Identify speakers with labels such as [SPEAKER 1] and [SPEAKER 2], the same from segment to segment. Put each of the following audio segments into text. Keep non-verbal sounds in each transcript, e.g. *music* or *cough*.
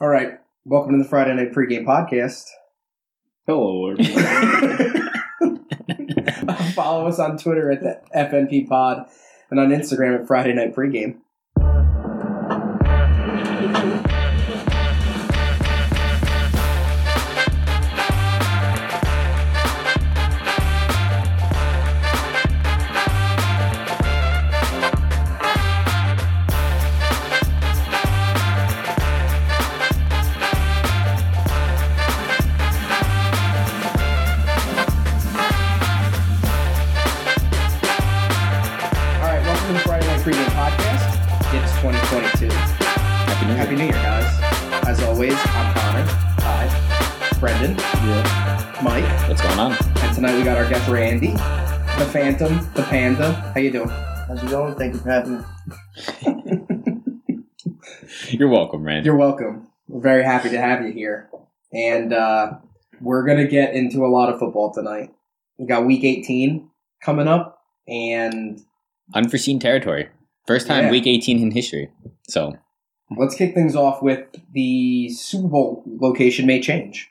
[SPEAKER 1] All right. Welcome to the Friday Night Pregame Podcast.
[SPEAKER 2] Hello, everyone.
[SPEAKER 1] Follow us on Twitter at the FNP Pod and on Instagram at Friday Night Pregame. All right. Welcome to the Friday Night Pregame Podcast. It's 2022.
[SPEAKER 2] *laughs* Happy New Year.
[SPEAKER 1] Happy New Year, guys. As always, I'm Connor. Hi. Brendan.
[SPEAKER 2] Yeah.
[SPEAKER 1] Mike.
[SPEAKER 2] What's going on?
[SPEAKER 1] And tonight we got our guest Randy, the Phantom, the Panda. How you doing?
[SPEAKER 3] How's it going? Thank you for having me.
[SPEAKER 2] You're welcome,
[SPEAKER 1] *laughs*
[SPEAKER 2] Randy.
[SPEAKER 1] You're welcome. We're very happy to have you here. And uh, we're going to get into a lot of football tonight. We got week 18 coming up. And
[SPEAKER 2] Unforeseen territory. First time
[SPEAKER 1] Yeah.
[SPEAKER 2] week 18 in history. So,
[SPEAKER 1] let's kick things off with the Super Bowl location may change.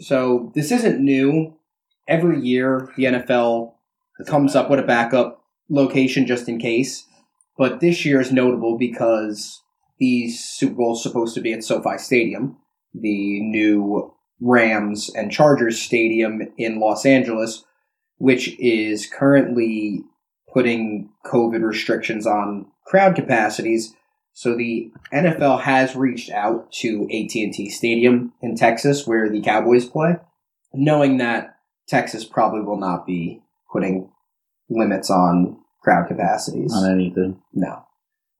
[SPEAKER 1] So this isn't new. Every year, the NFL comes up with a backup location just in case. But this year is notable because the Super Bowl is supposed to be at SoFi Stadium, the new Rams and Chargers Stadium in Los Angeles, which is currently putting COVID restrictions on crowd capacities. So the NFL has reached out to AT&T Stadium in Texas where the Cowboys play, knowing that Texas probably will not be putting limits on crowd capacities.
[SPEAKER 3] anything.
[SPEAKER 1] No.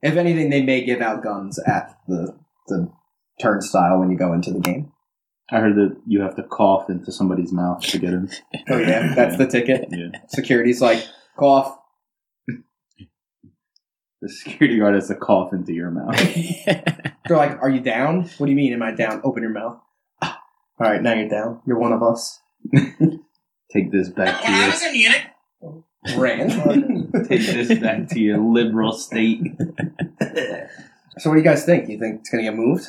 [SPEAKER 1] If anything, they may give out guns at the the turnstile when you go into the game.
[SPEAKER 3] I heard that you have to cough into somebody's mouth to get in.
[SPEAKER 1] Oh yeah, that's the ticket.
[SPEAKER 2] *laughs* yeah.
[SPEAKER 1] Security's like cough.
[SPEAKER 3] *laughs* The security guard has to cough into your mouth. *laughs*
[SPEAKER 1] They're like, "Are you down? What do you mean? Am I down? Open your mouth." Ah. All right, now you're down. You're one of us.
[SPEAKER 3] Take this back to
[SPEAKER 4] When I was
[SPEAKER 3] your
[SPEAKER 4] in Munich,
[SPEAKER 1] Ran.
[SPEAKER 3] *laughs* take this back to your liberal state.
[SPEAKER 1] *laughs* so, what do you guys think? You think it's gonna get moved?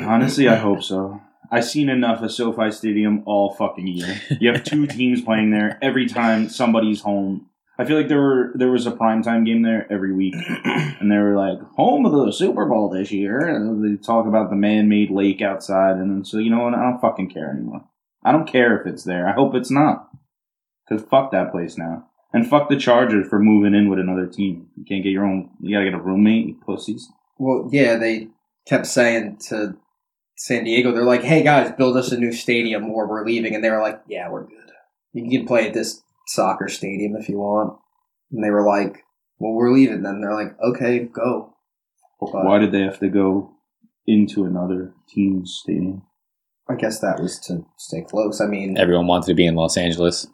[SPEAKER 3] Honestly, I hope so. I've seen enough of SoFi Stadium all fucking year. You have two teams playing there every time somebody's home. I feel like there were there was a primetime game there every week, and they were like home of the Super Bowl this year. And they talk about the man-made lake outside, and then so you know what? I don't fucking care anymore. I don't care if it's there. I hope it's not, because fuck that place now, and fuck the Chargers for moving in with another team. You can't get your own. You gotta get a roommate, you pussies.
[SPEAKER 1] Well, yeah, they kept saying to San Diego, they're like, "Hey guys, build us a new stadium, or we're leaving." And they were like, "Yeah, we're good. You can play at this soccer stadium if you want." And they were like, "Well, we're leaving." Then they're like, "Okay, go." But
[SPEAKER 3] Why did they have to go into another team's stadium?
[SPEAKER 1] I guess that was to stay close. I mean,
[SPEAKER 2] *laughs* Everyone wanted to be in Los Angeles.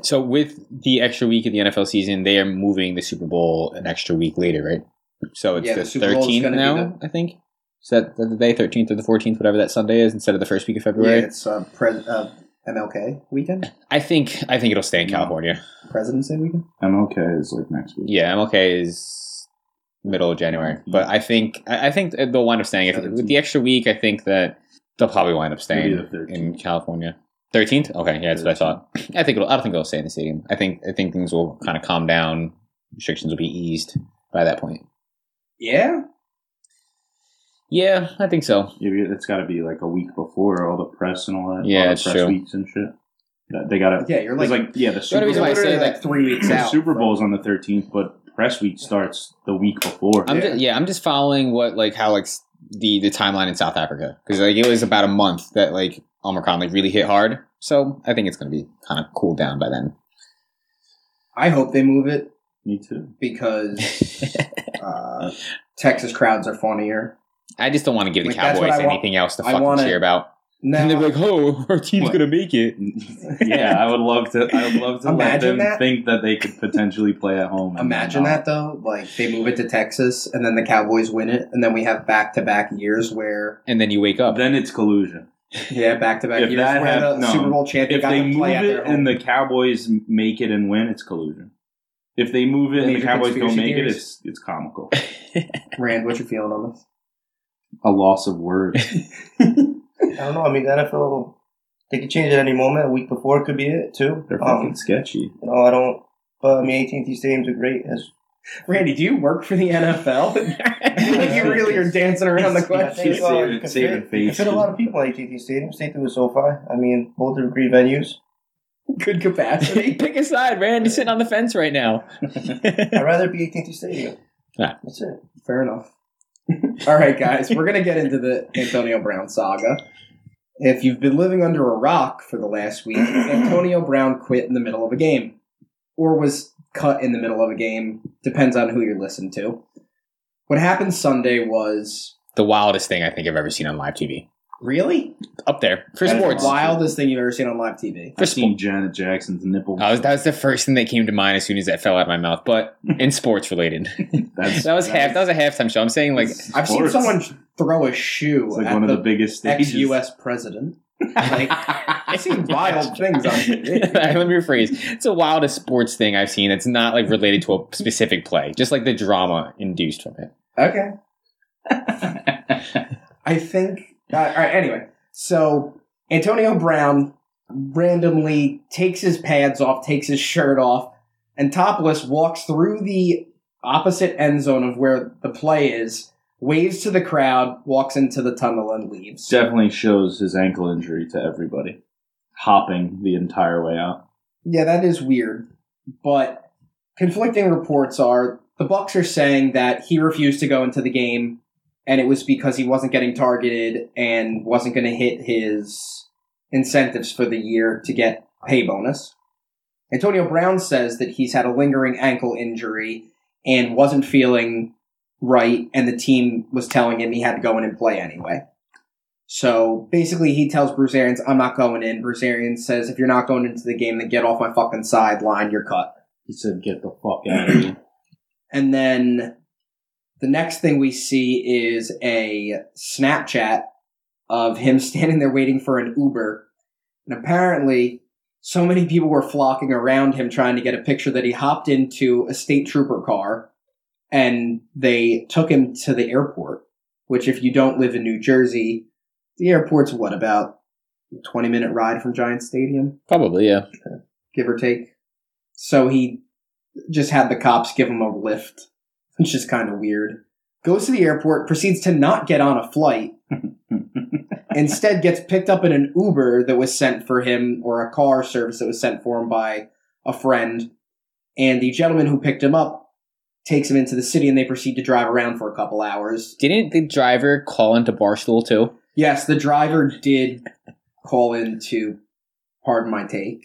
[SPEAKER 2] So, with the extra week of the NFL season, they are moving the Super Bowl an extra week later, right? So, it's
[SPEAKER 1] Yeah,
[SPEAKER 2] the,
[SPEAKER 1] the Super Bowl is
[SPEAKER 2] 13th
[SPEAKER 1] gonna be
[SPEAKER 2] now, I think. Is that the day, 13th or the 14th, whatever that Sunday is, instead of the first week of
[SPEAKER 1] yeah,
[SPEAKER 2] February?
[SPEAKER 1] it's uh, pres- uh, MLK weekend,
[SPEAKER 2] I think I think it'll stay in California.
[SPEAKER 1] President's Day weekend.
[SPEAKER 3] MLK is like next week.
[SPEAKER 2] Yeah, MLK is middle of January, but I think I I think they'll wind up staying. If, with the extra week, I think that they'll probably wind up
[SPEAKER 3] It'll
[SPEAKER 2] staying
[SPEAKER 3] be the 13th.
[SPEAKER 2] in California. Thirteenth? Okay, yeah, that's what I thought. I think it'll, I don't think it'll stay in the stadium. I think I think things will kind of calm down. Restrictions will be eased by that point.
[SPEAKER 1] Yeah,
[SPEAKER 2] Yeah, I think so.
[SPEAKER 3] Maybe it's got to be like a week before all the press and all that.
[SPEAKER 2] Yeah,
[SPEAKER 3] all the
[SPEAKER 2] it's
[SPEAKER 3] press
[SPEAKER 2] true.
[SPEAKER 3] weeks and shit. That- They got to.
[SPEAKER 1] yeah, you're
[SPEAKER 3] Like,
[SPEAKER 1] like,
[SPEAKER 3] like yeah, the Super
[SPEAKER 2] reason
[SPEAKER 3] Bowl.
[SPEAKER 2] why I say
[SPEAKER 1] literally,
[SPEAKER 2] that-
[SPEAKER 1] like three weeks
[SPEAKER 3] the
[SPEAKER 1] out.
[SPEAKER 3] Super Bowl's on the thirteenth, but press week starts the week before.
[SPEAKER 2] I'm
[SPEAKER 1] Yeah.
[SPEAKER 2] just, yeah, I'm just following what like how like s- the the timeline in South Africa because like it was about a month that like Omicron like really hit hard. So I think it's going to be kind of cooled down by then.
[SPEAKER 1] I hope they move it
[SPEAKER 3] Me *laughs* too.
[SPEAKER 1] because uh, Texas crowds are funnier.
[SPEAKER 2] *laughs* I just don't want to give the
[SPEAKER 1] Like, that's what
[SPEAKER 2] Cowboys
[SPEAKER 1] I want-
[SPEAKER 2] anything else to
[SPEAKER 1] I
[SPEAKER 2] fucking
[SPEAKER 1] wanna-
[SPEAKER 2] cheer about.
[SPEAKER 1] No,
[SPEAKER 2] And *laughs* they're like, "Oh, our team's
[SPEAKER 3] What?
[SPEAKER 2] gonna make it."
[SPEAKER 3] yeah, I would love to. I would love to let
[SPEAKER 1] Imagine
[SPEAKER 3] them
[SPEAKER 1] that.
[SPEAKER 3] think that they could potentially play at home. and
[SPEAKER 1] Imagine that
[SPEAKER 3] not.
[SPEAKER 1] though. Like they move it to Texas, and then the Cowboys win it, and then we have back to back years where
[SPEAKER 2] And then you wake *laughs* up.
[SPEAKER 3] Then it's collusion.
[SPEAKER 1] yeah, back to back
[SPEAKER 3] If
[SPEAKER 1] years
[SPEAKER 3] that
[SPEAKER 1] where
[SPEAKER 3] hap-
[SPEAKER 1] the
[SPEAKER 3] no.
[SPEAKER 1] Super Bowl champion
[SPEAKER 3] If
[SPEAKER 1] got
[SPEAKER 3] they
[SPEAKER 1] to
[SPEAKER 3] move
[SPEAKER 1] play at
[SPEAKER 3] it
[SPEAKER 1] their home.
[SPEAKER 3] and the Cowboys make it and win, it's collusion. If they move it and
[SPEAKER 1] Major
[SPEAKER 3] the Cowboys don't
[SPEAKER 1] conspiracy
[SPEAKER 3] make it,
[SPEAKER 1] theories.
[SPEAKER 3] it's it's comical.
[SPEAKER 1] Rand, what you feeling on this?
[SPEAKER 3] a loss of words.
[SPEAKER 4] I don't know. I mean, the NFL, they could change at any moment. A week before could be it, too.
[SPEAKER 3] They're fucking
[SPEAKER 4] Um,
[SPEAKER 3] sketchy.
[SPEAKER 4] you know, I don't. But I mean, AT&T stadiums are great. As
[SPEAKER 1] Randy, do you work for the NFL? like *laughs* you really are dancing around the
[SPEAKER 4] I
[SPEAKER 1] question.
[SPEAKER 4] think, uh,
[SPEAKER 3] Saving-
[SPEAKER 4] you can
[SPEAKER 3] saving
[SPEAKER 4] fit- you can fit a lot of people at AT&T Stadium. State through with SoFi. I mean, both are great
[SPEAKER 3] *laughs*
[SPEAKER 4] venues.
[SPEAKER 1] Good capacity.
[SPEAKER 2] *laughs* Pick a side, Randy's sitting on the fence right now.
[SPEAKER 4] I'd rather be AT&T Stadium.
[SPEAKER 2] Yeah.
[SPEAKER 4] That's it.
[SPEAKER 1] Fair enough. *laughs* All right, guys, we're gonna get into the Antonio Brown saga. If you've been living under a rock for the last week, Antonio Brown quit in the middle of a game, or was cut in the middle of a game. Depends on who you're listening to. What happened Sunday was
[SPEAKER 2] the wildest thing I think I've ever seen on live TV.
[SPEAKER 1] really
[SPEAKER 2] Up there for
[SPEAKER 3] That is
[SPEAKER 2] sports.
[SPEAKER 1] the wildest thing you've ever seen on live TV.
[SPEAKER 2] For
[SPEAKER 3] I've seen Janet Jackson's nipple.
[SPEAKER 2] I was, that was the first thing that came to mind as soon as that fell out of my mouth, *laughs* but in sports related. *laughs*
[SPEAKER 3] That's-
[SPEAKER 2] that was half. That was a halftime show. I'm saying *laughs* like
[SPEAKER 3] that's
[SPEAKER 1] I've seen
[SPEAKER 3] sports.
[SPEAKER 1] someone throw a shoe
[SPEAKER 3] It's like
[SPEAKER 1] at
[SPEAKER 3] one of
[SPEAKER 1] the,
[SPEAKER 3] the, biggest stages.
[SPEAKER 1] ex-U.S.
[SPEAKER 3] *laughs*
[SPEAKER 1] president. Like I've seen wild things
[SPEAKER 2] *laughs*
[SPEAKER 1] on TV.
[SPEAKER 3] *laughs*
[SPEAKER 2] Let me rephrase. It's the wildest sports thing I've seen. It's not like related to a specific play, just like the drama induced from it.
[SPEAKER 1] Okay. I think. Uh, all right. Anyway, so Antonio Brown randomly takes his pads off, takes his shirt off, and topless walks through the opposite end zone of where the play is, waves to the crowd, walks into the tunnel, and leaves.
[SPEAKER 3] Definitely shows his ankle injury to everybody. Hopping the entire way out.
[SPEAKER 1] Yeah, that is weird. But conflicting reports are the Bucks are saying that he refused to go into the game and it was because he wasn't getting targeted and wasn't going to hit his incentives for the year to get pay bonus. Antonio Brown says that he's had a lingering ankle injury and wasn't feeling right and the team was telling him he had to go in and play anyway. So basically, he tells Bruce Arians, I'm not going in. Bruce Arians says, if you're not going into the game, then get off my fucking sideline. You're cut.
[SPEAKER 3] He said, "Get the fuck out of
[SPEAKER 2] *clears throat*
[SPEAKER 3] here."
[SPEAKER 1] And then the next thing we see is a Snapchat of him *laughs* standing there waiting for an Uber. And apparently, so many people were flocking around him trying to get a picture that he hopped into a state trooper car and they took him to the airport, which, if you don't live in New Jersey, the airport's what, about a 20 minute ride from Giant Stadium?
[SPEAKER 2] Probably, yeah.
[SPEAKER 1] give or take. So he just had the cops give him a lift, which is kind of weird. Goes to the airport, proceeds to not get on a flight. Instead, gets picked up in an Uber that was sent for him, or a car service that was sent for him by a friend. And the gentleman who picked him up takes him into the city, and they proceed to drive around for a couple hours.
[SPEAKER 2] Didn't the driver call into Barstool too?
[SPEAKER 1] Yes, the driver did call in to pardon my take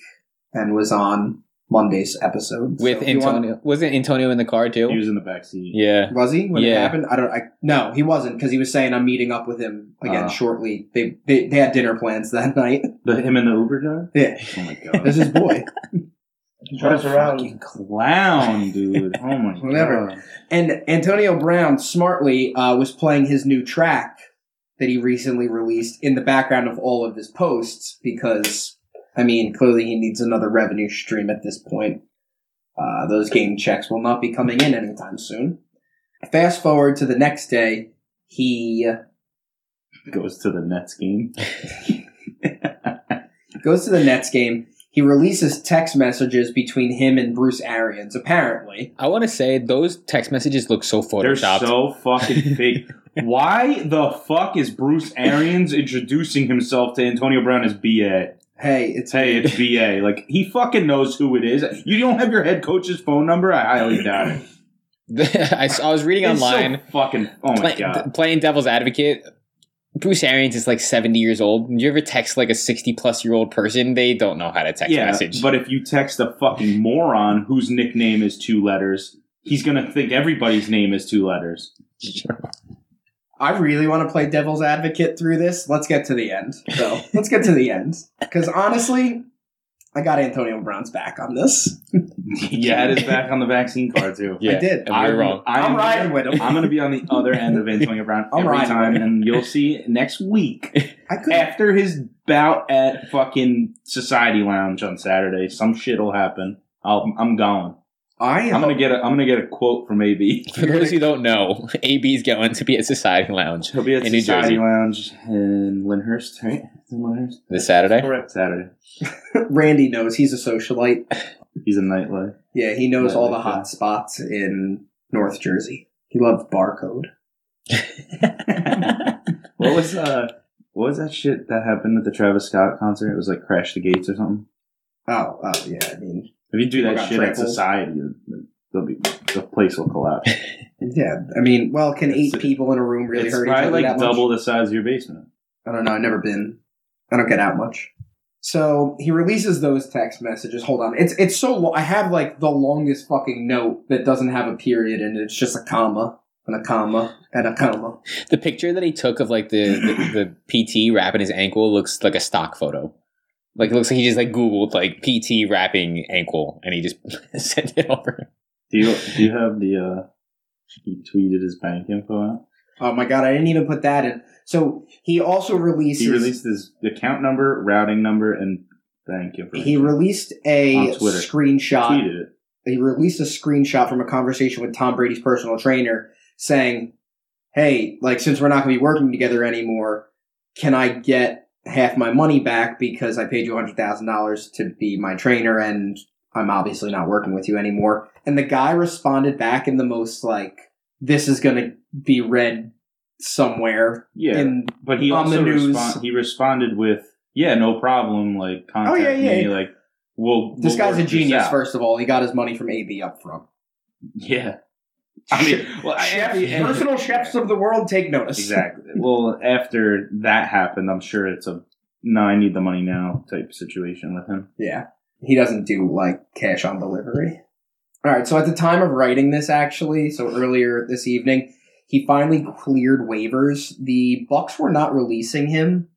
[SPEAKER 1] and was on Monday's episode So
[SPEAKER 2] With
[SPEAKER 1] if you want-
[SPEAKER 2] Antonio, wasn't Antonio in the car too?
[SPEAKER 3] He was in the back seat.
[SPEAKER 2] yeah,
[SPEAKER 1] was he when it
[SPEAKER 2] Yeah.
[SPEAKER 1] happened? I don't. I no, he wasn't because he was saying I'm meeting up with him again
[SPEAKER 3] Oh.
[SPEAKER 1] shortly. They, they they had dinner plans that *laughs* night.
[SPEAKER 3] The him and the Uber driver.
[SPEAKER 1] Yeah,
[SPEAKER 3] Oh my god.
[SPEAKER 1] this is boy.
[SPEAKER 4] He drives around.
[SPEAKER 3] Fucking clown, dude. Oh my
[SPEAKER 1] Whatever.
[SPEAKER 3] god.
[SPEAKER 1] And Antonio Brown smartly uh, was playing his new track that he recently released in the background of all of his posts because, I mean, clearly he needs another revenue stream at this point. Uh, those game checks will not be coming in anytime soon. Fast forward to the next day, he
[SPEAKER 3] Goes to the Nets game.
[SPEAKER 1] goes to the Nets game. He releases text messages between him and Bruce Arians, apparently.
[SPEAKER 2] I want to say those text messages look so
[SPEAKER 3] They're
[SPEAKER 2] photoshopped.
[SPEAKER 3] so fucking fake. Why the fuck is Bruce Arians introducing himself to Antonio Brown as BA?
[SPEAKER 1] Hey, it's
[SPEAKER 3] Hey, it's BA. Like he fucking knows who it is. You don't have your head coach's phone number. I highly
[SPEAKER 2] *laughs*
[SPEAKER 3] doubt it.
[SPEAKER 2] *laughs* I, s- I was reading
[SPEAKER 3] It's so
[SPEAKER 2] online,
[SPEAKER 3] fucking. Oh my
[SPEAKER 2] play-
[SPEAKER 3] god.
[SPEAKER 2] th- playing devil's advocate. Bruce Arians is like seventy years old. You ever text like a sixty-plus-year-old person? They don't know how to text
[SPEAKER 3] Yeah,
[SPEAKER 2] message.
[SPEAKER 3] but if you text a fucking moron whose nickname is two letters, he's gonna think everybody's name is
[SPEAKER 2] *laughs*
[SPEAKER 3] two letters.
[SPEAKER 1] I really want to play devil's advocate through this. Let's get to the end. So let's get to the end. Because honestly, I got Antonio Brown's back on this.
[SPEAKER 3] He had his back on the vaccine
[SPEAKER 2] *laughs*
[SPEAKER 3] card too.
[SPEAKER 2] *laughs* yeah,
[SPEAKER 1] I did.
[SPEAKER 2] And we were wrong.
[SPEAKER 1] I'm,
[SPEAKER 3] I'm,
[SPEAKER 1] riding with him.
[SPEAKER 3] I'm gonna be on the other end of Antonio Brown
[SPEAKER 1] I'm
[SPEAKER 3] every
[SPEAKER 1] riding
[SPEAKER 3] time,
[SPEAKER 1] with
[SPEAKER 3] and you'll see next week
[SPEAKER 1] I could
[SPEAKER 3] after his bout at fucking Society Lounge on Saturday. Some shit'll happen. I'll, I'm going.
[SPEAKER 1] I am
[SPEAKER 3] I'm gonna get a I'm gonna get a quote from AB.
[SPEAKER 2] For those who don't know, AB's going to be at Society Lounge
[SPEAKER 3] He'll be at
[SPEAKER 2] In New
[SPEAKER 3] Society
[SPEAKER 2] Jersey.
[SPEAKER 3] Lounge in Lyndhurst, right? It's in Lyndhurst
[SPEAKER 2] this
[SPEAKER 3] *laughs*
[SPEAKER 2] Saturday.
[SPEAKER 4] Correct.
[SPEAKER 3] Saturday.
[SPEAKER 1] Randy knows he's a socialite.
[SPEAKER 3] He's a nightlife.
[SPEAKER 1] Yeah, he knows
[SPEAKER 3] Yeah,
[SPEAKER 1] all the
[SPEAKER 3] like
[SPEAKER 1] hot spots in North Jersey. He loves barcode.
[SPEAKER 3] What was uh what was that shit that happened at the Travis Scott concert? It was like Crash the Gates or something.
[SPEAKER 1] Oh, oh yeah. I mean,
[SPEAKER 3] If you do
[SPEAKER 1] People
[SPEAKER 3] that
[SPEAKER 1] got
[SPEAKER 3] shit at
[SPEAKER 1] trampled.
[SPEAKER 3] society, they'll be, the place will collapse.
[SPEAKER 1] yeah. I mean, well, can eight
[SPEAKER 3] It's-
[SPEAKER 1] people in a room really
[SPEAKER 3] it's
[SPEAKER 1] hurt each
[SPEAKER 3] probably
[SPEAKER 1] other
[SPEAKER 3] like
[SPEAKER 1] that much?
[SPEAKER 3] double the size of your basement.
[SPEAKER 1] I don't know. I've never been. I don't get out much. So he releases those text messages. Hold on. It's it's so long. I have like the longest fucking note that doesn't have a period and it's just a comma and a comma and a comma.
[SPEAKER 2] The picture that he took of like the, the, the PT wrapping his ankle looks like a stock photo. Like it looks like he just like Googled like PT wrapping ankle and he just *laughs* sent it over.
[SPEAKER 3] Do you do you have the uh he tweeted his bank info out?
[SPEAKER 1] Oh my god! I didn't even put that in. So he also releases.
[SPEAKER 3] He released his account number, routing number, and bank info.
[SPEAKER 1] he released a
[SPEAKER 3] On Twitter.
[SPEAKER 1] screenshot.
[SPEAKER 3] tweeted it.
[SPEAKER 1] he released a screenshot from a conversation with Tom Brady's personal trainer saying, Hey, like, since we're not going to be working together anymore, can I get half my money back because I paid you $100,000 to be my trainer and I'm obviously not working with you anymore? And the guy responded back in the most, like, this is going to be read somewhere.
[SPEAKER 3] Yeah,
[SPEAKER 1] In,
[SPEAKER 3] but he
[SPEAKER 1] on the
[SPEAKER 3] also
[SPEAKER 1] news.
[SPEAKER 3] respon- he responded with, "Yeah, no problem. Like contact
[SPEAKER 1] Oh, yeah, yeah.
[SPEAKER 3] me. Like we'll
[SPEAKER 1] this
[SPEAKER 3] we'll
[SPEAKER 1] guy's a
[SPEAKER 3] work this
[SPEAKER 1] genius,
[SPEAKER 3] out."
[SPEAKER 1] first of all. He got his money from AB up front.
[SPEAKER 3] *laughs*
[SPEAKER 1] *laughs*
[SPEAKER 3] Yeah, I mean, well,
[SPEAKER 1] Chefs-
[SPEAKER 3] after- after-
[SPEAKER 1] personal chefs of the world take notice.
[SPEAKER 3] *laughs* exactly. Well, after that happened, I'm sure it's a no. I need the money now type situation with him.
[SPEAKER 1] Yeah. He doesn't do like cash on delivery. All right. So at the time of writing this, actually, so earlier this evening, he finally cleared waivers. The Bucks were not releasing him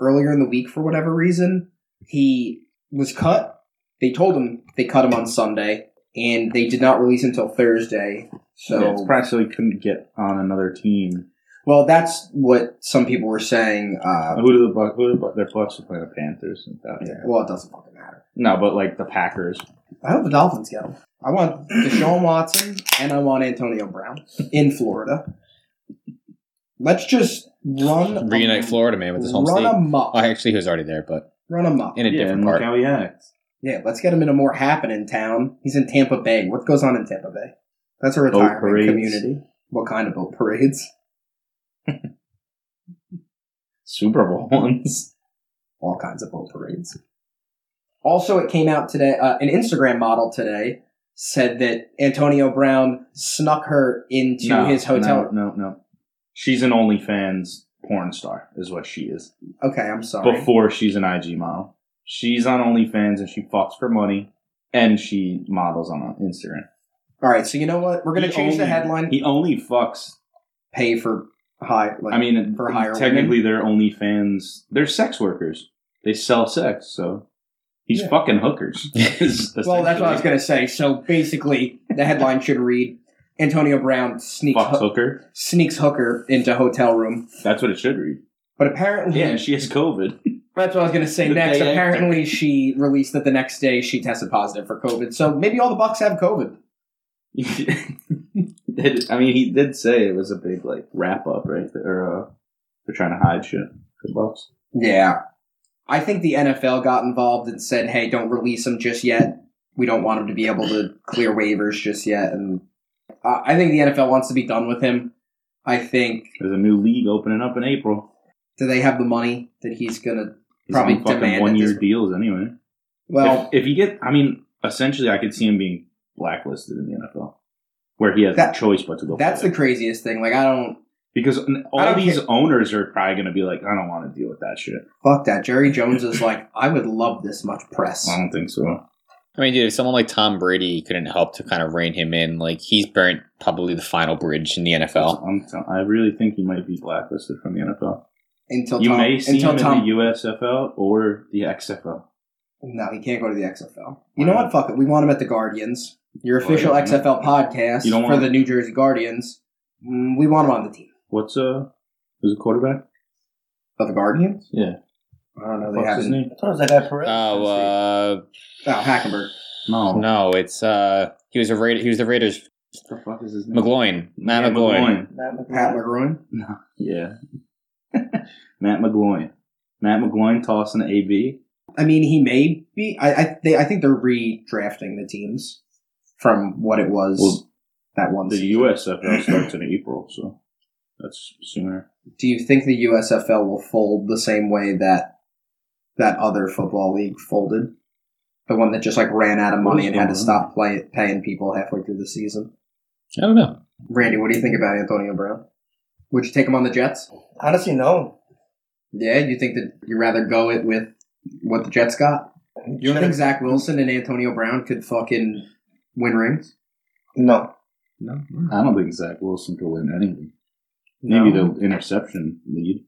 [SPEAKER 1] earlier in the week for whatever reason. He was cut. They told him they cut him on Sunday, and they did not release him until Thursday. So
[SPEAKER 3] yeah, it's practically couldn't get on another team.
[SPEAKER 1] well, that's what some people were saying. Uh,
[SPEAKER 3] Who do the Buc- Who do the Buc- Their Bucks are playing the Panthers. And that.
[SPEAKER 1] Well, it doesn't fucking matter.
[SPEAKER 3] No, but like the Packers.
[SPEAKER 1] I hope the Dolphins get him. I
[SPEAKER 2] *clears throat*
[SPEAKER 1] want Deshaun Watson and I want Antonio Brown in Florida. Let's just run
[SPEAKER 2] Reunite
[SPEAKER 1] am-
[SPEAKER 2] Florida man with his home
[SPEAKER 1] run
[SPEAKER 2] state.
[SPEAKER 1] amok.
[SPEAKER 2] Oh, actually, he was already there, but
[SPEAKER 1] Run amok.
[SPEAKER 2] in a
[SPEAKER 3] yeah,
[SPEAKER 2] different
[SPEAKER 3] and
[SPEAKER 2] part.
[SPEAKER 3] look how he acts.
[SPEAKER 1] Yeah, let's get him into more happening town. He's in Tampa Bay. What goes on in Tampa Bay? That's a retirement
[SPEAKER 3] parades.
[SPEAKER 1] community. What kind of boat parades?
[SPEAKER 3] Super Bowl ones.
[SPEAKER 1] all kinds of boat parades. Also, it came out today. Uh, an Instagram model today said that Antonio Brown snuck her into
[SPEAKER 3] No,
[SPEAKER 1] his hotel.
[SPEAKER 3] No, no, no. She's an OnlyFans porn star, is what she is.
[SPEAKER 1] Okay, I'm sorry.
[SPEAKER 3] Before she's an IG model, she's on OnlyFans and she fucks for money, and she models on Instagram.
[SPEAKER 1] All right, so you know what? We're gonna
[SPEAKER 3] He
[SPEAKER 1] change the
[SPEAKER 3] only-
[SPEAKER 1] headline.
[SPEAKER 3] He only fucks.
[SPEAKER 1] pay for high. Like,
[SPEAKER 3] I mean,
[SPEAKER 1] for higher
[SPEAKER 3] technically, they're OnlyFans. They're sex workers. They sell sex, so he's
[SPEAKER 1] Yeah.
[SPEAKER 3] fucking hookers. *laughs*
[SPEAKER 1] well, that's what I was gonna say. So basically, the headline should read: Antonio Brown sneaks
[SPEAKER 3] Fucks
[SPEAKER 1] hoo-
[SPEAKER 3] hooker.
[SPEAKER 1] sneaks hooker into hotel room.
[SPEAKER 3] That's what it should read.
[SPEAKER 1] But apparently,
[SPEAKER 3] Yeah, and she has COVID. *laughs*
[SPEAKER 1] that's what I was gonna say
[SPEAKER 3] The
[SPEAKER 1] next.
[SPEAKER 3] day after.
[SPEAKER 1] Apparently, she released that the next day she tested positive for COVID. So maybe all the Bucks have COVID.
[SPEAKER 3] Did- I mean, he did say it was a big like wrap up, right? Or uh, they're trying to hide shit. The Bucks.
[SPEAKER 1] Yeah, I think the NFL got involved and said, "Hey, don't release him just yet. We don't want him to be able to clear waivers just yet." And uh, I think the NFL wants to be done with him. I think
[SPEAKER 3] There's a new league opening up in April.
[SPEAKER 1] do they have the money that he's gonna?
[SPEAKER 3] He's
[SPEAKER 1] Probably
[SPEAKER 3] on fucking
[SPEAKER 1] demand
[SPEAKER 3] one
[SPEAKER 1] at
[SPEAKER 3] year
[SPEAKER 1] this-
[SPEAKER 3] deals anyway.
[SPEAKER 1] Well,
[SPEAKER 3] if, if you get, I mean, essentially, I could see him being blacklisted in the NFL, where he has
[SPEAKER 1] That-
[SPEAKER 3] no choice but to go.
[SPEAKER 1] that's the
[SPEAKER 3] play.
[SPEAKER 1] craziest thing. Like, I don't
[SPEAKER 3] because n-
[SPEAKER 1] I
[SPEAKER 3] all
[SPEAKER 1] don't
[SPEAKER 3] these
[SPEAKER 1] care.
[SPEAKER 3] owners are probably going to be like, I don't want to deal with that shit.
[SPEAKER 1] fuck that. Jerry Jones is like, I would love this much press.
[SPEAKER 3] I don't think so.
[SPEAKER 2] I mean, dude, if someone like Tom Brady couldn't help to kind of rein him in, like he's burnt probably the final bridge in the NFL.
[SPEAKER 3] I'm t- i really think he might be blacklisted from the NFL.
[SPEAKER 1] until
[SPEAKER 3] you
[SPEAKER 1] Tom,
[SPEAKER 3] may see
[SPEAKER 1] until
[SPEAKER 3] him
[SPEAKER 1] Tom.
[SPEAKER 3] in the USFL or the XFL.
[SPEAKER 1] no, he can't go to the XFL. You know what? Fuck it. We want him at the Guardians. Your official
[SPEAKER 3] Guardians.
[SPEAKER 1] XFL podcast
[SPEAKER 3] You don't
[SPEAKER 1] for
[SPEAKER 3] want-
[SPEAKER 1] the New Jersey Guardians. Mm, We want him on the team.
[SPEAKER 3] What's uh, who's the quarterback?
[SPEAKER 1] Of the Guardians?
[SPEAKER 3] Yeah.
[SPEAKER 1] I don't know. Oh, They
[SPEAKER 3] What's his
[SPEAKER 1] haven't.
[SPEAKER 3] name?
[SPEAKER 4] I thought it was that guy Perez.
[SPEAKER 2] Oh, uh,
[SPEAKER 1] Oh, Hackenberg.
[SPEAKER 3] No.
[SPEAKER 2] Oh, No, it's uh, he was a Raider. He was the Raiders.
[SPEAKER 3] What the fuck is his name?
[SPEAKER 2] McGloin, Matt
[SPEAKER 3] Matt
[SPEAKER 2] McGloin.
[SPEAKER 4] Matt
[SPEAKER 1] Pat
[SPEAKER 4] McGrath.
[SPEAKER 1] McGroin.
[SPEAKER 3] Yeah. *laughs* Matt McGloin. Matt McGloin tossing the AB.
[SPEAKER 1] I mean, he may be. I I, they, I think they're redrafting the teams from what it was
[SPEAKER 3] Well,
[SPEAKER 1] that one.
[SPEAKER 3] The
[SPEAKER 1] season.
[SPEAKER 3] USFL starts in April, so that's sooner.
[SPEAKER 1] Do you think the USFL will fold the same way that that other football league folded? The one that just like ran out of money and had to stop play, paying people halfway through the season.
[SPEAKER 2] I don't know.
[SPEAKER 1] Randy, what do you think about Antonio Brown? Would you take him on the Jets?
[SPEAKER 4] Honestly, no.
[SPEAKER 1] Yeah, you think that you'd rather go it with what the Jets got? You don't think Zach Wilson and Antonio Brown could fucking win rings?
[SPEAKER 4] No.
[SPEAKER 1] No.
[SPEAKER 3] I don't think Zach Wilson could win anything. Maybe
[SPEAKER 1] No.
[SPEAKER 3] the interception lead.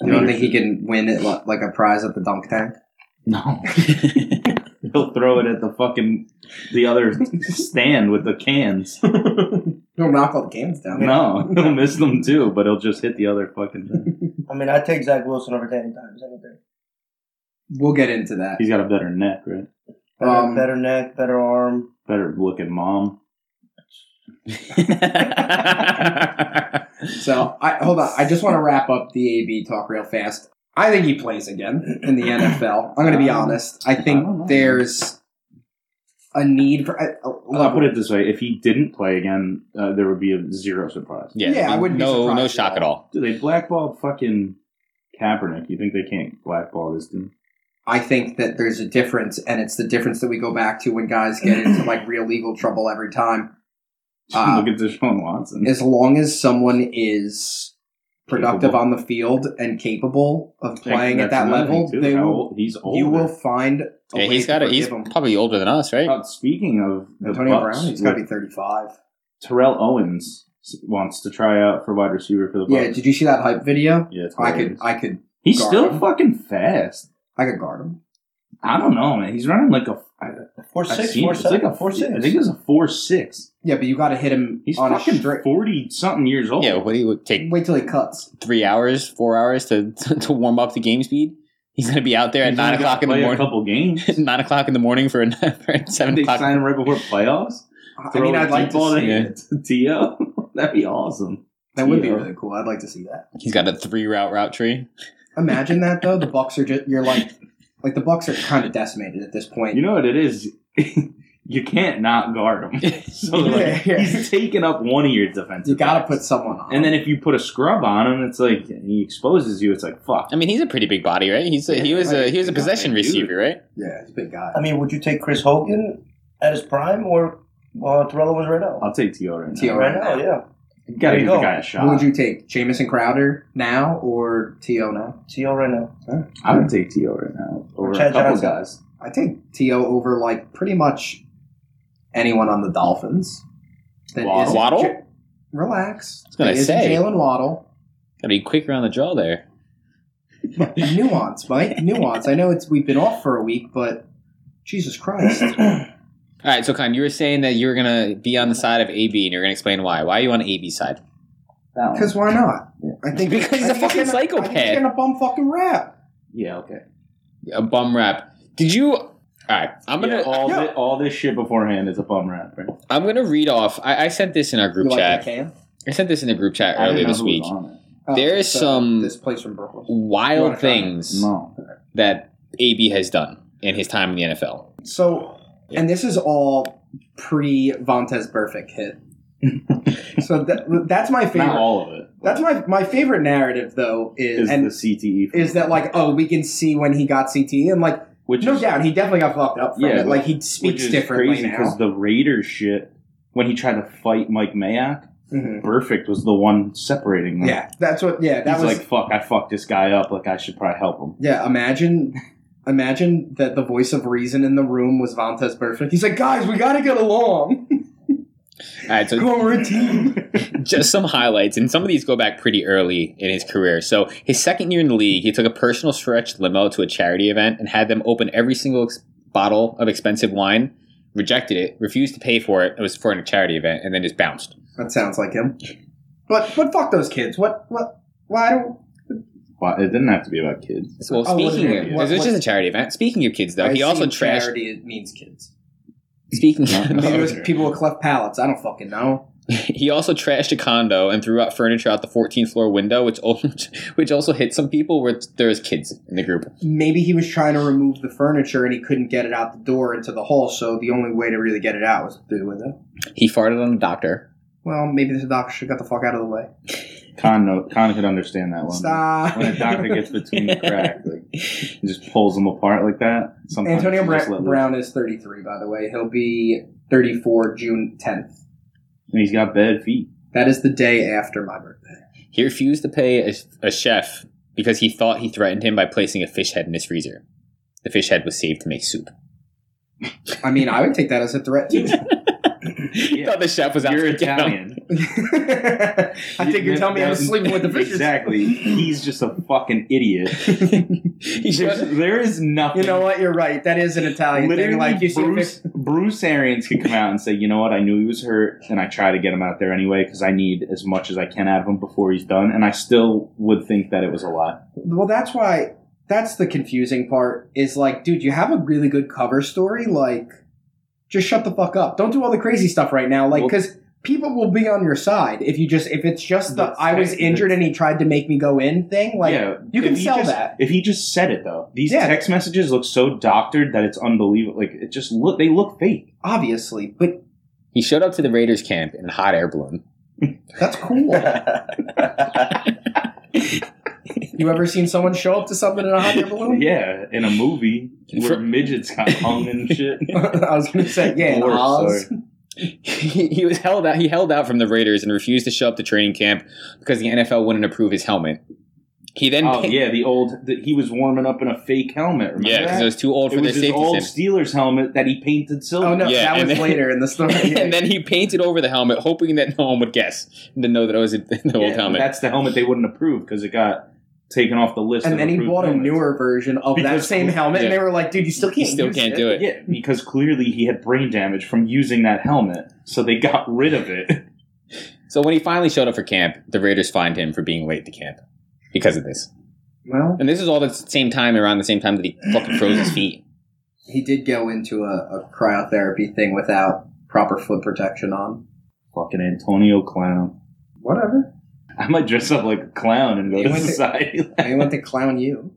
[SPEAKER 1] You don't think he can win it li- like a prize at the dunk tank?
[SPEAKER 3] No. *laughs* He'll throw it at the fucking the other stand with
[SPEAKER 1] *laughs*
[SPEAKER 3] the cans.
[SPEAKER 1] He'll knock all the games down.
[SPEAKER 3] No, he'll miss them too, but he'll just hit the other fucking thing.
[SPEAKER 4] I mean, I take Zach Wilson over Danny Dimes any day.
[SPEAKER 1] We'll get into that.
[SPEAKER 3] He's got a better neck, right?
[SPEAKER 4] Better,
[SPEAKER 1] Um,
[SPEAKER 4] better neck, better arm.
[SPEAKER 3] Better looking mom.
[SPEAKER 2] *laughs*
[SPEAKER 1] So I hold on. I just want to wrap up the AB talk real fast. I think he plays again in the NFL. I'm going to be honest. I
[SPEAKER 3] I don't know.
[SPEAKER 1] think there's a need for. I,
[SPEAKER 3] I'll put it this way: if he didn't play again, uh, there would be a zero surprise.
[SPEAKER 2] yeah,
[SPEAKER 1] Yeah, I wouldn't be
[SPEAKER 2] No,
[SPEAKER 1] surprised
[SPEAKER 2] no
[SPEAKER 1] at
[SPEAKER 2] shock
[SPEAKER 1] all.
[SPEAKER 2] at all.
[SPEAKER 3] Dude, they blackballed fucking Kaepernick. You think they can't blackball this dude? *laughs*
[SPEAKER 1] I think that there's a difference, and it's the difference that we go back to when guys get into like real legal trouble every time. Uh,
[SPEAKER 3] Look at Deshaun Watson.
[SPEAKER 1] As long as someone is productive
[SPEAKER 3] Capable.
[SPEAKER 1] on the field and capable of playing at
[SPEAKER 3] That's
[SPEAKER 1] that
[SPEAKER 3] another
[SPEAKER 1] level,
[SPEAKER 3] thing, too.
[SPEAKER 1] they
[SPEAKER 3] How
[SPEAKER 1] will.
[SPEAKER 3] old- He's old.
[SPEAKER 1] You will find. A
[SPEAKER 2] Yeah,
[SPEAKER 1] way
[SPEAKER 2] he's
[SPEAKER 1] to
[SPEAKER 2] got. A, he's
[SPEAKER 1] forgive 'em.
[SPEAKER 2] probably older than us, right?
[SPEAKER 3] Uh, speaking of the
[SPEAKER 1] Antonio
[SPEAKER 3] Bucks,
[SPEAKER 1] Brown. He's got to
[SPEAKER 3] with-
[SPEAKER 1] be 35.
[SPEAKER 3] Terrell Owens wants to try out for wide receiver for the
[SPEAKER 1] Yeah,
[SPEAKER 3] Bucks.
[SPEAKER 1] did you see that hype video?
[SPEAKER 3] Yeah, it's
[SPEAKER 1] I
[SPEAKER 3] hilarious.
[SPEAKER 1] could, I could,
[SPEAKER 3] He's
[SPEAKER 1] guard
[SPEAKER 3] still
[SPEAKER 1] him.
[SPEAKER 3] fucking fast.
[SPEAKER 1] I could guard him.
[SPEAKER 3] I don't know, man. He's running like a I,
[SPEAKER 4] Four
[SPEAKER 3] I've
[SPEAKER 4] six,
[SPEAKER 3] seen
[SPEAKER 4] four
[SPEAKER 3] it. It's like
[SPEAKER 4] seven,
[SPEAKER 3] a
[SPEAKER 4] four six.
[SPEAKER 3] I think it's a four six.
[SPEAKER 1] Yeah, but you got to hit him
[SPEAKER 3] He's
[SPEAKER 1] on a
[SPEAKER 3] fucking
[SPEAKER 1] straight.
[SPEAKER 3] forty something years old.
[SPEAKER 2] Yeah, what do you would take
[SPEAKER 1] Wait till he cuts.
[SPEAKER 2] three hours, four hours to *laughs* to warm up to game speed? He's gonna be out there at
[SPEAKER 3] He's
[SPEAKER 2] nine
[SPEAKER 3] only
[SPEAKER 2] o'clock
[SPEAKER 3] gotta
[SPEAKER 2] in the
[SPEAKER 3] play A
[SPEAKER 2] morning.
[SPEAKER 3] couple games.
[SPEAKER 2] *laughs* nine o'clock in the morning for a *laughs* for a seven
[SPEAKER 3] they
[SPEAKER 2] o'clock.
[SPEAKER 3] sign him right before playoffs.
[SPEAKER 1] I mean, I'd like to see.
[SPEAKER 2] it.
[SPEAKER 3] *laughs* T.O. That'd be awesome.
[SPEAKER 1] That would be
[SPEAKER 3] Yeah.
[SPEAKER 1] really cool. I'd like to see that.
[SPEAKER 2] He's got a three route route tree.
[SPEAKER 1] Imagine that though. The Bucks are just you're like, like the Bucks are kind of decimated at this point.
[SPEAKER 3] You know what it is? *laughs* you can't not guard
[SPEAKER 2] *laughs*
[SPEAKER 3] him. *laughs* So like,
[SPEAKER 1] Yeah, yeah.
[SPEAKER 3] he's taking up one of your defensive.
[SPEAKER 1] you got to
[SPEAKER 3] backs.
[SPEAKER 1] put someone on.
[SPEAKER 3] And then if you put a scrub on him, it's like he exposes you. It's like fuck.
[SPEAKER 2] I mean, he's a pretty big body, right? He's a, he was a he was a possession receiver, right?
[SPEAKER 1] yeah, he's a big guy.
[SPEAKER 4] I mean, would you take Chris Hogan at his prime or uh, Terrell Owens right now?
[SPEAKER 3] I'll take T.O. right now.
[SPEAKER 1] T.O.
[SPEAKER 4] right now, yeah.
[SPEAKER 3] You gotta
[SPEAKER 4] There you
[SPEAKER 3] give the
[SPEAKER 4] go.
[SPEAKER 3] guy a
[SPEAKER 1] Who would
[SPEAKER 3] shot.
[SPEAKER 1] you take, Jamison Crowder now or To now?
[SPEAKER 4] T.O. right now.
[SPEAKER 3] I would take T.O. right now over a
[SPEAKER 4] Chad
[SPEAKER 3] couple
[SPEAKER 4] Johnson.
[SPEAKER 3] guys.
[SPEAKER 1] I take To over like pretty much anyone on the Dolphins. That
[SPEAKER 3] Waddle?
[SPEAKER 1] isn't
[SPEAKER 2] Waddle?
[SPEAKER 1] Ja- relax.
[SPEAKER 2] was gonna
[SPEAKER 1] That isn't
[SPEAKER 2] say.
[SPEAKER 1] Jalen Waddle.
[SPEAKER 2] *laughs* Gotta be quick around the draw there.
[SPEAKER 1] nuance, Mike. Nuance. I know it's we've been off for a week, but Jesus
[SPEAKER 2] *laughs*
[SPEAKER 1] Christ.
[SPEAKER 2] All right, so Con, you were saying that you were gonna be on the side of AB, and you're gonna explain why. Why are you on AB side?
[SPEAKER 3] That one.
[SPEAKER 1] Because why not? I think
[SPEAKER 2] Because he's
[SPEAKER 1] a
[SPEAKER 2] a fucking
[SPEAKER 1] I think he's
[SPEAKER 2] psychopath.
[SPEAKER 1] getting a bum fucking rap.
[SPEAKER 3] Yeah. Okay.
[SPEAKER 2] A bum rap. Did you? All right, I'm gonna
[SPEAKER 3] Yeah, all,
[SPEAKER 1] Yeah.
[SPEAKER 3] thi- all this shit beforehand is a bum rap, right?
[SPEAKER 2] I'm gonna read off. I, I sent this in our group
[SPEAKER 1] You like that
[SPEAKER 2] chat.
[SPEAKER 1] can?
[SPEAKER 2] I sent this in the group chat
[SPEAKER 3] I didn't
[SPEAKER 2] earlier
[SPEAKER 3] know
[SPEAKER 2] this
[SPEAKER 3] who was
[SPEAKER 2] week.
[SPEAKER 3] on it.
[SPEAKER 1] Oh,
[SPEAKER 2] There is
[SPEAKER 1] so
[SPEAKER 2] some-
[SPEAKER 1] this place from Brooklyn. You wanna
[SPEAKER 2] Wild
[SPEAKER 1] try it?
[SPEAKER 2] things
[SPEAKER 3] No.
[SPEAKER 2] that AB has done in his time in the NFL.
[SPEAKER 1] So, and this is all pre Vontez Burfict
[SPEAKER 3] *laughs*
[SPEAKER 1] hit. so that, that's my favorite.
[SPEAKER 3] Not all of it.
[SPEAKER 1] That's my my favorite narrative though is,
[SPEAKER 3] Is
[SPEAKER 1] and
[SPEAKER 3] the E CTE
[SPEAKER 1] is that like oh we can see when he got CTE and like
[SPEAKER 3] which
[SPEAKER 1] no
[SPEAKER 3] is,
[SPEAKER 1] doubt he definitely got fucked up from
[SPEAKER 3] Yeah,
[SPEAKER 1] it like he speaks differently now.
[SPEAKER 3] because the Raiders shit when he tried to fight Mike Mayock,
[SPEAKER 1] Mhm.
[SPEAKER 3] Perfect was the one separating them.
[SPEAKER 1] Yeah, that's what. Yeah, that
[SPEAKER 3] He's
[SPEAKER 1] was
[SPEAKER 3] like, "Fuck, I fucked this guy up. Like, I should probably help him."
[SPEAKER 1] Yeah, imagine imagine that the voice of reason in the room was Vantes Perfect. He's like, guys, we gotta get
[SPEAKER 3] *laughs*
[SPEAKER 1] along.
[SPEAKER 2] All right, so
[SPEAKER 1] Go, we're a team.
[SPEAKER 2] just some highlights, and some of these go back pretty early in his career. So, his second year in the league, he took a personal stretch limo to a charity event and had them open every single ex- bottle of expensive wine, rejected it, refused to pay for it. It was for a charity event, and then just bounced.
[SPEAKER 1] That sounds like him. But but fuck those kids. What what why don't
[SPEAKER 3] Wow, it didn't have to be about kids.
[SPEAKER 2] Well,
[SPEAKER 1] Oh, what
[SPEAKER 2] speaking
[SPEAKER 1] did
[SPEAKER 2] of,
[SPEAKER 1] he-
[SPEAKER 2] it
[SPEAKER 1] what-
[SPEAKER 2] was just
[SPEAKER 1] what-
[SPEAKER 2] a charity event. Speaking of kids, though,
[SPEAKER 1] I
[SPEAKER 2] he also
[SPEAKER 1] assume
[SPEAKER 2] trashed. *laughs*
[SPEAKER 1] charity it means kids.
[SPEAKER 2] Speaking
[SPEAKER 1] *laughs* Maybe it was
[SPEAKER 2] of,
[SPEAKER 1] people with cleft palates. I don't fucking know.
[SPEAKER 2] he also trashed a condo and threw out furniture out the 14th floor window, which also, *laughs* which also hit some people where there was kids in the group.
[SPEAKER 1] Maybe he was trying to remove the furniture and he couldn't get it out the door into the hall, so the only way to really get it out was through the window.
[SPEAKER 2] He farted on the doctor.
[SPEAKER 1] Well, maybe the doctor should have got the fuck out of the way.
[SPEAKER 3] Con, no, Con could understand that one.
[SPEAKER 1] Stop.
[SPEAKER 3] When a doctor
[SPEAKER 1] *laughs*
[SPEAKER 3] gets between the crack, like, and just pulls them apart like that. Sometimes
[SPEAKER 1] Antonio
[SPEAKER 3] you just let
[SPEAKER 1] Bra-
[SPEAKER 3] loose.
[SPEAKER 1] Brown is 33, by the way. He'll be 34 June 10th.
[SPEAKER 3] And he's got bad feet.
[SPEAKER 1] That is the day after my birthday.
[SPEAKER 2] He refused to pay a, a chef because he thought he threatened him by placing a fish head in his freezer. The fish head was saved to make soup. *laughs*
[SPEAKER 1] I mean, I would take that as a threat too.
[SPEAKER 2] He thought the chef was out
[SPEAKER 3] You're
[SPEAKER 2] to get him.
[SPEAKER 3] Italian.
[SPEAKER 1] *laughs* I think you're telling me I was sleeping with the fishes.
[SPEAKER 3] Exactly. He's just a fucking
[SPEAKER 1] *laughs*
[SPEAKER 3] idiot.
[SPEAKER 2] *laughs* he
[SPEAKER 3] There's,
[SPEAKER 2] should.
[SPEAKER 3] there is nothing.
[SPEAKER 1] You know what? You're right. That is an Italian
[SPEAKER 3] Literally,
[SPEAKER 1] thing. Like you see, a
[SPEAKER 3] Bruce,
[SPEAKER 1] fish-
[SPEAKER 3] Bruce Arians could come out and say, you know what, I knew he was hurt, and I try to get him out there anyway because I need as much as I can out of him before he's done, and I still would think that it was a lot.
[SPEAKER 1] well, that's why. That's the confusing part. Is like, dude, you have a really good cover story. Like, just shut the fuck up. Don't do all the crazy stuff right now. Like,
[SPEAKER 3] Well-
[SPEAKER 1] because people will be on your side if you just if it's just the
[SPEAKER 3] That's
[SPEAKER 1] I was
[SPEAKER 3] right.
[SPEAKER 1] injured and he tried to make me go in thing. Like,
[SPEAKER 3] yeah,
[SPEAKER 1] you can
[SPEAKER 3] if he
[SPEAKER 1] sell
[SPEAKER 3] just-
[SPEAKER 1] that.
[SPEAKER 3] if he just said it though. These
[SPEAKER 1] Yeah.
[SPEAKER 3] text messages look so doctored that it's unbelievable. Like it just look, they look *laughs* fake.
[SPEAKER 1] obviously, but
[SPEAKER 2] He showed up to the Raiders camp in a hot air balloon. *laughs*
[SPEAKER 1] that's
[SPEAKER 3] *laughs*
[SPEAKER 1] cool. you ever seen someone show up to something in a hot air
[SPEAKER 3] *laughs*
[SPEAKER 1] balloon?
[SPEAKER 3] Yeah, in a movie where
[SPEAKER 2] For-
[SPEAKER 3] midgets got hung *laughs* and shit.
[SPEAKER 1] *laughs*
[SPEAKER 3] Oh,
[SPEAKER 1] I was gonna say, yeah, in
[SPEAKER 3] Or,
[SPEAKER 1] Oz.
[SPEAKER 3] sorry.
[SPEAKER 2] He, he was held out. He held out from the Raiders and refused to show up to training camp because the NFL wouldn't approve his helmet. He then
[SPEAKER 3] Oh
[SPEAKER 2] picked-
[SPEAKER 3] yeah, the old the, he was warming up in a fake helmet. Remember
[SPEAKER 2] yeah, because
[SPEAKER 3] that?
[SPEAKER 2] it was too old for
[SPEAKER 3] it
[SPEAKER 2] their
[SPEAKER 3] was his
[SPEAKER 2] safety
[SPEAKER 3] old
[SPEAKER 2] standards.
[SPEAKER 3] Steelers helmet that he painted silver.
[SPEAKER 1] Oh no,
[SPEAKER 2] Yeah,
[SPEAKER 1] that
[SPEAKER 2] and
[SPEAKER 1] was
[SPEAKER 2] then-
[SPEAKER 1] later in the
[SPEAKER 3] *laughs*
[SPEAKER 1] story.
[SPEAKER 2] *laughs* and then he painted over the helmet, hoping that no one would guess and to know that it was a- *laughs* the
[SPEAKER 3] Yeah,
[SPEAKER 2] old helmet.
[SPEAKER 3] That's the helmet they wouldn't approve because it got taken off the list.
[SPEAKER 1] And
[SPEAKER 3] of
[SPEAKER 1] then he
[SPEAKER 3] approved
[SPEAKER 1] bought a
[SPEAKER 3] helmets.
[SPEAKER 1] newer version of that
[SPEAKER 3] Because-
[SPEAKER 1] same helmet, and
[SPEAKER 2] yeah.
[SPEAKER 1] they were like, "Dude, you still
[SPEAKER 2] He
[SPEAKER 1] can't,
[SPEAKER 2] still
[SPEAKER 1] use
[SPEAKER 2] can't
[SPEAKER 1] it.
[SPEAKER 2] do it.
[SPEAKER 3] Yeah, because clearly he had brain damage from using that helmet, so they got rid of it. *laughs*
[SPEAKER 2] So when he finally showed up for camp, the Raiders fined him for being late to camp because of this.
[SPEAKER 1] Well,
[SPEAKER 2] And this is all at the same time, around the same time that he fucking froze his feet.
[SPEAKER 1] he did go into a, a cryotherapy thing without proper foot protection on.
[SPEAKER 3] Fucking Antonio clown.
[SPEAKER 1] Whatever.
[SPEAKER 3] I might dress up like a clown and go
[SPEAKER 1] He
[SPEAKER 3] to
[SPEAKER 1] went to-
[SPEAKER 3] society.
[SPEAKER 1] *laughs* They went to clown you.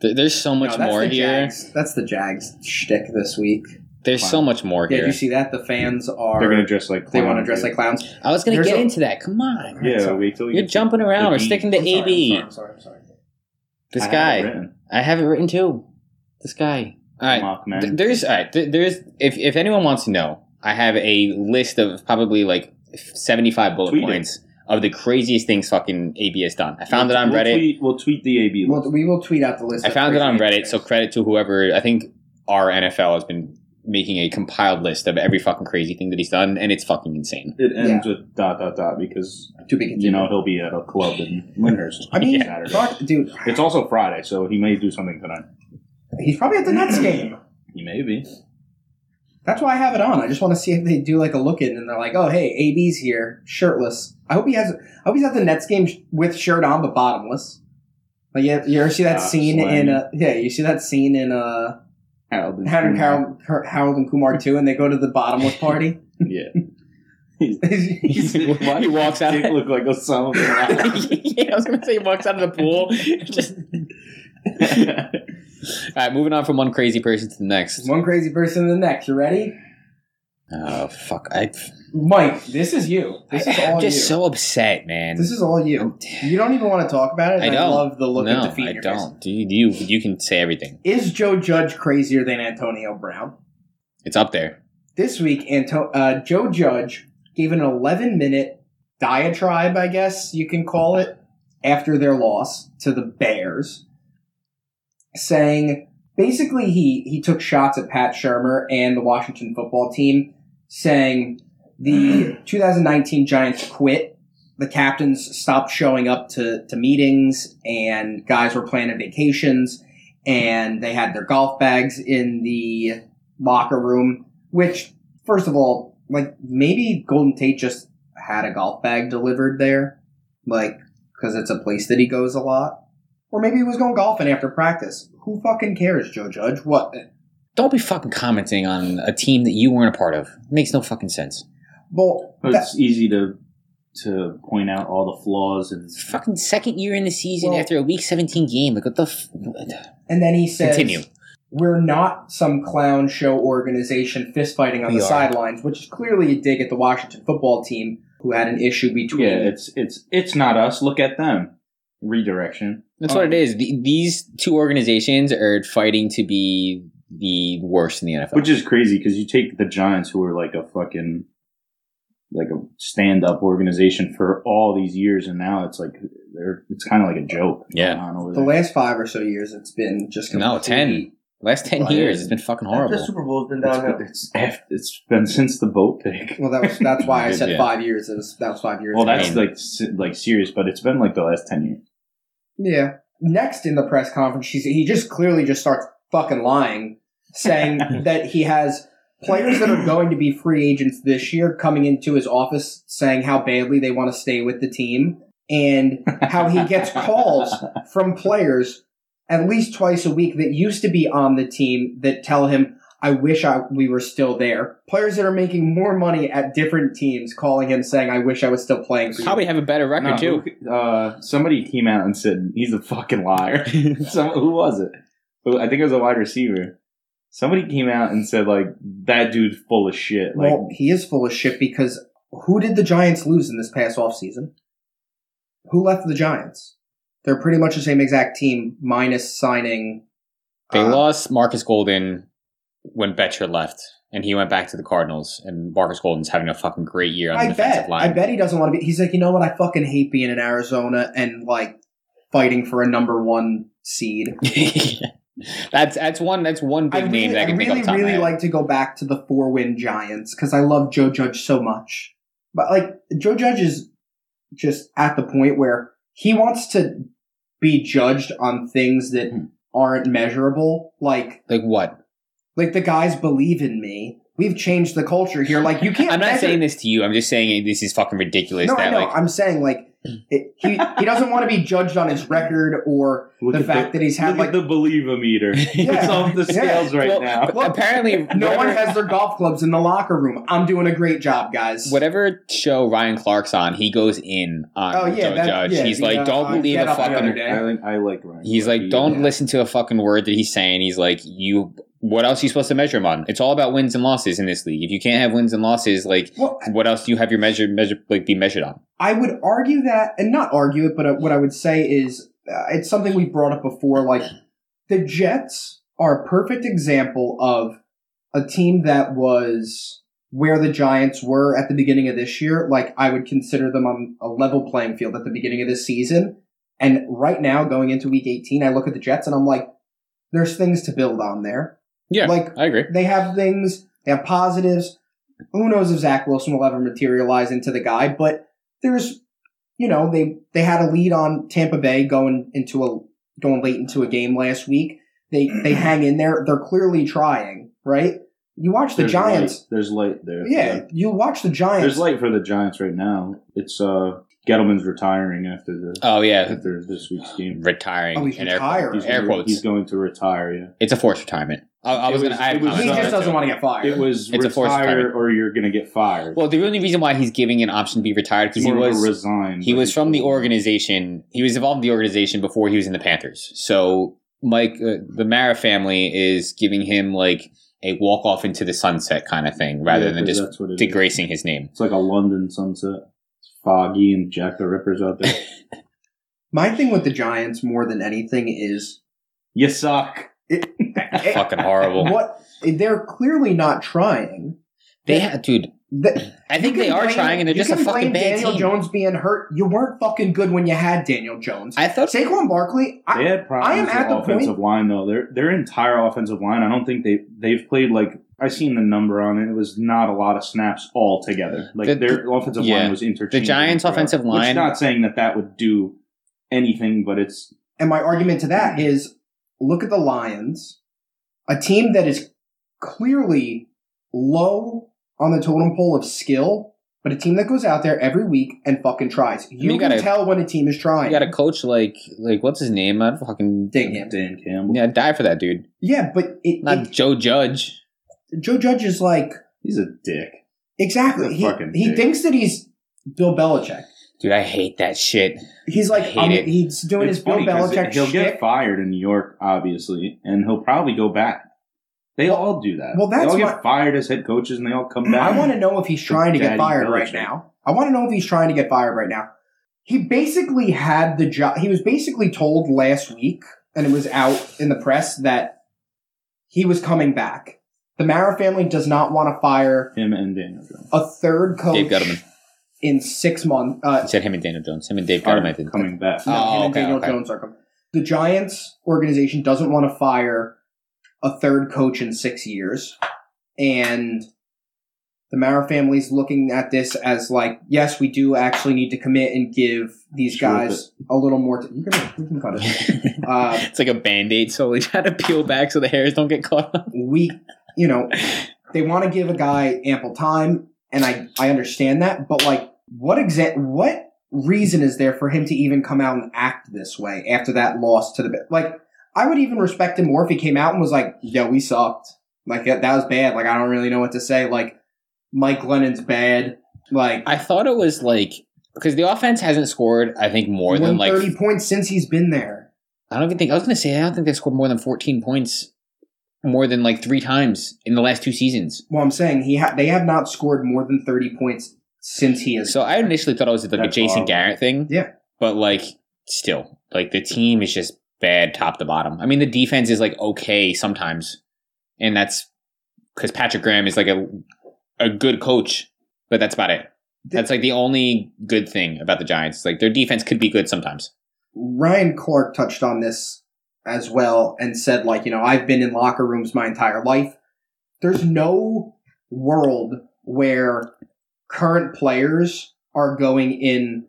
[SPEAKER 2] There- There's so
[SPEAKER 1] No,
[SPEAKER 2] much
[SPEAKER 1] that's
[SPEAKER 2] more
[SPEAKER 1] the
[SPEAKER 2] here.
[SPEAKER 1] Jags. That's the Jags shtick this week.
[SPEAKER 2] There's so
[SPEAKER 3] Wow.
[SPEAKER 2] much more
[SPEAKER 1] Yeah,
[SPEAKER 2] here.
[SPEAKER 1] did you see that? The fans are.
[SPEAKER 3] They're gonna dress like clowns.
[SPEAKER 1] they want to dress like clowns.
[SPEAKER 2] I was gonna
[SPEAKER 1] There's
[SPEAKER 2] get
[SPEAKER 1] a-
[SPEAKER 2] into that. Come on,
[SPEAKER 3] Yeah,
[SPEAKER 1] So-
[SPEAKER 3] wait till we
[SPEAKER 2] you're
[SPEAKER 3] get to-
[SPEAKER 2] jumping around. We're
[SPEAKER 3] the
[SPEAKER 2] sticking to
[SPEAKER 1] I'm sorry,
[SPEAKER 2] AB.
[SPEAKER 1] I'm sorry. I'm sorry. I'm sorry.
[SPEAKER 2] This
[SPEAKER 3] I have
[SPEAKER 2] guy.
[SPEAKER 3] it written.
[SPEAKER 2] I have it written too. This guy. All right.
[SPEAKER 3] Mock man.
[SPEAKER 2] Th- There's all right. th- There's if if anyone wants to know, I have a list of probably like 75 bullet
[SPEAKER 3] Tweet it.
[SPEAKER 2] points of the craziest things fucking AB has done. I found it on
[SPEAKER 3] We'll
[SPEAKER 2] Reddit.
[SPEAKER 3] Tweet, we'll tweet the AB.
[SPEAKER 1] Well, we will tweet out the list.
[SPEAKER 2] I
[SPEAKER 1] of
[SPEAKER 2] found it on
[SPEAKER 1] crazy
[SPEAKER 2] Reddit. So
[SPEAKER 1] things.
[SPEAKER 2] credit to whoever. I think our NFL has been making a compiled list of every fucking crazy thing that he's done, and it's fucking
[SPEAKER 3] *laughs*
[SPEAKER 2] insane.
[SPEAKER 3] it ends with dot dot dot because
[SPEAKER 1] to be continued.
[SPEAKER 3] you know he'll be at a club in Lyndhurst.
[SPEAKER 1] I mean,
[SPEAKER 3] Saturday.
[SPEAKER 1] fuck, dude,
[SPEAKER 3] It's also Friday, so he may do something tonight.
[SPEAKER 1] he's probably at the Nets game.
[SPEAKER 3] He may be.
[SPEAKER 1] That's why I have it on. I just want to see if they do like a look in and they're like, oh hey, AB's here, shirtless. I hope he has. I hope he's at the Nets game sh- with shirt on but bottomless. Like you, you ever see that
[SPEAKER 3] Ah,
[SPEAKER 1] scene
[SPEAKER 3] slim.
[SPEAKER 1] in uh yeah you see that scene in uh
[SPEAKER 2] *laughs*
[SPEAKER 3] Harold and
[SPEAKER 1] Harold and,
[SPEAKER 3] Kumar.
[SPEAKER 1] Harold, Har- Harold and Kumar too and they go to the bottomless
[SPEAKER 2] *laughs*
[SPEAKER 1] party. *laughs*
[SPEAKER 3] Yeah.
[SPEAKER 1] He's-
[SPEAKER 3] Why
[SPEAKER 2] he
[SPEAKER 3] does
[SPEAKER 2] walks
[SPEAKER 3] his
[SPEAKER 2] out.
[SPEAKER 3] dick look like Osama bin
[SPEAKER 2] *laughs* yeah, I was gonna say he walks out of the pool. *laughs*
[SPEAKER 3] *laughs*
[SPEAKER 2] Just
[SPEAKER 3] Laden.
[SPEAKER 2] all right. Moving on from one crazy person to the next.
[SPEAKER 1] one crazy person to the next. You ready,
[SPEAKER 2] Oh fuck! I,
[SPEAKER 1] Mike? This is you. This is
[SPEAKER 2] I,
[SPEAKER 1] all
[SPEAKER 2] am just
[SPEAKER 1] you.
[SPEAKER 2] so upset, man.
[SPEAKER 1] this is all you. You don't even want to talk about it.
[SPEAKER 2] I
[SPEAKER 1] and
[SPEAKER 2] don't.
[SPEAKER 1] love the look
[SPEAKER 2] no,
[SPEAKER 1] of defeat.
[SPEAKER 2] I
[SPEAKER 1] in your face.
[SPEAKER 2] don't. Do you, you you can say everything.
[SPEAKER 1] Is Joe Judge crazier than Antonio Brown?
[SPEAKER 2] It's up there.
[SPEAKER 1] This week, Anto- uh, Joe Judge gave an 11 minute diatribe, I guess you can call it, after their loss to the Bears, saying basically he, he took shots at Pat Shermer and the Washington football team, saying the 2019 Giants quit. The captains stopped showing up to, to meetings, and guys were planning vacations, and they had their golf bags in the locker room. Which, first of all, like maybe Golden Tate just had a golf bag delivered there, like because it's a place that he goes a lot, or maybe he was going golfing after practice. Who fucking cares, Joe Judge? What?
[SPEAKER 2] don't be fucking commenting on a team that you weren't a part of. It makes no fucking sense.
[SPEAKER 1] Well,
[SPEAKER 3] But
[SPEAKER 1] that-
[SPEAKER 3] it's easy to to point out all the flaws and
[SPEAKER 2] It's fucking second year in the season
[SPEAKER 1] Well-
[SPEAKER 2] after a week 17 game. Like, what the f-
[SPEAKER 1] and then he says,
[SPEAKER 2] Continue.
[SPEAKER 1] "We're not some clown show organization fistfighting on
[SPEAKER 2] We
[SPEAKER 1] the
[SPEAKER 2] are.
[SPEAKER 1] sidelines," which is clearly a dig at the Washington football team, who had an issue between.
[SPEAKER 3] yeah, it's it's it's not us. Look at them. Redirection.
[SPEAKER 2] That's
[SPEAKER 1] Um,
[SPEAKER 2] what it is. The, these two organizations are fighting to be the worst in the NFL.
[SPEAKER 3] Which is crazy because you take the Giants, who are like a fucking like a stand up organization for all these years, and now it's like they're it's kind of like a joke.
[SPEAKER 2] Yeah.
[SPEAKER 3] going on over
[SPEAKER 1] the
[SPEAKER 3] there.
[SPEAKER 1] last five or so years, it's been just
[SPEAKER 2] no, 10.
[SPEAKER 1] completely-
[SPEAKER 2] Last 10
[SPEAKER 4] Oh, yeah.
[SPEAKER 2] years, it's been fucking
[SPEAKER 4] After
[SPEAKER 2] horrible.
[SPEAKER 4] the Super Bowl's been downhill.
[SPEAKER 3] It's, it's, it's been since the boat pick.
[SPEAKER 1] Well, that was that's why I said
[SPEAKER 2] *laughs* Yeah.
[SPEAKER 1] five years. That was that was five years.
[SPEAKER 3] Well,
[SPEAKER 1] ago.
[SPEAKER 3] that's like se- like serious, but it's been like the last ten years.
[SPEAKER 1] Yeah. Next in the press conference, he's, he just clearly just starts fucking lying, saying that he has players that are going to be free agents this year coming into his office saying how badly they want to stay with the team and how he gets calls from players at least twice a week that used to be on the team that tell him, I wish I, we were still there. Players that are making more money at different teams calling him saying, I wish I was still playing. for you."
[SPEAKER 2] Probably have a better record,
[SPEAKER 3] No,
[SPEAKER 2] too.
[SPEAKER 3] who- Uh, somebody came out and said he's a fucking *laughs* liar. Some, who was it? Who- I think it was a wide receiver. Somebody came out and said like that dude's full of shit. Like
[SPEAKER 1] well, he is full of shit because who did the Giants lose in this past offseason? Who left the Giants? They're pretty much the same exact team, minus signing.
[SPEAKER 2] They
[SPEAKER 1] uh,
[SPEAKER 2] lost Marcus Golden when Betcher left, and he went back to the Cardinals. And Marcus Golden's having a fucking great year on the
[SPEAKER 1] I
[SPEAKER 2] defensive
[SPEAKER 1] bet.
[SPEAKER 2] line.
[SPEAKER 1] I bet he doesn't want to be. He's like, you know what? I fucking hate being in Arizona and like fighting for a number one seed.
[SPEAKER 2] *laughs* that's that's one that's one
[SPEAKER 1] I
[SPEAKER 2] big
[SPEAKER 1] really,
[SPEAKER 2] name that I
[SPEAKER 1] I
[SPEAKER 2] can
[SPEAKER 1] really,
[SPEAKER 2] think of.
[SPEAKER 1] really
[SPEAKER 2] Really
[SPEAKER 1] like to go back to the four win Giants because I love Joe Judge so much. But like Joe Judge is just at the point where he wants to be judged on things that
[SPEAKER 3] Hmm.
[SPEAKER 1] aren't measurable. Like
[SPEAKER 2] like what?
[SPEAKER 1] like the guys believe in me. We've changed the culture here. Like you can't.
[SPEAKER 2] I'm not
[SPEAKER 1] measure-
[SPEAKER 2] saying this to you. I'm just saying this is fucking ridiculous.
[SPEAKER 1] No, I
[SPEAKER 2] that
[SPEAKER 1] know.
[SPEAKER 2] like
[SPEAKER 1] I'm saying like it, he he doesn't want to be judged on his record or
[SPEAKER 3] look
[SPEAKER 1] the
[SPEAKER 3] at
[SPEAKER 1] fact that he's
[SPEAKER 3] look
[SPEAKER 1] had like
[SPEAKER 3] at the believer
[SPEAKER 1] *laughs*
[SPEAKER 3] meter.
[SPEAKER 2] *laughs*
[SPEAKER 3] It's off the scales right
[SPEAKER 2] Well,
[SPEAKER 3] now.
[SPEAKER 2] but apparently
[SPEAKER 1] no one
[SPEAKER 2] whatever-
[SPEAKER 1] has their golf clubs in the locker room. I'm doing a great job, guys.
[SPEAKER 2] Whatever show Ryan Clark's on, he goes in on
[SPEAKER 1] Oh, yeah,
[SPEAKER 2] Joe
[SPEAKER 1] that-
[SPEAKER 2] Judge.
[SPEAKER 1] yeah,
[SPEAKER 2] he's
[SPEAKER 1] the,
[SPEAKER 2] like,
[SPEAKER 1] uh,
[SPEAKER 2] don't
[SPEAKER 1] uh,
[SPEAKER 2] believe
[SPEAKER 1] Get
[SPEAKER 2] a
[SPEAKER 1] Up the other
[SPEAKER 2] fucking.
[SPEAKER 1] day.
[SPEAKER 3] I think I like Ryan.
[SPEAKER 2] He's like,
[SPEAKER 3] He-
[SPEAKER 2] don't
[SPEAKER 1] yeah.
[SPEAKER 2] listen to a fucking word that he's saying. He's like, you. What else are you supposed to measure him on? It's all about wins and losses in this league. If you can't have wins and losses, like
[SPEAKER 1] Well,
[SPEAKER 2] what else do you have your measure measure like be measured on?
[SPEAKER 1] I would argue that, and not argue it, but uh, what I would say is uh, it's something we brought up before. Like the Jets are a perfect example of a team that was where the Giants were at the beginning of this year. Like I would consider them on a level playing field at the beginning of this season. And right now, going into Week 18, I look at the Jets and I'm like, there's things to build on there.
[SPEAKER 2] Yeah,
[SPEAKER 1] Like
[SPEAKER 2] I agree.
[SPEAKER 1] they have things, they have positives. Who knows if Zach Wilson will ever materialize into the guy, but there's, you know, they, they had a lead on Tampa Bay going into a, going late into a game last week. They,
[SPEAKER 3] *clears throat*
[SPEAKER 1] they hang in there. They're clearly trying, right? You watch the
[SPEAKER 3] there's
[SPEAKER 1] Giants.
[SPEAKER 3] light- There's light there.
[SPEAKER 1] Yeah. You watch the Giants.
[SPEAKER 3] There's light for the Giants right now. It's uh Gettleman's retiring after the
[SPEAKER 2] Oh yeah,
[SPEAKER 3] after this week's game.
[SPEAKER 2] retiring.
[SPEAKER 1] Oh, he's
[SPEAKER 2] in air quotes.
[SPEAKER 1] retiring.
[SPEAKER 3] He's
[SPEAKER 2] Air
[SPEAKER 3] gonna-
[SPEAKER 2] quotes.
[SPEAKER 3] He's going to retire. Yeah.
[SPEAKER 2] It's a forced retirement. I, I
[SPEAKER 3] It
[SPEAKER 2] was,
[SPEAKER 3] was-
[SPEAKER 2] gonna. I
[SPEAKER 3] it was-
[SPEAKER 1] he
[SPEAKER 2] commented on
[SPEAKER 1] just
[SPEAKER 2] that,
[SPEAKER 1] doesn't
[SPEAKER 2] too.
[SPEAKER 1] want to get fired.
[SPEAKER 3] It was
[SPEAKER 2] It's a forced
[SPEAKER 3] retire
[SPEAKER 2] retirement.
[SPEAKER 3] or you're gonna get fired.
[SPEAKER 2] Well, the only reason why he's giving an option to be retired because
[SPEAKER 3] It's
[SPEAKER 2] he
[SPEAKER 3] more of a
[SPEAKER 2] was
[SPEAKER 3] resign.
[SPEAKER 2] he
[SPEAKER 3] but
[SPEAKER 2] was
[SPEAKER 3] he's
[SPEAKER 2] from the
[SPEAKER 3] still-
[SPEAKER 2] organization. He was involved in the organization before he was in the Panthers. So Mike, uh, the Mara family is giving him like a walk off into the sunset kind of thing, rather
[SPEAKER 3] Yeah,
[SPEAKER 2] than
[SPEAKER 3] 'cause
[SPEAKER 2] just
[SPEAKER 3] that's what it is.
[SPEAKER 2] degrading his name.
[SPEAKER 3] It's like a London sunset. It's foggy and Jack the Ripper's
[SPEAKER 2] *laughs*
[SPEAKER 3] out there.
[SPEAKER 1] My thing with the Giants more than anything is
[SPEAKER 3] you suck.
[SPEAKER 2] Fucking horrible.
[SPEAKER 1] what they're clearly not trying.
[SPEAKER 2] They ha- dude.
[SPEAKER 1] The-
[SPEAKER 2] I think
[SPEAKER 1] You
[SPEAKER 2] they
[SPEAKER 1] can
[SPEAKER 2] are
[SPEAKER 1] blame-
[SPEAKER 2] trying, and they're
[SPEAKER 1] you
[SPEAKER 2] just a
[SPEAKER 1] can
[SPEAKER 2] fucking
[SPEAKER 1] blame
[SPEAKER 2] bad
[SPEAKER 1] Daniel
[SPEAKER 2] team.
[SPEAKER 1] Jones being hurt. You weren't fucking good when you had Daniel Jones.
[SPEAKER 2] I thought
[SPEAKER 1] Saquon Barkley.
[SPEAKER 3] They
[SPEAKER 1] I,
[SPEAKER 3] had problems
[SPEAKER 1] I am
[SPEAKER 3] with
[SPEAKER 1] at
[SPEAKER 3] the
[SPEAKER 1] the
[SPEAKER 3] offensive
[SPEAKER 1] point-
[SPEAKER 3] line though. Their their entire offensive line. I don't think they they've played like I seen the number on it. It was not a lot of snaps all together. Like
[SPEAKER 2] The-
[SPEAKER 3] their offensive
[SPEAKER 2] yeah.
[SPEAKER 3] line was interchangeable.
[SPEAKER 2] Giants'
[SPEAKER 3] throughout.
[SPEAKER 2] offensive line-
[SPEAKER 3] Which not saying that that would do anything, but it's
[SPEAKER 1] and my argument to that is, look at the Lions, a team that is clearly low on the totem pole of skill, but a team that goes out there every week and fucking tries. You,
[SPEAKER 2] you
[SPEAKER 1] can
[SPEAKER 2] gotta-
[SPEAKER 1] tell when a team is
[SPEAKER 2] You
[SPEAKER 1] trying.
[SPEAKER 2] got a coach like like what's his name? I'd fucking
[SPEAKER 1] Dig him.
[SPEAKER 3] Dan Campbell.
[SPEAKER 2] Yeah, I'd die for that dude.
[SPEAKER 1] Yeah, but it,
[SPEAKER 2] Not Joe Judge.
[SPEAKER 1] it- Joe Judge is like
[SPEAKER 3] He's a dick.
[SPEAKER 1] exactly.
[SPEAKER 3] He's a
[SPEAKER 1] He,
[SPEAKER 3] fucking
[SPEAKER 1] he
[SPEAKER 3] dick.
[SPEAKER 1] thinks that he's Bill Belichick.
[SPEAKER 2] Dude, I hate that shit.
[SPEAKER 1] He's
[SPEAKER 2] I
[SPEAKER 1] like
[SPEAKER 2] hate
[SPEAKER 1] um,
[SPEAKER 2] it.
[SPEAKER 1] he's doing
[SPEAKER 3] It's
[SPEAKER 1] his Bill
[SPEAKER 3] funny 'cause
[SPEAKER 1] Belichick
[SPEAKER 3] He'll
[SPEAKER 1] shtick.
[SPEAKER 3] get fired in New York, obviously, and he'll probably go back. They all do that.
[SPEAKER 1] well, that's
[SPEAKER 3] they all get
[SPEAKER 1] my-
[SPEAKER 3] fired as head coaches, and they all come back.
[SPEAKER 1] I want to know if he's trying to get
[SPEAKER 3] Daddy
[SPEAKER 1] fired right
[SPEAKER 3] Belichick.
[SPEAKER 1] now. I want to know if he's trying to get fired right now. He basically had the job. He was basically told last week, and it was out in the press that he was coming back. The Mara family does not want to fire
[SPEAKER 3] him and Daniel Jones
[SPEAKER 1] a third coach
[SPEAKER 2] Dave Gettleman.
[SPEAKER 1] in six months.
[SPEAKER 2] I
[SPEAKER 1] Uh,
[SPEAKER 2] said him and Daniel Jones. Him and Dave
[SPEAKER 3] are
[SPEAKER 2] Gettleman. I think.
[SPEAKER 3] coming back.
[SPEAKER 1] no,
[SPEAKER 2] Oh,
[SPEAKER 1] him and
[SPEAKER 2] okay,
[SPEAKER 1] Daniel
[SPEAKER 2] okay.
[SPEAKER 1] Jones are coming. The Giants organization doesn't want to fire a third coach in six years, and the Mara family's looking at this as like, yes, we do actually need to commit and give these
[SPEAKER 3] Sure,
[SPEAKER 1] guys a little more. T- you can we can cut
[SPEAKER 2] *laughs*
[SPEAKER 1] it. *laughs* Uh,
[SPEAKER 2] it's like a band aid slowly *laughs* trying to peel back so the hairs don't get caught up.
[SPEAKER 1] we, you know, they want to give a guy ample time, and I I understand that, but like, what exa- what reason is there for him to even come out and act this way after that loss to the Bi- like? I would even respect him more if he came out and was like, "Yo, we sucked. Like that, that was bad. Like I don't really know what to say. Like Mike Lennon's bad. Like
[SPEAKER 2] I thought it was like because the offense hasn't scored, I think, more than like
[SPEAKER 1] thirty points since he's been there.
[SPEAKER 2] I don't even think I was gonna say I don't think they scored more than fourteen points more than like three times in the last two seasons.
[SPEAKER 1] Well, I'm saying he ha- they have not scored more than thirty points since he is.
[SPEAKER 2] So I initially thought it was like a
[SPEAKER 3] That's
[SPEAKER 2] Jason
[SPEAKER 3] horrible.
[SPEAKER 2] Garrett thing.
[SPEAKER 1] Yeah.
[SPEAKER 2] But like still, like the team is just bad top to bottom. I mean the defense is like okay sometimes. And that's because Patrick Graham is like a a good coach, but that's about it. That's like the only good thing about the Giants. Like their defense could be good sometimes.
[SPEAKER 1] Ryan Clark touched on this as well and said, like, you know, I've been in locker rooms my entire life. There's no world where current players are going in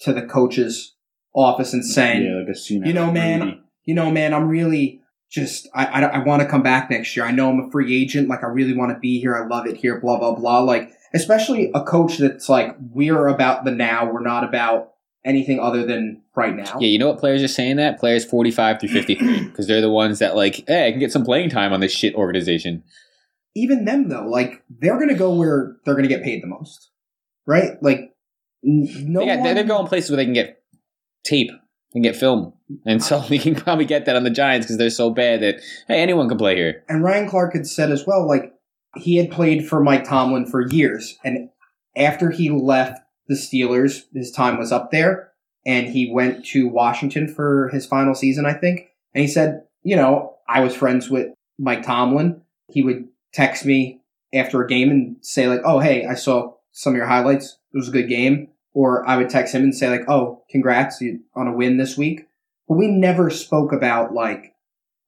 [SPEAKER 1] to the coach's office and saying,
[SPEAKER 3] yeah, like a scene
[SPEAKER 1] You know,
[SPEAKER 3] out of
[SPEAKER 1] man,
[SPEAKER 3] Rudy.
[SPEAKER 1] you know, man, I'm really just, I, I, I want to come back next year. I know I'm a free agent. Like, I really want to be here. I love it here, blah, blah, blah. Like, especially a coach that's like, we're about the now. We're not about anything other than right now.
[SPEAKER 2] Yeah, you know what players are saying that? Players 45 through 53 because they're the ones that like, hey, I can get some playing time on this shit organization.
[SPEAKER 1] even them though, like they're gonna go where they're gonna get paid the most, right? Like n- no
[SPEAKER 2] they got,
[SPEAKER 1] one-
[SPEAKER 2] they're going places where they can get tape and get film, and so *laughs* they can probably get that on the Giants because they're so bad that hey, anyone can play here.
[SPEAKER 1] And Ryan Clark had said as well, like he had played for Mike Tomlin for years, and after he left the Steelers, his time was up there, and he went to Washington for his final season, I think. And he said, you know, I was friends with Mike Tomlin. He would text me after a game and say like, "Oh, hey, I saw some of your highlights. It was a good game." Or I would text him and say like, "Oh, congrats you- on a win this week." But we never spoke about like,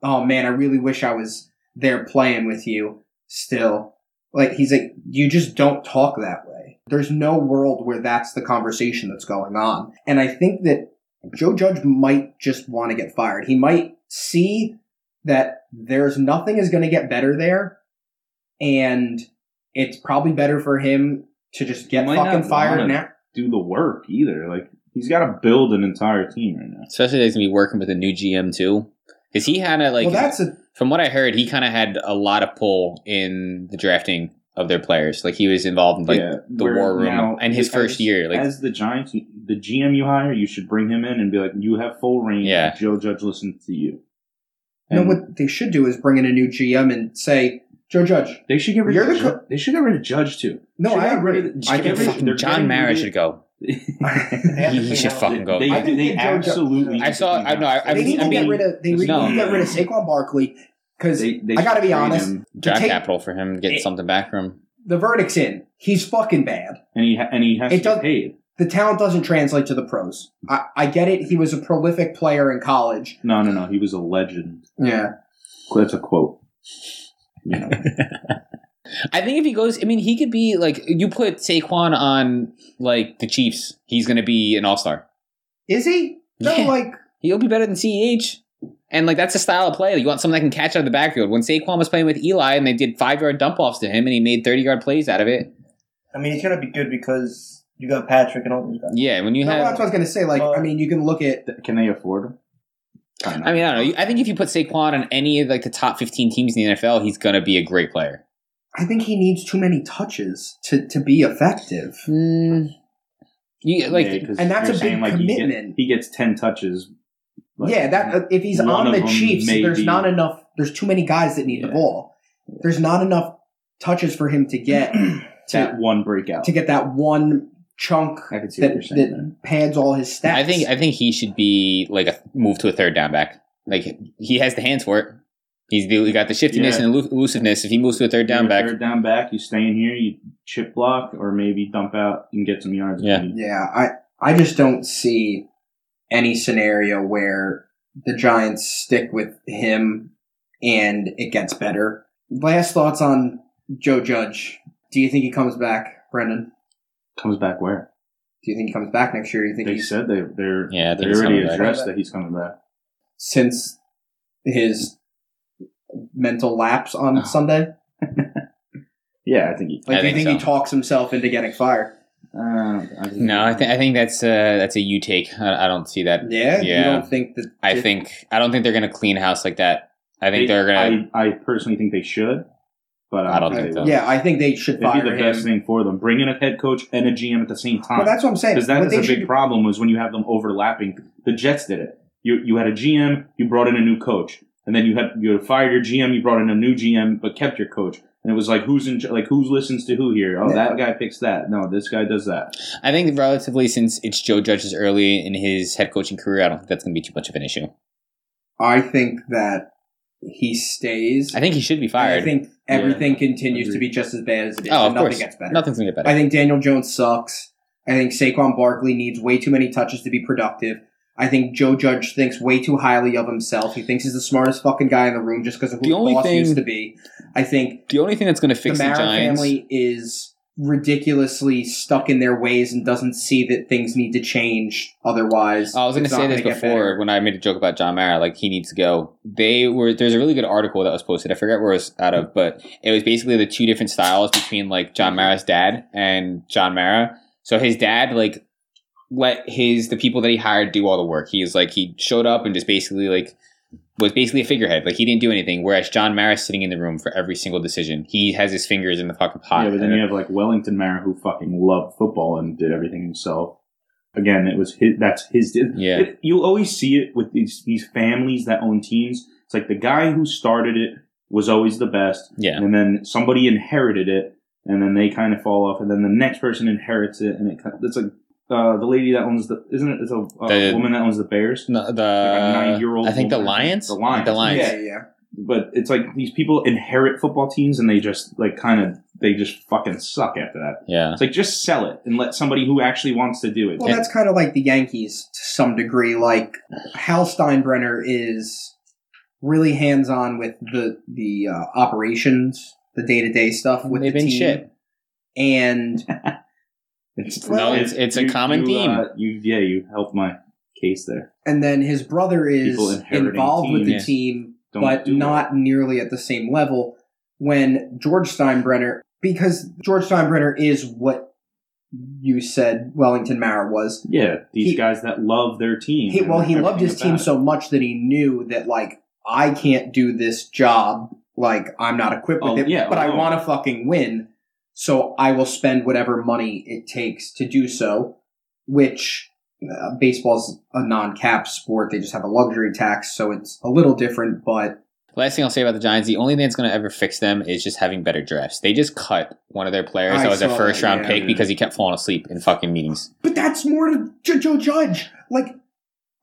[SPEAKER 1] "Oh man, I really wish I was there playing with you still." Like he's like, "You just don't talk that way." There's no world where that's the conversation that's going on. And I think that Joe Judge might just want to get fired. He might see that there's nothing is going to get better there and it's probably better for him to just get
[SPEAKER 3] might not
[SPEAKER 1] fucking fired
[SPEAKER 3] wanna-
[SPEAKER 1] now.
[SPEAKER 3] do the work either. Like he's got to build an entire team right now.
[SPEAKER 2] Especially they're gonna be working with a new GM too, because he had a like.
[SPEAKER 1] well, that's a
[SPEAKER 2] from what I heard, he kind of had a lot of pull in the drafting of their players. Like he was involved in like
[SPEAKER 3] yeah,
[SPEAKER 2] the
[SPEAKER 3] where
[SPEAKER 2] war room
[SPEAKER 3] now-
[SPEAKER 2] and his
[SPEAKER 3] as-
[SPEAKER 2] first year. Like
[SPEAKER 3] as the Giants, you- the GM you hire, you should bring him in and be like, you have full range.
[SPEAKER 2] Yeah.
[SPEAKER 3] Joe Judge listens to
[SPEAKER 1] you
[SPEAKER 3] you.
[SPEAKER 1] know
[SPEAKER 3] And
[SPEAKER 1] what they should do is bring in a new GM and say Joe Judge.
[SPEAKER 3] They should get rid
[SPEAKER 1] You're
[SPEAKER 3] of.
[SPEAKER 1] the
[SPEAKER 3] Ju- they should get rid of Judge too.
[SPEAKER 1] No,
[SPEAKER 3] Should
[SPEAKER 1] I
[SPEAKER 3] get rid
[SPEAKER 1] agree.
[SPEAKER 3] of the-
[SPEAKER 1] I
[SPEAKER 3] should get
[SPEAKER 1] can-
[SPEAKER 3] rid of- they're
[SPEAKER 2] John
[SPEAKER 3] getting
[SPEAKER 2] Mara
[SPEAKER 3] rid-
[SPEAKER 2] should go.
[SPEAKER 3] *laughs*
[SPEAKER 4] They have to
[SPEAKER 2] He, he
[SPEAKER 4] clean
[SPEAKER 2] should
[SPEAKER 4] out.
[SPEAKER 2] fucking go.
[SPEAKER 3] They,
[SPEAKER 1] I
[SPEAKER 3] do,
[SPEAKER 1] think
[SPEAKER 3] they
[SPEAKER 1] that Joe Judge-
[SPEAKER 3] absolutely.
[SPEAKER 2] I saw- I know, I- I
[SPEAKER 1] they
[SPEAKER 2] was-
[SPEAKER 1] need
[SPEAKER 2] I'm
[SPEAKER 1] to get
[SPEAKER 2] getting-
[SPEAKER 1] rid of they need
[SPEAKER 2] No.
[SPEAKER 1] to get rid of Saquon Barkley because
[SPEAKER 3] They- they
[SPEAKER 1] I gotta
[SPEAKER 3] should
[SPEAKER 1] be
[SPEAKER 3] trade
[SPEAKER 1] honest.
[SPEAKER 3] him.
[SPEAKER 2] Draft
[SPEAKER 1] take-
[SPEAKER 2] capital for him, get
[SPEAKER 1] It-
[SPEAKER 2] something back from him.
[SPEAKER 1] the verdict's in. He's fucking bad.
[SPEAKER 3] and he ha- and he has
[SPEAKER 1] It
[SPEAKER 3] to
[SPEAKER 1] does-
[SPEAKER 3] get paid.
[SPEAKER 1] The talent doesn't translate to the pros. I, I get it. He was a prolific player in college.
[SPEAKER 3] No, no, no. He was a legend.
[SPEAKER 1] Yeah,
[SPEAKER 3] That's a quote.
[SPEAKER 2] I think if he goes, I mean, he could be like you put Saquon on like the Chiefs. He's going to be an all star.
[SPEAKER 1] is he? No,
[SPEAKER 2] Yeah.
[SPEAKER 1] like
[SPEAKER 2] He'll be better than Ceh. And like that's a style of play. You want someone that can catch out of the backfield. When Saquon was playing with Eli, and they did five yard dump offs to him, and he made thirty yard plays out of it.
[SPEAKER 4] I mean, it's gonna be good because you got Patrick and all these guys.
[SPEAKER 2] Yeah, when you
[SPEAKER 1] No, that's
[SPEAKER 2] have,
[SPEAKER 1] what I was gonna say. Like, I mean, you can look at
[SPEAKER 3] Th- Can they afford him?
[SPEAKER 2] I mean, I don't know. You- I think if you put Saquon on any of like the top fifteen teams in the NFL, he's gonna be a great player.
[SPEAKER 1] I think he needs too many touches to, to be effective. Hmm.
[SPEAKER 2] Mm, you like
[SPEAKER 3] Yeah, 'cause
[SPEAKER 1] and that's
[SPEAKER 3] you're
[SPEAKER 1] a big
[SPEAKER 3] saying, like, he get-
[SPEAKER 1] commitment.
[SPEAKER 3] He gets ten touches. like,
[SPEAKER 1] yeah, that uh, if he's
[SPEAKER 3] one
[SPEAKER 1] on
[SPEAKER 3] of
[SPEAKER 1] the
[SPEAKER 3] them
[SPEAKER 1] Chiefs,
[SPEAKER 3] may
[SPEAKER 1] there's
[SPEAKER 3] be-
[SPEAKER 1] not enough. There's too many guys that need the
[SPEAKER 3] Yeah.
[SPEAKER 1] ball. There's not enough touches for him to
[SPEAKER 3] *clears throat*
[SPEAKER 1] get
[SPEAKER 3] that
[SPEAKER 1] to
[SPEAKER 3] one breakout.
[SPEAKER 1] to get that one chunk
[SPEAKER 3] I can see
[SPEAKER 1] that,
[SPEAKER 3] what you're saying. there.
[SPEAKER 1] that pads all his stats.
[SPEAKER 2] I think I think he should be like a move to a third down back. Like he has the hands for it. He's the, he got the shiftiness
[SPEAKER 3] Yeah.
[SPEAKER 2] and elu- elusiveness. If he moves to a third down
[SPEAKER 3] You're a
[SPEAKER 2] back,
[SPEAKER 3] third down back. You stay in here. You chip block, or maybe dump out and get some yards.
[SPEAKER 2] Yeah.
[SPEAKER 1] yeah, I I just don't see any scenario where the Giants stick with him and it gets better. Last thoughts on Joe Judge. Do you think he comes back, Brendan?
[SPEAKER 3] Comes back where
[SPEAKER 1] Do you think he comes back next year? Do you think
[SPEAKER 3] they
[SPEAKER 1] he's
[SPEAKER 3] said they they're
[SPEAKER 2] yeah, I
[SPEAKER 3] they
[SPEAKER 2] think he's
[SPEAKER 3] already
[SPEAKER 2] coming back.
[SPEAKER 3] addressed that he's coming back.
[SPEAKER 1] since his mental lapse on
[SPEAKER 2] Oh.
[SPEAKER 1] Sunday?
[SPEAKER 3] Yeah, I think he.
[SPEAKER 1] Like,
[SPEAKER 2] I
[SPEAKER 1] do you
[SPEAKER 2] think
[SPEAKER 1] think he
[SPEAKER 2] so.
[SPEAKER 1] talks himself into getting fired?
[SPEAKER 3] Uh, I think
[SPEAKER 2] No, I think I think that's uh that's a you take. I, I don't see that.
[SPEAKER 1] Yeah, you
[SPEAKER 2] Yeah.
[SPEAKER 1] don't think that?
[SPEAKER 2] I think I don't think they're gonna clean house like that. I think
[SPEAKER 3] They-
[SPEAKER 2] they're gonna.
[SPEAKER 3] I, I personally think they should, but I don't, think they will.
[SPEAKER 1] yeah, I think they should
[SPEAKER 3] It'd
[SPEAKER 1] fire
[SPEAKER 3] be the
[SPEAKER 1] him.
[SPEAKER 3] best thing for them. Bring in a head coach and a GM at the same time.
[SPEAKER 1] Well, that's what I'm saying.
[SPEAKER 3] Because that
[SPEAKER 1] What
[SPEAKER 3] is
[SPEAKER 1] they
[SPEAKER 3] a
[SPEAKER 1] should
[SPEAKER 3] big
[SPEAKER 1] do-
[SPEAKER 3] problem was when you have them overlapping. The Jets did it. You you had a GM, you brought in a new coach, and then you had you fired your GM, you brought in a new GM, but kept your coach. And it was like who's in ch- like who listens to who here? Oh,
[SPEAKER 1] Yeah.
[SPEAKER 3] that guy picks that. No, this guy does that.
[SPEAKER 2] I think relatively since it's Joe Judge's early in his head coaching career, I don't think that's gonna be too much of an issue.
[SPEAKER 1] I think that he stays.
[SPEAKER 2] I think he should be
[SPEAKER 1] And
[SPEAKER 2] fired.
[SPEAKER 1] I think everything continues
[SPEAKER 3] Agreed.
[SPEAKER 1] to be just as bad as it is.
[SPEAKER 2] oh,
[SPEAKER 1] and
[SPEAKER 2] of
[SPEAKER 1] nothing
[SPEAKER 2] course,
[SPEAKER 1] gets better.
[SPEAKER 2] nothing's gonna get better.
[SPEAKER 1] I think Daniel Jones sucks. I think Saquon Barkley needs way too many touches to be productive. I think Joe Judge thinks way too highly of himself. He thinks he's the smartest fucking guy in the room just because of who
[SPEAKER 2] The
[SPEAKER 1] the
[SPEAKER 2] only
[SPEAKER 1] boss
[SPEAKER 2] thing-
[SPEAKER 1] used to be. I think
[SPEAKER 2] the only thing that's gonna fix
[SPEAKER 1] the
[SPEAKER 2] the,
[SPEAKER 1] Mara
[SPEAKER 2] Giants.
[SPEAKER 1] family is ridiculously stuck in their ways and doesn't see that things need to change otherwise.
[SPEAKER 2] Oh, I was going to
[SPEAKER 1] it's not
[SPEAKER 2] say this
[SPEAKER 1] gonna get
[SPEAKER 2] before
[SPEAKER 1] better.
[SPEAKER 2] when I made a joke about John Mara, like he needs to go. They were there's a really good article that was posted. I forget where it was out of, but it was basically the two different styles between like John Mara's dad and John Mara. So his dad like let his the people that he hired do all the work. He's like he showed up and just basically like was basically a figurehead. Like he didn't do anything. Whereas John Mara's sitting in the room for every single decision. He has his fingers in the fucking pot.
[SPEAKER 3] yeah, but then
[SPEAKER 2] And
[SPEAKER 3] you have like Wellington Mara who fucking loved football and did everything himself. Again, it was his. That's his.
[SPEAKER 2] Yeah.
[SPEAKER 3] It- you always see it with these these families that own teams. It's like the guy who started it was always the best.
[SPEAKER 2] yeah.
[SPEAKER 3] and then somebody inherited it, and then they kind of fall off, and then the next person inherits it, and it kind it's like uh, the lady that owns the isn't it? It's a, a
[SPEAKER 2] The-
[SPEAKER 3] woman that owns the Bears,
[SPEAKER 2] No, the
[SPEAKER 3] like a nine-year-old
[SPEAKER 2] I think the
[SPEAKER 3] woman.
[SPEAKER 2] Lions.
[SPEAKER 3] The Lions.
[SPEAKER 2] The Lions.
[SPEAKER 1] Yeah, yeah.
[SPEAKER 3] but it's like these people inherit football teams, and they just like kind of they just fucking suck after that.
[SPEAKER 2] yeah.
[SPEAKER 3] It's like just sell it and let somebody who actually wants to do it.
[SPEAKER 1] Well, that's kind of like the Yankees to some degree. Like Hal Steinbrenner is really hands on with the the uh, operations, the day to day stuff with
[SPEAKER 2] They've
[SPEAKER 1] the
[SPEAKER 2] been
[SPEAKER 1] team.
[SPEAKER 2] shit.
[SPEAKER 1] And
[SPEAKER 3] It's,
[SPEAKER 1] No,
[SPEAKER 2] it's- it's a common
[SPEAKER 3] you,
[SPEAKER 2] theme.
[SPEAKER 3] Uh, you yeah, you helped my case there.
[SPEAKER 1] and then his brother is
[SPEAKER 3] People inheriting
[SPEAKER 1] involved with the
[SPEAKER 2] teams.
[SPEAKER 1] team,
[SPEAKER 3] Don't
[SPEAKER 1] but
[SPEAKER 3] do it.
[SPEAKER 1] not nearly at the same level. When George Steinbrenner, because George Steinbrenner is what you said Wellington Mara was.
[SPEAKER 3] Yeah, these
[SPEAKER 1] He-
[SPEAKER 3] guys that love their team.
[SPEAKER 1] He,
[SPEAKER 3] and
[SPEAKER 1] well, he loved
[SPEAKER 3] everything
[SPEAKER 1] his team
[SPEAKER 3] about it.
[SPEAKER 1] so much that he knew that like I can't do this job. Like I'm not equipped with
[SPEAKER 3] Oh,
[SPEAKER 1] it,
[SPEAKER 3] yeah,
[SPEAKER 1] but I
[SPEAKER 3] oh.
[SPEAKER 1] want to fucking win. So I will spend whatever money it takes to do so. Which uh, baseball's a non-cap sport; they just have a luxury tax, so it's a little different. But
[SPEAKER 2] Last thing I'll say about the Giants, the only thing that's going to ever fix them is just having better drafts. They just cut one of their players
[SPEAKER 1] I
[SPEAKER 2] that was their
[SPEAKER 1] saw
[SPEAKER 2] first
[SPEAKER 1] that,
[SPEAKER 2] round
[SPEAKER 1] yeah,
[SPEAKER 2] pick
[SPEAKER 3] yeah.
[SPEAKER 2] because he kept falling asleep in fucking meetings.
[SPEAKER 1] but that's more to J- Joe Judge, like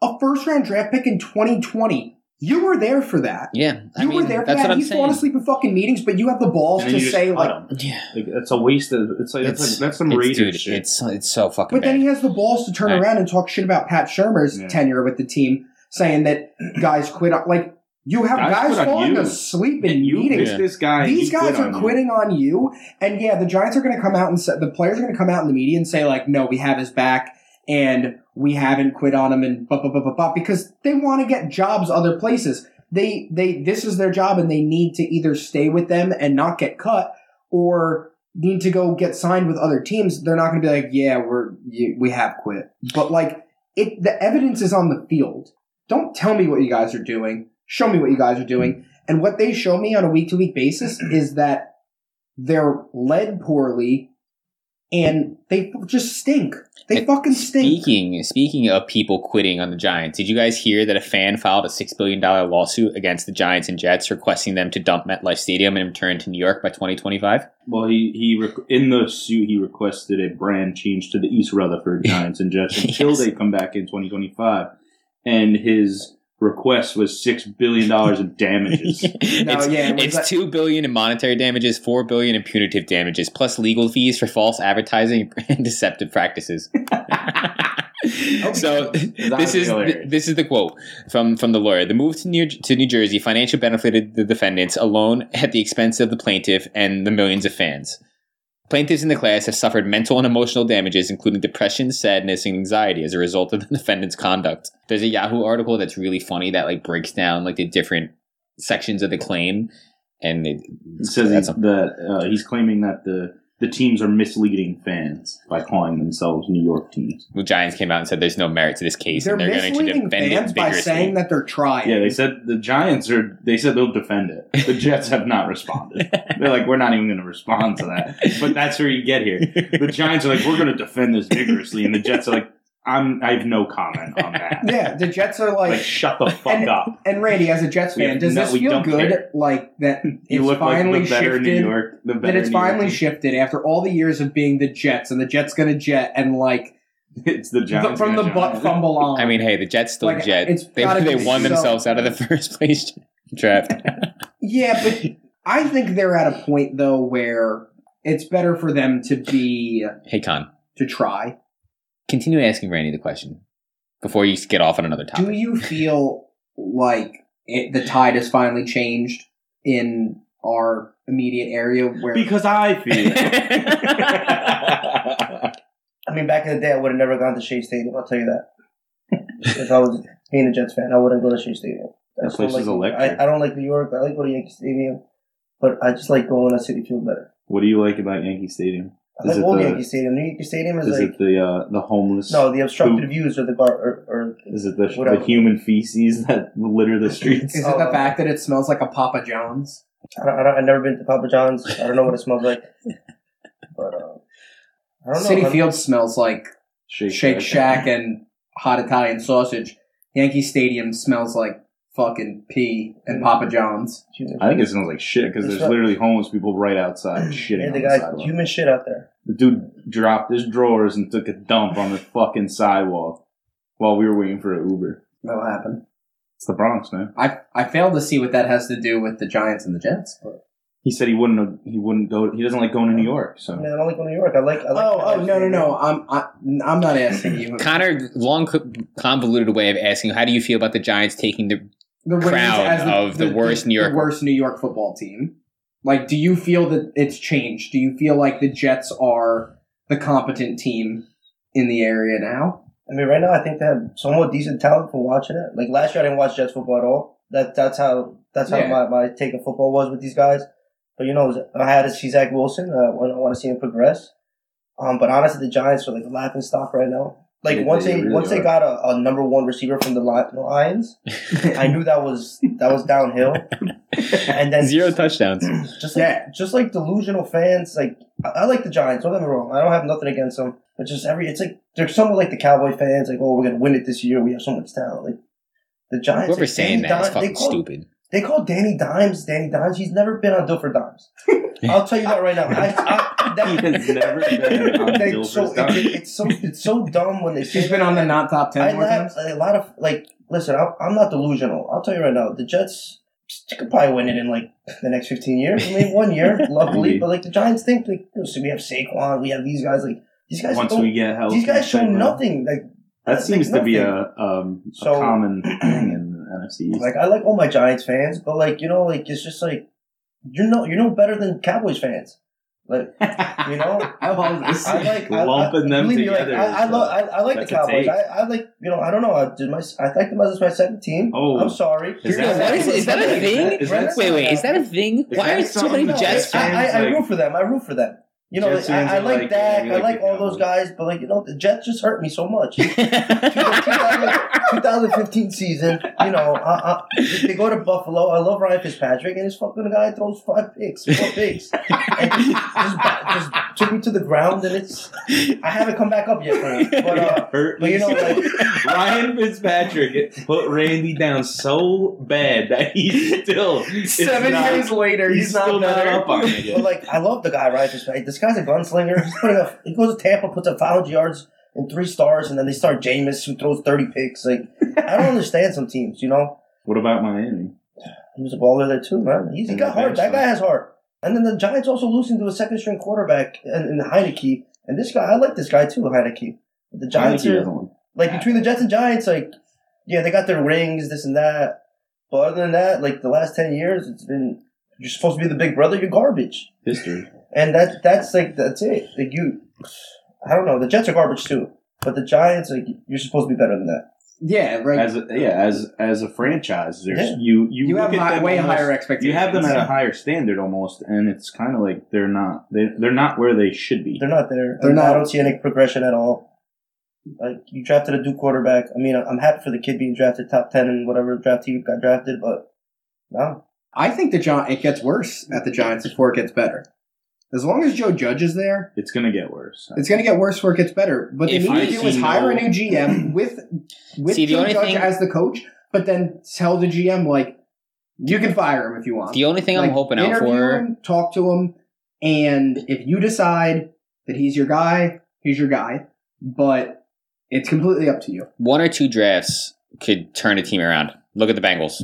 [SPEAKER 1] a first-round draft pick in 2020. You were there for that.
[SPEAKER 2] Yeah, I
[SPEAKER 1] You
[SPEAKER 2] mean,
[SPEAKER 1] were there for
[SPEAKER 2] that's
[SPEAKER 1] that.
[SPEAKER 2] what I'm
[SPEAKER 1] He's
[SPEAKER 2] saying.
[SPEAKER 1] falling asleep in fucking meetings, but you have the balls
[SPEAKER 3] And
[SPEAKER 1] to
[SPEAKER 3] then you just
[SPEAKER 1] say
[SPEAKER 3] cut
[SPEAKER 1] like.
[SPEAKER 3] 'em.
[SPEAKER 2] Yeah,
[SPEAKER 3] Like that's a waste of. It's like that's
[SPEAKER 2] It's-
[SPEAKER 3] like, that's some
[SPEAKER 2] it's,
[SPEAKER 3] Raiders
[SPEAKER 2] dude,
[SPEAKER 3] shit.
[SPEAKER 2] it's it's so fucking
[SPEAKER 1] But then
[SPEAKER 2] bad.
[SPEAKER 1] he has the balls to turn
[SPEAKER 2] Right.
[SPEAKER 1] around and talk shit about Pat Shermer's
[SPEAKER 3] Yeah.
[SPEAKER 1] tenure with the team, saying that guys quit. on- Like you have
[SPEAKER 3] Guys
[SPEAKER 1] guys,
[SPEAKER 3] quit on
[SPEAKER 1] falling
[SPEAKER 3] you.
[SPEAKER 1] asleep in
[SPEAKER 3] and you
[SPEAKER 1] meetings.
[SPEAKER 3] picked this guy. and
[SPEAKER 1] These
[SPEAKER 3] he
[SPEAKER 1] guys
[SPEAKER 3] quit
[SPEAKER 1] are
[SPEAKER 3] on you.
[SPEAKER 1] quitting on you, and yeah, the Giants are going to come out and say, the players are going to come out in the media and say like, "No, we have his back, and we haven't quit on him," and blah blah blah blah blah, because they want to get jobs other places. They they this is their job, and they need to either stay with them and not get cut, or need to go get signed with other teams, they're not going to be like, yeah, we're you, we have quit. But like it, the evidence is on the field. Don't tell me what you guys are doing. Show me what you guys are doing. And what they show me on a week to week basis is that they're led poorly and they just stink. They
[SPEAKER 2] And
[SPEAKER 1] fucking stink.
[SPEAKER 2] Speaking speaking of people quitting on the Giants, did you guys hear that a fan filed a six billion dollar lawsuit against the Giants and Jets, requesting them to dump MetLife Stadium and return to New York by 2025?
[SPEAKER 3] Well, he he requ in the suit he requested a brand change to the East *laughs* Rutherford Giants and Jets until
[SPEAKER 2] Yes.
[SPEAKER 3] they come back in 2025, and his request was six billion dollars of
[SPEAKER 1] *laughs*
[SPEAKER 3] *laughs* damages.
[SPEAKER 2] it's
[SPEAKER 1] yeah, it was
[SPEAKER 2] it's
[SPEAKER 1] like-
[SPEAKER 2] two billion in monetary damages, four billion in punitive damages, plus legal fees for false advertising *laughs* and
[SPEAKER 1] *laughs*
[SPEAKER 2] deceptive practices. So this is
[SPEAKER 3] hilarious.
[SPEAKER 2] this is the quote from from the lawyer. The move to New to New Jersey financially benefited the defendants alone at the expense of the plaintiff and the millions of fans. Plaintiffs in the class have suffered mental and emotional damages, including depression, sadness, and anxiety as a result of the defendant's conduct. There's a Yahoo article that's really funny that like breaks down like the different sections of the claim, and it,
[SPEAKER 3] It says
[SPEAKER 2] that's
[SPEAKER 3] he's,
[SPEAKER 2] a-
[SPEAKER 3] that uh, he's claiming that the the teams are misleading fans by calling themselves New York teams.
[SPEAKER 2] the Giants came out and said there's no merit to this case,
[SPEAKER 1] they're
[SPEAKER 2] and they're going to
[SPEAKER 1] misleading
[SPEAKER 2] defend it
[SPEAKER 1] fans by
[SPEAKER 2] vigorously.
[SPEAKER 1] saying that they're trying.
[SPEAKER 3] Yeah, they said the Giants are. They said they'll defend it. The Jets have not responded. They're like, we're not even going to respond to that. But that's where you get here. The Giants are like, we're going to defend this vigorously, and the Jets are like, I'm. I have no comment on that.
[SPEAKER 1] yeah, the Jets are *laughs*
[SPEAKER 3] Like,
[SPEAKER 1] like
[SPEAKER 3] shut the fuck
[SPEAKER 1] And-
[SPEAKER 3] up.
[SPEAKER 1] And Randy, as a Jets
[SPEAKER 3] We
[SPEAKER 1] fan,
[SPEAKER 3] have
[SPEAKER 1] does
[SPEAKER 3] no-
[SPEAKER 1] this
[SPEAKER 3] we
[SPEAKER 1] feel
[SPEAKER 3] don't
[SPEAKER 1] good?
[SPEAKER 3] care.
[SPEAKER 1] Like that
[SPEAKER 3] You
[SPEAKER 1] it's
[SPEAKER 3] look
[SPEAKER 1] finally
[SPEAKER 3] like the better
[SPEAKER 1] shifted.
[SPEAKER 3] New York. The better
[SPEAKER 1] that it's
[SPEAKER 3] New York
[SPEAKER 1] finally
[SPEAKER 3] team.
[SPEAKER 1] shifted after all the years of being the Jets and the Jets gonna jet and like
[SPEAKER 3] It's the
[SPEAKER 1] the-
[SPEAKER 3] Giants
[SPEAKER 1] from the
[SPEAKER 3] gonna
[SPEAKER 1] butt
[SPEAKER 3] Giants.
[SPEAKER 1] fumble on.
[SPEAKER 2] *laughs* I mean, hey, the Jets still
[SPEAKER 1] Like,
[SPEAKER 2] jet.
[SPEAKER 1] it's
[SPEAKER 2] they
[SPEAKER 1] gotta
[SPEAKER 2] *laughs* they
[SPEAKER 1] be
[SPEAKER 2] won
[SPEAKER 1] so-
[SPEAKER 2] themselves out of the *laughs* first place draft.
[SPEAKER 1] yeah, but I think they're at a point though where it's better for them to be
[SPEAKER 2] hey, Con,
[SPEAKER 1] to try.
[SPEAKER 2] continue asking Randy the question before you get off on another
[SPEAKER 1] Do
[SPEAKER 2] topic.
[SPEAKER 1] you feel like it, the tide has finally changed in our immediate area? Where
[SPEAKER 3] Because I feel. it.
[SPEAKER 4] I mean, back in the day, I would have never gone to Shea Stadium. I'll tell you that. *laughs* if I was being a Jets fan, I wouldn't go to Shea Stadium. I
[SPEAKER 3] That
[SPEAKER 4] just don't
[SPEAKER 3] place is
[SPEAKER 4] like-
[SPEAKER 3] electric.
[SPEAKER 4] I, I don't like New York. I like going to Yankee Stadium, but I just like going to City Field better.
[SPEAKER 3] *laughs* what do you like about Yankee Stadium?
[SPEAKER 4] I
[SPEAKER 3] Is
[SPEAKER 4] like
[SPEAKER 3] it
[SPEAKER 4] old
[SPEAKER 3] the-
[SPEAKER 4] Yankee Stadium. New Yankee Stadium is,
[SPEAKER 3] Is
[SPEAKER 4] like
[SPEAKER 3] it the uh, the homeless?
[SPEAKER 4] no, the obstructed views or the gar or, or
[SPEAKER 3] Is it the,
[SPEAKER 4] Whatever.
[SPEAKER 3] the human feces that litter the streets?
[SPEAKER 1] is it the fact that it smells like a Papa John's?
[SPEAKER 4] I don't, I don't, I've never been to Papa John's. I don't know what it smells like, but uh, I don't know.
[SPEAKER 1] City
[SPEAKER 4] I'm-
[SPEAKER 1] Field smells like Shake Shack and hot Italian sausage. Yankee Stadium smells like fucking pee and Papa John's.
[SPEAKER 4] human
[SPEAKER 3] I think it smells like shit because
[SPEAKER 4] It's
[SPEAKER 3] there's
[SPEAKER 4] not-
[SPEAKER 3] literally homeless people right
[SPEAKER 4] *clears throat*
[SPEAKER 3] outside shitting
[SPEAKER 4] Yeah,
[SPEAKER 3] on
[SPEAKER 4] the
[SPEAKER 3] the,
[SPEAKER 4] guys,
[SPEAKER 3] sidewalk.
[SPEAKER 4] human shit out there.
[SPEAKER 3] the dude dropped his drawers and took a dump on the fucking sidewalk while we were waiting for an Uber.
[SPEAKER 1] That'll happen.
[SPEAKER 3] It's the Bronx, man.
[SPEAKER 1] I I fail to see what that has to do with the Giants and the Jets. but-
[SPEAKER 3] He said he wouldn't. have- He wouldn't go. He doesn't like going to New York.
[SPEAKER 4] I
[SPEAKER 3] So
[SPEAKER 4] mean, I don't like New York. I like. I like
[SPEAKER 1] Oh
[SPEAKER 4] I
[SPEAKER 1] oh
[SPEAKER 4] like
[SPEAKER 1] no no
[SPEAKER 4] Stadium.
[SPEAKER 1] no! I'm I, I'm not asking you.
[SPEAKER 2] *laughs* Connor, long co- convoluted way of asking, how do you feel about the Giants taking the?
[SPEAKER 1] the Rings
[SPEAKER 2] Crown of the worst New York-
[SPEAKER 1] the worst New York football team. Like, do you feel that it's changed? Do you feel like the Jets are the competent team in the area now?
[SPEAKER 4] I mean, right now I think they have somewhat decent talent from watching it. Like last year, I didn't watch Jets football at all. That that's how that's how
[SPEAKER 1] Yeah.
[SPEAKER 4] my, my take of football was with these guys. But you know, I had to see Zach Wilson. Uh, when I want to see him progress. Um, but honestly, the Giants are like laughing stock right now. Like
[SPEAKER 3] They-
[SPEAKER 4] once
[SPEAKER 3] they
[SPEAKER 4] they,
[SPEAKER 3] really
[SPEAKER 4] once they
[SPEAKER 3] are.
[SPEAKER 4] got a, a number one receiver from the Li-
[SPEAKER 3] *laughs*
[SPEAKER 4] Lions, I knew that was that was downhill. And then
[SPEAKER 2] Zero touchdowns.
[SPEAKER 4] *clears throat* just like, just like delusional fans. Like I, I like the Giants. Don't get me wrong. I don't have nothing against them. But just every, it's like they're somewhat like the Cowboy fans. Like, oh, we're gonna win it this year. We have so much talent. Like the Giants.
[SPEAKER 2] Whoever's
[SPEAKER 4] like,
[SPEAKER 2] saying
[SPEAKER 4] Danny
[SPEAKER 2] that is
[SPEAKER 4] Dimes- they
[SPEAKER 2] fucking
[SPEAKER 4] call-
[SPEAKER 1] *laughs*
[SPEAKER 2] stupid.
[SPEAKER 4] They call Danny Dimes Danny Dimes. He's never been on Dilfer
[SPEAKER 2] *laughs*
[SPEAKER 4] Dimes. I'll tell you that right now. I,
[SPEAKER 3] *laughs*
[SPEAKER 4] I,
[SPEAKER 3] he
[SPEAKER 4] *laughs* that,
[SPEAKER 3] has never been
[SPEAKER 4] *laughs*
[SPEAKER 3] on
[SPEAKER 4] they,
[SPEAKER 3] Dilfer's
[SPEAKER 4] so
[SPEAKER 3] dime.
[SPEAKER 4] it's, it's so it's so dumb when
[SPEAKER 3] *laughs*
[SPEAKER 4] they say
[SPEAKER 1] She's been on the not top ten
[SPEAKER 4] I
[SPEAKER 1] more
[SPEAKER 4] laugh
[SPEAKER 1] times.
[SPEAKER 4] a lot of like. Listen, I'm, I'm not delusional. I'll tell you right now, the Jets they could probably win it in like *laughs* the next 15 years. I mean, one year, luckily.
[SPEAKER 3] Maybe.
[SPEAKER 4] But like the Giants think, like, you know, so we have Saquon, we have these guys. Like these guys,
[SPEAKER 3] Once
[SPEAKER 4] don't-
[SPEAKER 3] we get healthy,
[SPEAKER 4] these guys show
[SPEAKER 3] Saquon.
[SPEAKER 4] nothing. Like,
[SPEAKER 3] That seems
[SPEAKER 4] like
[SPEAKER 3] to be a, um, a
[SPEAKER 4] So-
[SPEAKER 3] common
[SPEAKER 4] *clears throat*
[SPEAKER 3] thing in the NFC. East.
[SPEAKER 4] like I like all my Giants fans, but like you know, like it's just like you're no you're no better than Cowboys fans. Like you know,
[SPEAKER 1] *laughs* I love this.
[SPEAKER 4] I like I-
[SPEAKER 3] Lumping
[SPEAKER 4] I,
[SPEAKER 3] them
[SPEAKER 4] believe me, like,
[SPEAKER 3] together
[SPEAKER 4] I, I,
[SPEAKER 3] is,
[SPEAKER 4] love,
[SPEAKER 3] uh,
[SPEAKER 4] I, I like the
[SPEAKER 3] that's a
[SPEAKER 4] Cowboys.
[SPEAKER 3] take.
[SPEAKER 4] I, I like you know I don't know. I did my I like them as my second team.
[SPEAKER 3] Oh.
[SPEAKER 4] I'm sorry.
[SPEAKER 3] Is
[SPEAKER 4] You're
[SPEAKER 3] that-
[SPEAKER 4] gonna-
[SPEAKER 3] is- is that a
[SPEAKER 2] thing?
[SPEAKER 3] Is that-
[SPEAKER 2] Wait, wait, is that a thing?
[SPEAKER 3] Is
[SPEAKER 2] Why
[SPEAKER 3] that
[SPEAKER 2] are so many
[SPEAKER 3] something-
[SPEAKER 2] Jets
[SPEAKER 4] I,
[SPEAKER 2] fans?
[SPEAKER 4] I, I
[SPEAKER 3] like-
[SPEAKER 4] root for them. I root for them. You know,
[SPEAKER 3] Jets
[SPEAKER 4] like,
[SPEAKER 3] fans
[SPEAKER 4] I, I
[SPEAKER 3] are
[SPEAKER 4] like,
[SPEAKER 3] like,
[SPEAKER 4] Dak.
[SPEAKER 3] yeah, we
[SPEAKER 4] I
[SPEAKER 3] like
[SPEAKER 4] like
[SPEAKER 3] the
[SPEAKER 4] all those guys, but like you know, the Jets just hurt me so
[SPEAKER 3] *laughs*
[SPEAKER 4] much.
[SPEAKER 2] *laughs*
[SPEAKER 4] 2015 season, you know, I, I, they go to Buffalo. I love Ryan Fitzpatrick, and this fucking guy throws five picks, four picks, and just, just, ba- just took me to the ground. And it's I haven't come back up yet, for it. but uh,
[SPEAKER 5] Hurt
[SPEAKER 4] but you know,
[SPEAKER 5] me so
[SPEAKER 4] like,
[SPEAKER 5] much. *laughs* Ryan Fitzpatrick put Randy down so bad that he's still *laughs* it's not-
[SPEAKER 1] later,
[SPEAKER 5] He's, still not up on it
[SPEAKER 4] But
[SPEAKER 5] yet.
[SPEAKER 4] like, I love the guy, right? This, guy- this guy's a gunslinger. He's putting up. He goes to Tampa, puts up 500 yards and three stars, and then they start Jameis, who throws 30 picks. Like, I don't understand some teams. You know,
[SPEAKER 3] *laughs* What about Miami?
[SPEAKER 4] he was a baller there too, man. He's, he
[SPEAKER 3] And
[SPEAKER 4] got
[SPEAKER 3] the
[SPEAKER 4] heart. That
[SPEAKER 3] bench,
[SPEAKER 4] guy has heart. And then the Giants also losing to a second string quarterback and, and Heineke. And this guy, I like this guy too, Heineke. But the Giants
[SPEAKER 3] Heineke
[SPEAKER 4] are
[SPEAKER 3] doesn't want-
[SPEAKER 4] like between the Jets and Giants, like yeah, they got their rings, this and that. But other than that, like the last ten years, it's been you're supposed to be the big brother. You're garbage.
[SPEAKER 5] History.
[SPEAKER 4] And that that's like that's it. Like you, I don't know. The Jets are garbage too, but the Giants like you're supposed to be better than that.
[SPEAKER 1] Yeah, right.
[SPEAKER 3] As a, yeah, as as a franchise, there's
[SPEAKER 4] Yeah.
[SPEAKER 3] you you,
[SPEAKER 1] you, have
[SPEAKER 3] look at
[SPEAKER 1] high,
[SPEAKER 3] them
[SPEAKER 1] way
[SPEAKER 3] almost-
[SPEAKER 1] higher expectations.
[SPEAKER 3] You have them at a higher standard almost, and it's kind of like they're not they they're not where they should be.
[SPEAKER 4] They're not there.
[SPEAKER 1] They're
[SPEAKER 4] I-
[SPEAKER 1] not.
[SPEAKER 4] I don't see any progression at all. Like you drafted a Duke quarterback. I mean, I'm happy for the kid being drafted top ten and whatever draft he got drafted, but no,
[SPEAKER 1] I think the Giants. It gets worse at the Giants before it gets better. As long as Joe Judge is there,
[SPEAKER 3] It's gonna get worse.
[SPEAKER 1] It's going to get worse before it gets better. But the
[SPEAKER 2] If
[SPEAKER 1] need
[SPEAKER 2] I
[SPEAKER 1] to do is
[SPEAKER 2] see
[SPEAKER 1] hire a
[SPEAKER 2] no-
[SPEAKER 1] new
[SPEAKER 2] *clears throat*
[SPEAKER 1] GM with with
[SPEAKER 2] See, the
[SPEAKER 1] Joe
[SPEAKER 2] only
[SPEAKER 1] Judge
[SPEAKER 2] thing-
[SPEAKER 1] as the coach, but then tell the GM like you can fire him if you want.
[SPEAKER 2] The only thing
[SPEAKER 1] Like,
[SPEAKER 2] I'm hoping out
[SPEAKER 1] interview
[SPEAKER 2] for,
[SPEAKER 1] him, talk to him, and if you decide that he's your guy, he's your guy. But it's completely up to you.
[SPEAKER 2] one or two drafts could turn a team around. Look at the Bengals.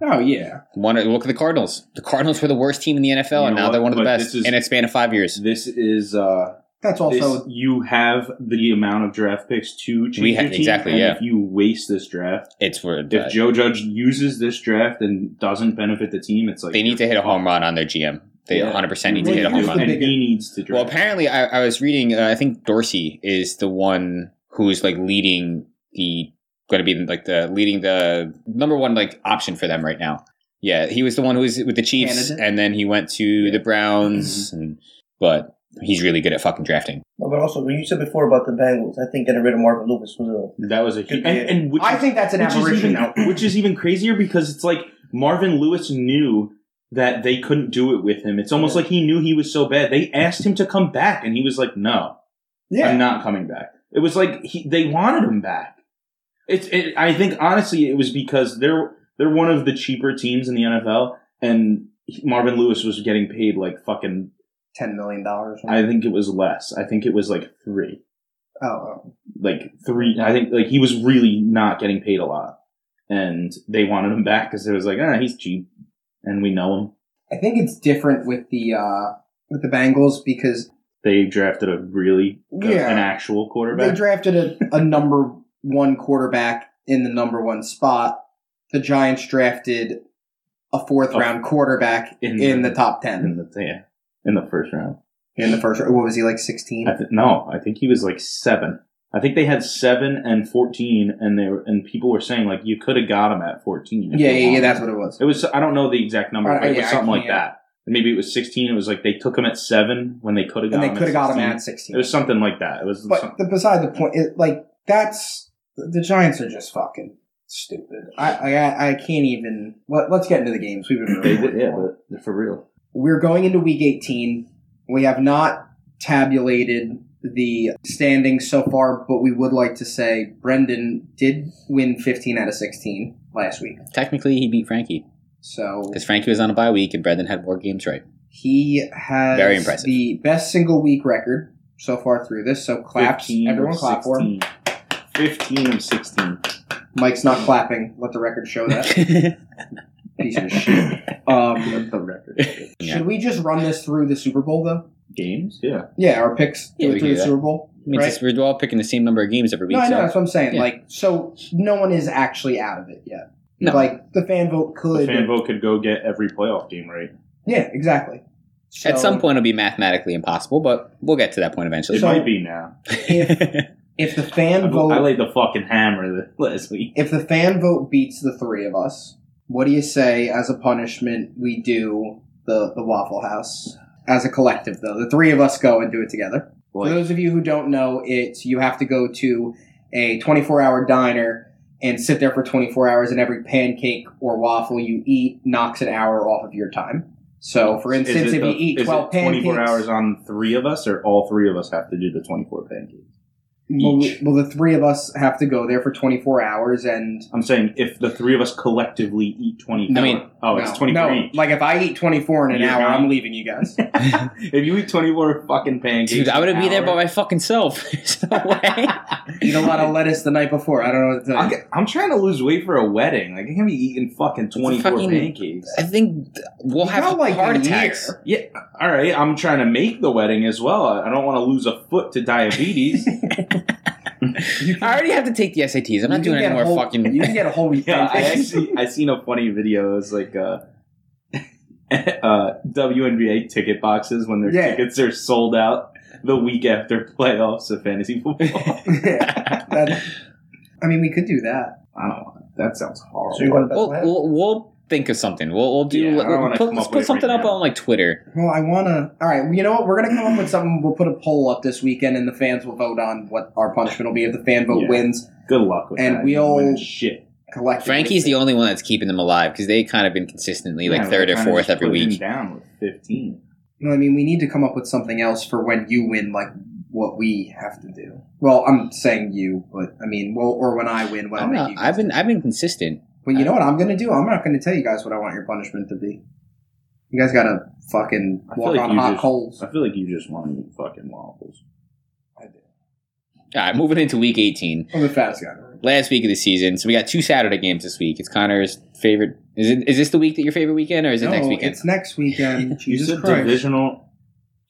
[SPEAKER 1] Oh yeah,
[SPEAKER 2] One, look at the Cardinals. The Cardinals were the worst team in the NFL,
[SPEAKER 3] You
[SPEAKER 2] and
[SPEAKER 3] know
[SPEAKER 2] now
[SPEAKER 3] what?
[SPEAKER 2] they're one of the
[SPEAKER 3] But
[SPEAKER 2] best
[SPEAKER 3] this is-
[SPEAKER 2] in a span of five years.
[SPEAKER 3] This is uh
[SPEAKER 1] that's also
[SPEAKER 3] this, you have the amount of draft picks to change
[SPEAKER 2] We ha-
[SPEAKER 3] your team,
[SPEAKER 2] exactly,
[SPEAKER 3] and
[SPEAKER 2] yeah.
[SPEAKER 3] If you waste this draft,
[SPEAKER 2] It's uh, where
[SPEAKER 3] if Joe Judge uses this draft and doesn't benefit the team, it's like
[SPEAKER 2] they need to hit a home run on their GM. They
[SPEAKER 3] Yeah.
[SPEAKER 2] 100 percent need to
[SPEAKER 1] Well,
[SPEAKER 2] hit a
[SPEAKER 1] you
[SPEAKER 2] home
[SPEAKER 1] do-
[SPEAKER 2] run.
[SPEAKER 3] and he needs to
[SPEAKER 2] Well,
[SPEAKER 3] draft.
[SPEAKER 2] apparently, I, I was reading. Uh, I think Dorsey is the one who is like leading the going to be like the leading the number one like option for them right now. Yeah, he was the one who was with the Chiefs,
[SPEAKER 1] Candidate?
[SPEAKER 2] and then he went to the
[SPEAKER 3] Mm-hmm.
[SPEAKER 2] Browns. And, but he's really good at fucking drafting.
[SPEAKER 4] no. But also, when you said before about the Bengals, I think getting rid of Marvin Lewis was a
[SPEAKER 3] that was a huge, and,
[SPEAKER 4] Could be it.
[SPEAKER 3] and which
[SPEAKER 1] I
[SPEAKER 3] is-
[SPEAKER 1] think that's an
[SPEAKER 3] which is
[SPEAKER 1] aberration.
[SPEAKER 3] even *clears throat*
[SPEAKER 1] now.
[SPEAKER 3] *laughs* which is even crazier because it's like Marvin Lewis knew that they couldn't do it with him. It's almost like he knew he was so bad. They asked him to come back, and he was like, "No,
[SPEAKER 1] Yeah,
[SPEAKER 3] I'm not coming back. It was like he, they wanted him back. It's. It, I think honestly, it was because they're they're one of the cheaper teams in the NFL, and he- Marvin Lewis was getting paid like fucking.
[SPEAKER 1] ten million dollars.
[SPEAKER 3] I think it was less. I think it was like three,
[SPEAKER 1] Oh,
[SPEAKER 3] like three. I think like he was really not getting paid a lot, and they wanted him back because it was like, ah, he's cheap, and we know him.
[SPEAKER 1] I think it's different with the uh with the Bengals because
[SPEAKER 3] They drafted a really
[SPEAKER 1] Yeah.
[SPEAKER 3] an actual
[SPEAKER 1] They
[SPEAKER 3] quarterback.
[SPEAKER 1] drafted a, a number one quarterback in the number one spot. The Giants drafted a fourth
[SPEAKER 3] Oh.
[SPEAKER 1] round quarterback in,
[SPEAKER 3] In-
[SPEAKER 1] the top
[SPEAKER 3] in
[SPEAKER 1] ten
[SPEAKER 3] the yeah, in the first round.
[SPEAKER 1] in the first. What was he like? Sixteen.
[SPEAKER 3] I th- no, I think he was like seven. I think they had seven and fourteen, and they were, and people were saying like you could have got him at fourteen. if
[SPEAKER 1] Yeah,
[SPEAKER 3] you
[SPEAKER 1] yeah, yeah.
[SPEAKER 3] wanted.
[SPEAKER 1] That's what it was.
[SPEAKER 3] it was. I don't know the exact number,
[SPEAKER 1] Uh,
[SPEAKER 3] but it
[SPEAKER 1] yeah,
[SPEAKER 3] was
[SPEAKER 1] I
[SPEAKER 3] something like
[SPEAKER 1] can't-
[SPEAKER 3] that. Maybe it was sixteen. It was like they took him at seven when they could have
[SPEAKER 1] And
[SPEAKER 3] got
[SPEAKER 1] they
[SPEAKER 3] him.
[SPEAKER 1] could have got him
[SPEAKER 3] 16.
[SPEAKER 1] at sixteen.
[SPEAKER 3] It was something like that. It was. some-
[SPEAKER 1] but the, beside the point, it, like that's the Giants are just fucking stupid. I I, I- I can't even. Let, let's get into the games. We've been
[SPEAKER 3] they *clears throat* did, yeah, but they're for real.
[SPEAKER 1] we're going into week 18. We have not tabulated the standings so far, but we would like to say Brendan did win 15 out of 16 last week.
[SPEAKER 2] Technically, he beat Frankie
[SPEAKER 1] So
[SPEAKER 2] because Frankie was on a bye week, and Brendan had more games right. *laughs*
[SPEAKER 1] he has
[SPEAKER 2] Very impressive.
[SPEAKER 1] the best single week record so far through this. So claps.
[SPEAKER 3] 15 of
[SPEAKER 1] Everyone clap for him.
[SPEAKER 3] 16. Fifteen
[SPEAKER 1] *laughs*
[SPEAKER 3] of sixteen.
[SPEAKER 1] Mike's not clapping. Let the record show that. Piece of
[SPEAKER 3] *laughs*
[SPEAKER 1] shit. Um,
[SPEAKER 3] That's the record
[SPEAKER 2] Yeah.
[SPEAKER 1] Should we just run this through the Super Bowl, though?
[SPEAKER 3] games. Yeah,
[SPEAKER 1] Yeah, our picks
[SPEAKER 2] Yeah, we
[SPEAKER 1] through
[SPEAKER 2] can do
[SPEAKER 1] the
[SPEAKER 2] that.
[SPEAKER 1] Super Bowl.
[SPEAKER 2] I mean,
[SPEAKER 1] right?
[SPEAKER 2] it's just- we're all picking the same number of games every week.
[SPEAKER 1] No, I
[SPEAKER 2] so-
[SPEAKER 1] know that's what I'm saying.
[SPEAKER 2] Yeah.
[SPEAKER 1] Like, so no one is actually out of it yet.
[SPEAKER 2] No.
[SPEAKER 1] Like the fan vote could.
[SPEAKER 3] the fan vote could go get every playoff game right.
[SPEAKER 1] Yeah, exactly. So,
[SPEAKER 2] At some point, it'll be mathematically impossible, but we'll get to that point eventually.
[SPEAKER 3] It
[SPEAKER 1] So-
[SPEAKER 3] might be now.
[SPEAKER 2] *laughs*
[SPEAKER 1] if the
[SPEAKER 3] I,
[SPEAKER 1] fan vote,
[SPEAKER 3] I laid the fucking hammer last week.
[SPEAKER 1] if the fan vote beats the three of us, what do you say as a punishment we do the the Waffle House? as a collective, though. The three of us go and do it together. For
[SPEAKER 2] Boy.
[SPEAKER 1] those of you who don't know, it's you have to go to a 24 hour diner and sit there for 24 hours, and every pancake or waffle you eat knocks an hour off of your time. So, for
[SPEAKER 3] Is
[SPEAKER 1] instance,
[SPEAKER 3] it
[SPEAKER 1] if
[SPEAKER 3] the-
[SPEAKER 1] you eat
[SPEAKER 3] is
[SPEAKER 1] 12
[SPEAKER 3] it
[SPEAKER 1] pancakes,
[SPEAKER 3] 24 hours on three of us, or all three of us have to do the 24 pancakes?
[SPEAKER 1] well,
[SPEAKER 2] each?
[SPEAKER 1] well, the three of us have to go there for 24 hours, and
[SPEAKER 3] I'm saying if the three of us collectively eat 24.
[SPEAKER 2] I mean,
[SPEAKER 3] oh, it's
[SPEAKER 1] No,
[SPEAKER 3] 24
[SPEAKER 1] no,
[SPEAKER 3] each.
[SPEAKER 1] Like if I eat 24 in an
[SPEAKER 3] You're
[SPEAKER 1] hour,
[SPEAKER 3] gone.
[SPEAKER 1] I'm leaving you guys.
[SPEAKER 3] *laughs* if you eat 24 fucking pancakes,
[SPEAKER 2] Dude, I would
[SPEAKER 3] an
[SPEAKER 2] be there by
[SPEAKER 3] hour-
[SPEAKER 2] my fucking self. *laughs* There's
[SPEAKER 3] *laughs*
[SPEAKER 2] no way.
[SPEAKER 1] eat a lot of lettuce the night before. I don't know what to tell
[SPEAKER 3] I'll
[SPEAKER 1] you.
[SPEAKER 3] get- I'm trying to lose weight for a wedding. Like I can't be eating fucking
[SPEAKER 2] a
[SPEAKER 3] 24
[SPEAKER 2] fucking-
[SPEAKER 3] pancakes.
[SPEAKER 2] I think th- we'll
[SPEAKER 1] You
[SPEAKER 2] have
[SPEAKER 1] got, like,
[SPEAKER 2] heart
[SPEAKER 1] a year.
[SPEAKER 2] attacks.
[SPEAKER 3] All right, I'm trying to make the wedding as well. I don't want to lose a foot
[SPEAKER 2] *laughs*
[SPEAKER 3] to diabetes.
[SPEAKER 2] I already have to take the SATs. I'm
[SPEAKER 1] You
[SPEAKER 2] not
[SPEAKER 1] can
[SPEAKER 2] doing any
[SPEAKER 1] get a
[SPEAKER 2] more
[SPEAKER 1] whole- You
[SPEAKER 2] *laughs* fucking.
[SPEAKER 1] can get a whole weekend.
[SPEAKER 3] *laughs* Yeah, I actually I seen a funny video. It was like uh, *laughs* uh, WNBA ticket boxes when their
[SPEAKER 1] Yeah.
[SPEAKER 3] tickets are sold out the week after playoffs of *laughs* fantasy football.
[SPEAKER 1] That- I mean, we could do that.
[SPEAKER 3] I don't. want That sounds horrible.
[SPEAKER 4] So you want to bet
[SPEAKER 2] We'll,
[SPEAKER 4] what happened?
[SPEAKER 2] we'll, we'll think of something. We'll, we'll do.
[SPEAKER 3] Yeah, I don't
[SPEAKER 2] we'll
[SPEAKER 3] wanna
[SPEAKER 2] put,
[SPEAKER 3] come
[SPEAKER 2] let's
[SPEAKER 3] up
[SPEAKER 2] put
[SPEAKER 3] with it
[SPEAKER 2] something
[SPEAKER 3] right
[SPEAKER 2] up
[SPEAKER 3] now.
[SPEAKER 2] on like Twitter.
[SPEAKER 1] Well, I wanna. All right, well, you know what? We're gonna come up with something. We'll put a poll up this weekend, and the fans will vote on what our punishment will be if the fan vote
[SPEAKER 3] Yeah.
[SPEAKER 1] wins.
[SPEAKER 3] Good luck with
[SPEAKER 1] And
[SPEAKER 3] that.
[SPEAKER 1] we'll-
[SPEAKER 3] Winning shit.
[SPEAKER 1] Collectively,
[SPEAKER 2] Frankie's the only one that's keeping them alive because they kind of been consistently like
[SPEAKER 3] Yeah,
[SPEAKER 2] third
[SPEAKER 3] we're
[SPEAKER 2] or
[SPEAKER 3] kinda
[SPEAKER 2] fourth
[SPEAKER 3] just
[SPEAKER 2] every
[SPEAKER 3] putting
[SPEAKER 2] week.
[SPEAKER 3] Down with 15.
[SPEAKER 1] Well, I mean, we need to come up with something else for when you win, like what we have to do. Well, I'm saying you, but I mean, well, or when I win, what I'll
[SPEAKER 2] I'm
[SPEAKER 1] make
[SPEAKER 2] not,
[SPEAKER 1] you. guys
[SPEAKER 2] I've been I've been consistent.
[SPEAKER 1] Well, you know what I'm gonna do? I'm not gonna tell you guys what I want your punishment to be. You guys gotta fucking
[SPEAKER 3] I feel
[SPEAKER 1] walk
[SPEAKER 3] like
[SPEAKER 1] on
[SPEAKER 3] you
[SPEAKER 1] hot
[SPEAKER 3] just-
[SPEAKER 1] coals.
[SPEAKER 3] I feel like you just want to eat fucking waffles.
[SPEAKER 2] All right, moving into week 18,
[SPEAKER 1] I'm the fattest guy. in the room.
[SPEAKER 2] last week of the season. So we got two Saturday games this week. It's Connor's favorite. Is it? Is this the week that your favorite weekend, or is it
[SPEAKER 1] no,
[SPEAKER 2] next weekend?
[SPEAKER 1] it's next weekend.
[SPEAKER 3] *laughs* you
[SPEAKER 1] Jesus
[SPEAKER 3] said
[SPEAKER 1] Christ!
[SPEAKER 3] divisional.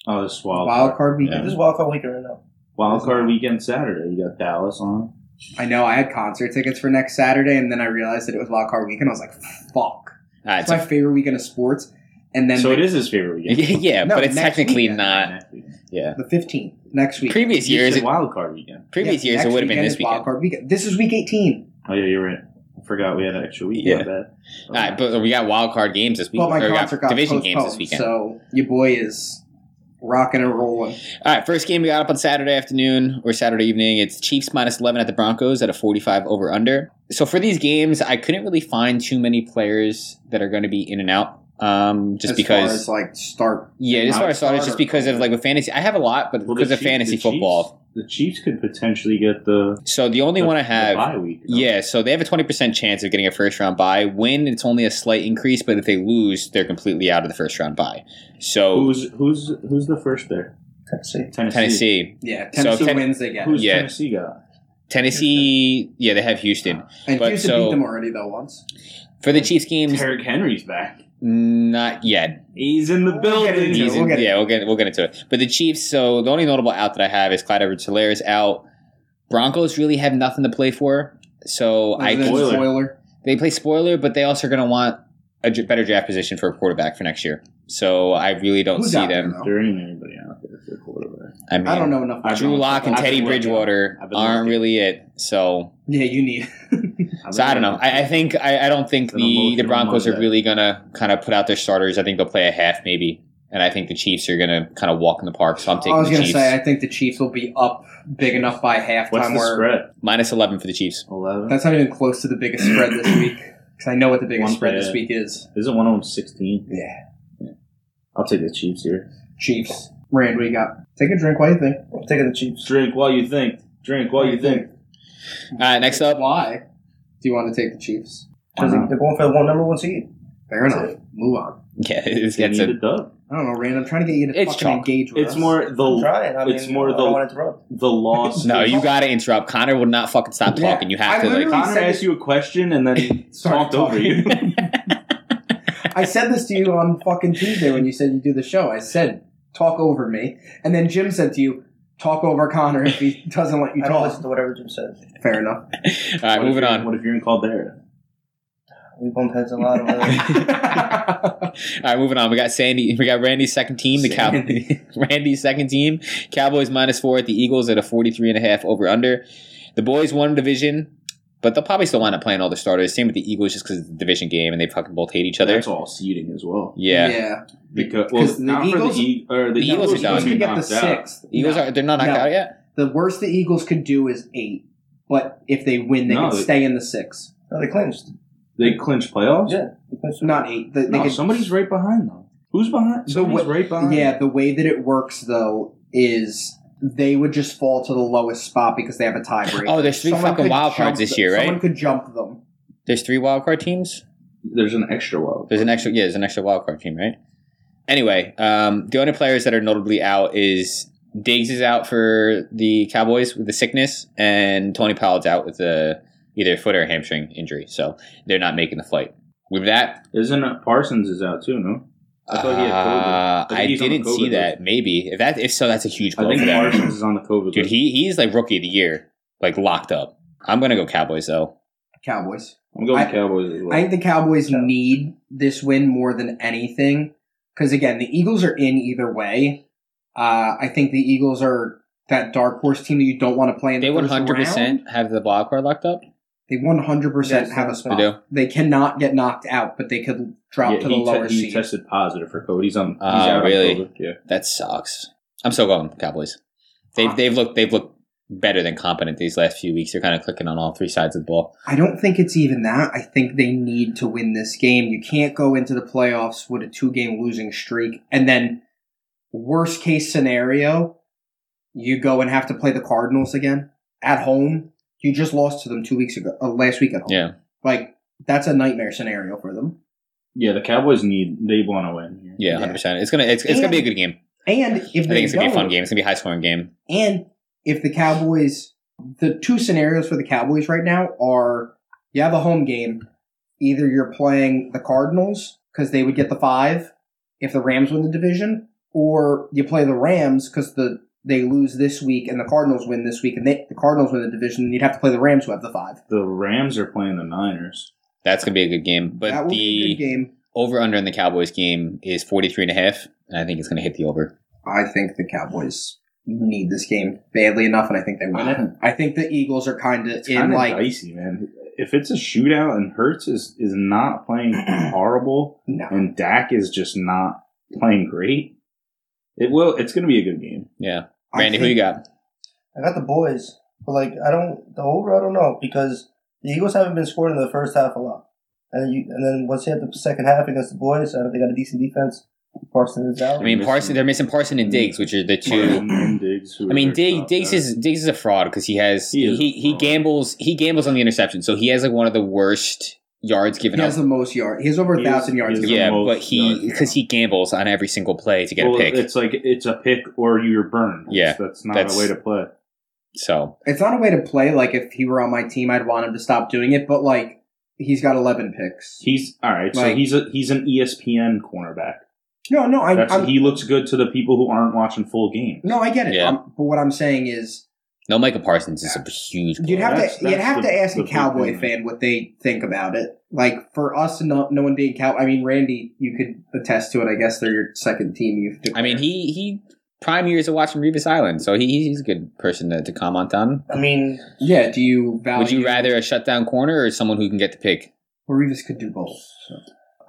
[SPEAKER 3] Oh, this is wild.
[SPEAKER 1] Wild
[SPEAKER 3] Wild,
[SPEAKER 1] card
[SPEAKER 4] This
[SPEAKER 1] weekend.
[SPEAKER 4] is wild card week right now.
[SPEAKER 3] wild card weekend Saturday. You got Dallas on.
[SPEAKER 1] I know. I had concert tickets for next Saturday, and then I realized that it was wild card weekend. I was like, "Fuck!"
[SPEAKER 2] All right,
[SPEAKER 1] It's
[SPEAKER 2] so,
[SPEAKER 1] my favorite weekend of sports. And then
[SPEAKER 3] so it
[SPEAKER 1] the,
[SPEAKER 3] is his favorite
[SPEAKER 2] *laughs*
[SPEAKER 3] weekend.
[SPEAKER 2] yeah,
[SPEAKER 1] No,
[SPEAKER 2] but it's
[SPEAKER 1] next
[SPEAKER 2] technically
[SPEAKER 1] weekend.
[SPEAKER 2] not.
[SPEAKER 3] Next weekend.
[SPEAKER 2] Yeah,
[SPEAKER 1] the 15th next week.
[SPEAKER 2] previous
[SPEAKER 3] You
[SPEAKER 2] years,
[SPEAKER 3] said wild card weekend.
[SPEAKER 2] previous
[SPEAKER 1] Yeah,
[SPEAKER 2] years it
[SPEAKER 1] next
[SPEAKER 2] would have been
[SPEAKER 1] is
[SPEAKER 2] this weekend.
[SPEAKER 1] Wild card weekend. This is week 18.
[SPEAKER 3] Oh yeah, you're right. I forgot we had an extra week.
[SPEAKER 2] Yeah.
[SPEAKER 3] My bad.
[SPEAKER 2] All right, but we got wild card games this week.
[SPEAKER 1] But my
[SPEAKER 2] or we got
[SPEAKER 1] concert got
[SPEAKER 2] division
[SPEAKER 1] postponed,
[SPEAKER 2] games this weekend.
[SPEAKER 1] so your boy is rocking and rolling.
[SPEAKER 2] All right, first game we got up on Saturday afternoon or Saturday evening. It's Chiefs minus 11 at the Broncos at a 45 over under. So for these games, I couldn't really find too many players that are going to be in and out. Um, just
[SPEAKER 1] as
[SPEAKER 2] because,
[SPEAKER 1] far as, like start
[SPEAKER 2] yeah, as
[SPEAKER 3] not
[SPEAKER 2] far as starters, just
[SPEAKER 1] starter.
[SPEAKER 2] because of like with fantasy, I have a lot, but
[SPEAKER 3] Well, the
[SPEAKER 2] because of
[SPEAKER 3] Chiefs-
[SPEAKER 2] fantasy
[SPEAKER 3] the Chiefs-
[SPEAKER 2] football.
[SPEAKER 3] the Chiefs could potentially get the
[SPEAKER 2] So the only
[SPEAKER 3] the-
[SPEAKER 2] one I
[SPEAKER 3] the
[SPEAKER 2] have,
[SPEAKER 3] bye week. you know?
[SPEAKER 2] yeah, so they have a 20% chance of getting a first round bye. Win, it's only a slight increase, but if they lose, they're completely out of the first round bye. So
[SPEAKER 3] Who's who's who's the first there?
[SPEAKER 4] Tennessee.
[SPEAKER 3] Tennessee.
[SPEAKER 2] Tennessee,
[SPEAKER 1] yeah
[SPEAKER 2] So
[SPEAKER 1] Tennessee
[SPEAKER 2] Ten-
[SPEAKER 1] wins they get it.
[SPEAKER 3] Who's
[SPEAKER 2] Yeah.
[SPEAKER 3] Tennessee got?
[SPEAKER 2] Tennessee, yeah, they have Houston.
[SPEAKER 1] and
[SPEAKER 2] but
[SPEAKER 1] Houston
[SPEAKER 2] so-
[SPEAKER 1] beat them already though once
[SPEAKER 2] For the Chiefs games,
[SPEAKER 3] Derrick Henry's back.
[SPEAKER 2] Not yet.
[SPEAKER 3] He's in the
[SPEAKER 1] We'll get
[SPEAKER 3] building.
[SPEAKER 1] into
[SPEAKER 2] He's
[SPEAKER 1] it.
[SPEAKER 2] in-
[SPEAKER 1] get
[SPEAKER 2] yeah, we'll get we'll get into it. But the Chiefs. So the only notable out that I have is Clyde edwards hilaire is out. Broncos really have nothing to play for. So I
[SPEAKER 1] Other than
[SPEAKER 3] Spoiler.
[SPEAKER 2] they play spoiler, but they also are going to want a j- better draft position for a quarterback for next year. So I really don't
[SPEAKER 1] Who's
[SPEAKER 2] see
[SPEAKER 1] out there,
[SPEAKER 2] them.
[SPEAKER 1] though?
[SPEAKER 3] There ain't anybody out there for quarterback.
[SPEAKER 2] I mean,
[SPEAKER 1] I don't know enough
[SPEAKER 3] I
[SPEAKER 1] about
[SPEAKER 2] Drew
[SPEAKER 3] don't-
[SPEAKER 2] Lock and
[SPEAKER 3] I've been
[SPEAKER 2] Teddy
[SPEAKER 3] looking.
[SPEAKER 2] Bridgewater
[SPEAKER 3] I've been
[SPEAKER 2] aren't
[SPEAKER 3] looking.
[SPEAKER 2] really it. So
[SPEAKER 1] yeah you need
[SPEAKER 2] so I don't know. I, I think I, I don't think
[SPEAKER 3] An
[SPEAKER 2] the the
[SPEAKER 3] emotional
[SPEAKER 2] Broncos are
[SPEAKER 3] Monday.
[SPEAKER 2] really going to kind of put out their starters. I think they'll play a half maybe, and I think the Chiefs are going to kind of walk in the park. So I'm
[SPEAKER 1] I
[SPEAKER 2] taking
[SPEAKER 1] was
[SPEAKER 2] the
[SPEAKER 1] gonna
[SPEAKER 2] Chiefs.
[SPEAKER 1] say I think the Chiefs will be up big enough by
[SPEAKER 3] What's
[SPEAKER 1] halftime
[SPEAKER 3] the
[SPEAKER 1] where
[SPEAKER 3] spread?
[SPEAKER 2] minus 11 for the Chiefs.
[SPEAKER 3] Eleven.
[SPEAKER 1] that's not even close to the biggest spread
[SPEAKER 2] *clears throat*
[SPEAKER 1] this week because I know what the biggest
[SPEAKER 3] One
[SPEAKER 1] spread
[SPEAKER 3] play.
[SPEAKER 1] this week is
[SPEAKER 3] Isn't one of them sixteen?
[SPEAKER 1] yeah
[SPEAKER 3] I'll take the Chiefs here.
[SPEAKER 1] Chiefs Rand what you got take a drink what do you think
[SPEAKER 4] I'm taking the Chiefs.
[SPEAKER 3] Drink while you think. Drink while you think.
[SPEAKER 2] All right, next up, *laughs*
[SPEAKER 1] why do you want to take the Chiefs
[SPEAKER 4] Because
[SPEAKER 3] Wow.
[SPEAKER 4] they're going for the one number one seed.
[SPEAKER 1] fair
[SPEAKER 4] That's
[SPEAKER 1] enough move on
[SPEAKER 2] yeah, it's,
[SPEAKER 3] They
[SPEAKER 2] it's
[SPEAKER 3] need a
[SPEAKER 2] a,
[SPEAKER 3] dub.
[SPEAKER 1] I don't know Rand I'm trying to get you to
[SPEAKER 2] It's
[SPEAKER 1] fucking
[SPEAKER 2] chalk.
[SPEAKER 1] engage with
[SPEAKER 3] It's
[SPEAKER 1] us.
[SPEAKER 3] more
[SPEAKER 4] I'm
[SPEAKER 3] the
[SPEAKER 4] trying. I mean,
[SPEAKER 3] It's more
[SPEAKER 4] I
[SPEAKER 3] the-
[SPEAKER 4] don't want to interrupt.
[SPEAKER 2] *laughs*
[SPEAKER 3] the loss.
[SPEAKER 2] no. You got to interrupt. Connor will not fucking stop
[SPEAKER 1] Yeah,
[SPEAKER 2] talking. You have
[SPEAKER 1] I
[SPEAKER 2] to like.
[SPEAKER 1] literally-
[SPEAKER 3] Connor asked you a question and then he
[SPEAKER 1] Sorry,
[SPEAKER 3] talked over you.
[SPEAKER 1] I said this to you on fucking Tuesday when you said you do the show. I said, talk over me. And then Jim said to you, talk over Connor if he *laughs* doesn't let you
[SPEAKER 4] I don't listen
[SPEAKER 1] talk.
[SPEAKER 4] to whatever Jim says.
[SPEAKER 1] Fair enough.
[SPEAKER 2] All right,
[SPEAKER 3] What if
[SPEAKER 2] moving
[SPEAKER 3] you're-
[SPEAKER 2] on. All
[SPEAKER 3] What if you're in Caldera?
[SPEAKER 4] We bump heads a lot. Over
[SPEAKER 3] *laughs*
[SPEAKER 4] there.
[SPEAKER 2] right, moving on. We got Sandy. We got Randy's second team. The Cow- *laughs* Randy's second team. Cowboys minus four at the Eagles at a 43 and a half over under. The boys won division. But they'll probably still wind up playing all the starters. Same with the Eagles, just because it's a division game and they fucking both hate each other.
[SPEAKER 3] That's all seeding as well.
[SPEAKER 2] *laughs* yeah.
[SPEAKER 3] Because well,
[SPEAKER 1] 'Cause the
[SPEAKER 3] not for
[SPEAKER 1] Eagles-
[SPEAKER 3] the, Eag- or the,
[SPEAKER 2] the Eagles are
[SPEAKER 3] Eagles,
[SPEAKER 2] done.
[SPEAKER 3] must be
[SPEAKER 1] could get the
[SPEAKER 3] knocked out.
[SPEAKER 1] sixth.
[SPEAKER 2] Eagles
[SPEAKER 1] No.
[SPEAKER 2] are they're not knocked
[SPEAKER 1] No.
[SPEAKER 2] out yet.
[SPEAKER 1] The worst the Eagles could do is eight. But if they win, they
[SPEAKER 3] No,
[SPEAKER 1] can
[SPEAKER 3] they-
[SPEAKER 1] stay in the six.
[SPEAKER 4] No, they clinched.
[SPEAKER 3] They clinch playoffs.
[SPEAKER 4] Yeah. They clinched.
[SPEAKER 1] Not eight. They, they
[SPEAKER 3] No,
[SPEAKER 1] could-
[SPEAKER 3] somebody's right behind them. Who's behind?
[SPEAKER 1] The
[SPEAKER 3] Somebody's
[SPEAKER 1] wa-
[SPEAKER 3] right behind.
[SPEAKER 1] Yeah, the way that it works though is they would just fall to the lowest spot because they have a tiebreaker.
[SPEAKER 2] Oh, there's three
[SPEAKER 1] Someone
[SPEAKER 2] fucking
[SPEAKER 1] could
[SPEAKER 2] wild
[SPEAKER 1] jump
[SPEAKER 2] cards this
[SPEAKER 1] th-
[SPEAKER 2] year, right?
[SPEAKER 1] Someone could jump them.
[SPEAKER 2] There's three wild card teams.
[SPEAKER 3] There's an extra wild.
[SPEAKER 2] There's an extra yeah, there's an extra wild card team, right? Anyway, um, the only players that are notably out is Diggs is out for the Cowboys with the sickness, and Tony Pollard's out with the either foot or hamstring injury, so they're not making the flight. With that,
[SPEAKER 3] Isn't it? Parsons is out too? No, I thought he had COVID.
[SPEAKER 2] uh,
[SPEAKER 3] I think
[SPEAKER 2] I
[SPEAKER 3] he's on the
[SPEAKER 2] didn't
[SPEAKER 3] COVID
[SPEAKER 2] see that.
[SPEAKER 3] list.
[SPEAKER 2] Maybe if that if so, that's a huge
[SPEAKER 3] I
[SPEAKER 2] blow
[SPEAKER 3] think
[SPEAKER 2] for them.
[SPEAKER 3] Parsons is on the COVID
[SPEAKER 2] Dude,
[SPEAKER 3] list.
[SPEAKER 2] he he's like rookie of the year, like locked up. I'm gonna go Cowboys though.
[SPEAKER 1] Cowboys.
[SPEAKER 3] I'm going
[SPEAKER 1] I-
[SPEAKER 3] Cowboys as well.
[SPEAKER 1] I think the Cowboys need this win more than anything because again, the Eagles are in either way. Uh, I think the Eagles are that dark horse team that you don't want to play in.
[SPEAKER 2] They
[SPEAKER 1] the first
[SPEAKER 2] 100
[SPEAKER 1] round.
[SPEAKER 2] percent have the wild card locked up.
[SPEAKER 1] They one hundred percent
[SPEAKER 4] Yes,
[SPEAKER 1] have a
[SPEAKER 4] yes,
[SPEAKER 2] They
[SPEAKER 1] spot.
[SPEAKER 2] do.
[SPEAKER 1] They cannot get knocked out, but they could drop
[SPEAKER 3] Yeah,
[SPEAKER 1] to the
[SPEAKER 3] he, te-
[SPEAKER 1] lower
[SPEAKER 3] he
[SPEAKER 1] seed.
[SPEAKER 3] tested positive for COVID. He's on. He's
[SPEAKER 2] Oh,
[SPEAKER 3] out on
[SPEAKER 2] really?
[SPEAKER 3] COVID. Yeah.
[SPEAKER 2] That sucks. I'm still going Cowboys. They've they've looked they've looked better than competent these last few weeks. They're kind of clicking on all three sides of the ball.
[SPEAKER 1] I don't think it's even that. I think they need to win this game. You can't go into the playoffs with a two game losing streak. And then, worst case scenario, you go and have to play the Cardinals again at home. You just lost to them two weeks ago, uh, last week at home.
[SPEAKER 2] Yeah,
[SPEAKER 1] Like, that's a nightmare scenario for them.
[SPEAKER 3] Yeah, the Cowboys need. They want to win. here.
[SPEAKER 2] yeah, hundred percent. It's gonna it's, it's gonna be a good game.
[SPEAKER 1] And if
[SPEAKER 2] I
[SPEAKER 1] they
[SPEAKER 2] think it's gonna be a
[SPEAKER 1] don't-
[SPEAKER 2] fun game. It's gonna be a high scoring game.
[SPEAKER 1] And if the Cowboys, the two scenarios for the Cowboys right now are you have a home game, either you're playing the Cardinals because they would get the five if the Rams win the division, or you play the Rams because the they lose this week and the Cardinals win this week and they, the Cardinals win the division, and you'd have to play the Rams who have the five.
[SPEAKER 3] The Rams are playing the Niners.
[SPEAKER 2] That's gonna be a good game.
[SPEAKER 1] that
[SPEAKER 2] But
[SPEAKER 1] will be a good
[SPEAKER 2] the
[SPEAKER 1] game.
[SPEAKER 2] over under in the Cowboys game is 43 and a half, and I think it's gonna hit the over.
[SPEAKER 1] I think the Cowboys need this game badly enough, and I think they win it. I think the Eagles are kind of
[SPEAKER 3] It's
[SPEAKER 1] in
[SPEAKER 3] kind of
[SPEAKER 1] like
[SPEAKER 3] dicey, man. If it's a shootout and Hurts is is
[SPEAKER 1] *clears throat*
[SPEAKER 3] not playing horrible
[SPEAKER 1] no.
[SPEAKER 3] and Dak is just not playing great, it will. It's going to be a good game.
[SPEAKER 2] Yeah,
[SPEAKER 1] I
[SPEAKER 2] Randy, who
[SPEAKER 1] think-
[SPEAKER 2] you got?
[SPEAKER 4] I got the boys, but like I don't the over. I don't know because the Eagles haven't been scoring in the first half a lot, and you and then once you have the second half against the boys, I don't they got a decent defense. Parsons is out.
[SPEAKER 2] I mean,
[SPEAKER 3] Missing-
[SPEAKER 2] Parson. They're missing Parson and Diggs, which are the two.
[SPEAKER 3] Martin and Diggs, who
[SPEAKER 2] I
[SPEAKER 3] are
[SPEAKER 2] mean,
[SPEAKER 3] their
[SPEAKER 2] Dig,
[SPEAKER 3] top
[SPEAKER 2] Diggs
[SPEAKER 3] guys.
[SPEAKER 2] is Diggs is a fraud because he has
[SPEAKER 3] He
[SPEAKER 2] he
[SPEAKER 3] is a
[SPEAKER 2] he,
[SPEAKER 3] fraud.
[SPEAKER 2] gambles he gambles on the interception, so he has like one of the worst yards given
[SPEAKER 1] He
[SPEAKER 2] up.
[SPEAKER 1] has the most yards. He has over a
[SPEAKER 3] He is-
[SPEAKER 1] thousand yards.
[SPEAKER 3] he is
[SPEAKER 1] given
[SPEAKER 3] the
[SPEAKER 2] Yeah,
[SPEAKER 1] up.
[SPEAKER 3] most
[SPEAKER 2] but he
[SPEAKER 3] yards.
[SPEAKER 2] because he gambles on every single play to get
[SPEAKER 3] Well,
[SPEAKER 2] a pick.
[SPEAKER 3] It's like it's a pick or you're burned.
[SPEAKER 2] Yeah,
[SPEAKER 3] that's, that's not
[SPEAKER 2] that's-
[SPEAKER 3] a way to play.
[SPEAKER 2] So
[SPEAKER 1] It's not a way to play. Like if he were on my team, I'd want him to stop doing it. But like he's got eleven picks.
[SPEAKER 3] He's all right. so
[SPEAKER 1] Like-
[SPEAKER 3] he's a he's an E ESPN cornerback.
[SPEAKER 1] No, no, I,
[SPEAKER 3] That's,
[SPEAKER 1] I'm,
[SPEAKER 3] he looks good to the people who aren't watching full games.
[SPEAKER 1] no, I get it.
[SPEAKER 2] Yeah.
[SPEAKER 1] I'm- but what I'm saying is,
[SPEAKER 2] no, Michael Parsons is a huge.
[SPEAKER 1] you'd have
[SPEAKER 3] that's-
[SPEAKER 1] to you'd
[SPEAKER 3] that's
[SPEAKER 1] have
[SPEAKER 3] the-
[SPEAKER 1] to ask
[SPEAKER 3] the
[SPEAKER 1] a
[SPEAKER 3] big
[SPEAKER 1] Cowboy
[SPEAKER 3] thing.
[SPEAKER 1] fan what they think about it. Like for us, no, no one being cow. I mean, Randy, you could attest to it. I guess they're your second team. You've.
[SPEAKER 2] I mean, he he prime years of watching Revis Island, so he, he's a good person to, to comment on.
[SPEAKER 4] I mean,
[SPEAKER 1] Yeah. Do you value?
[SPEAKER 2] Would you rather a shutdown corner or someone who can get the pick?
[SPEAKER 1] Revis could do both.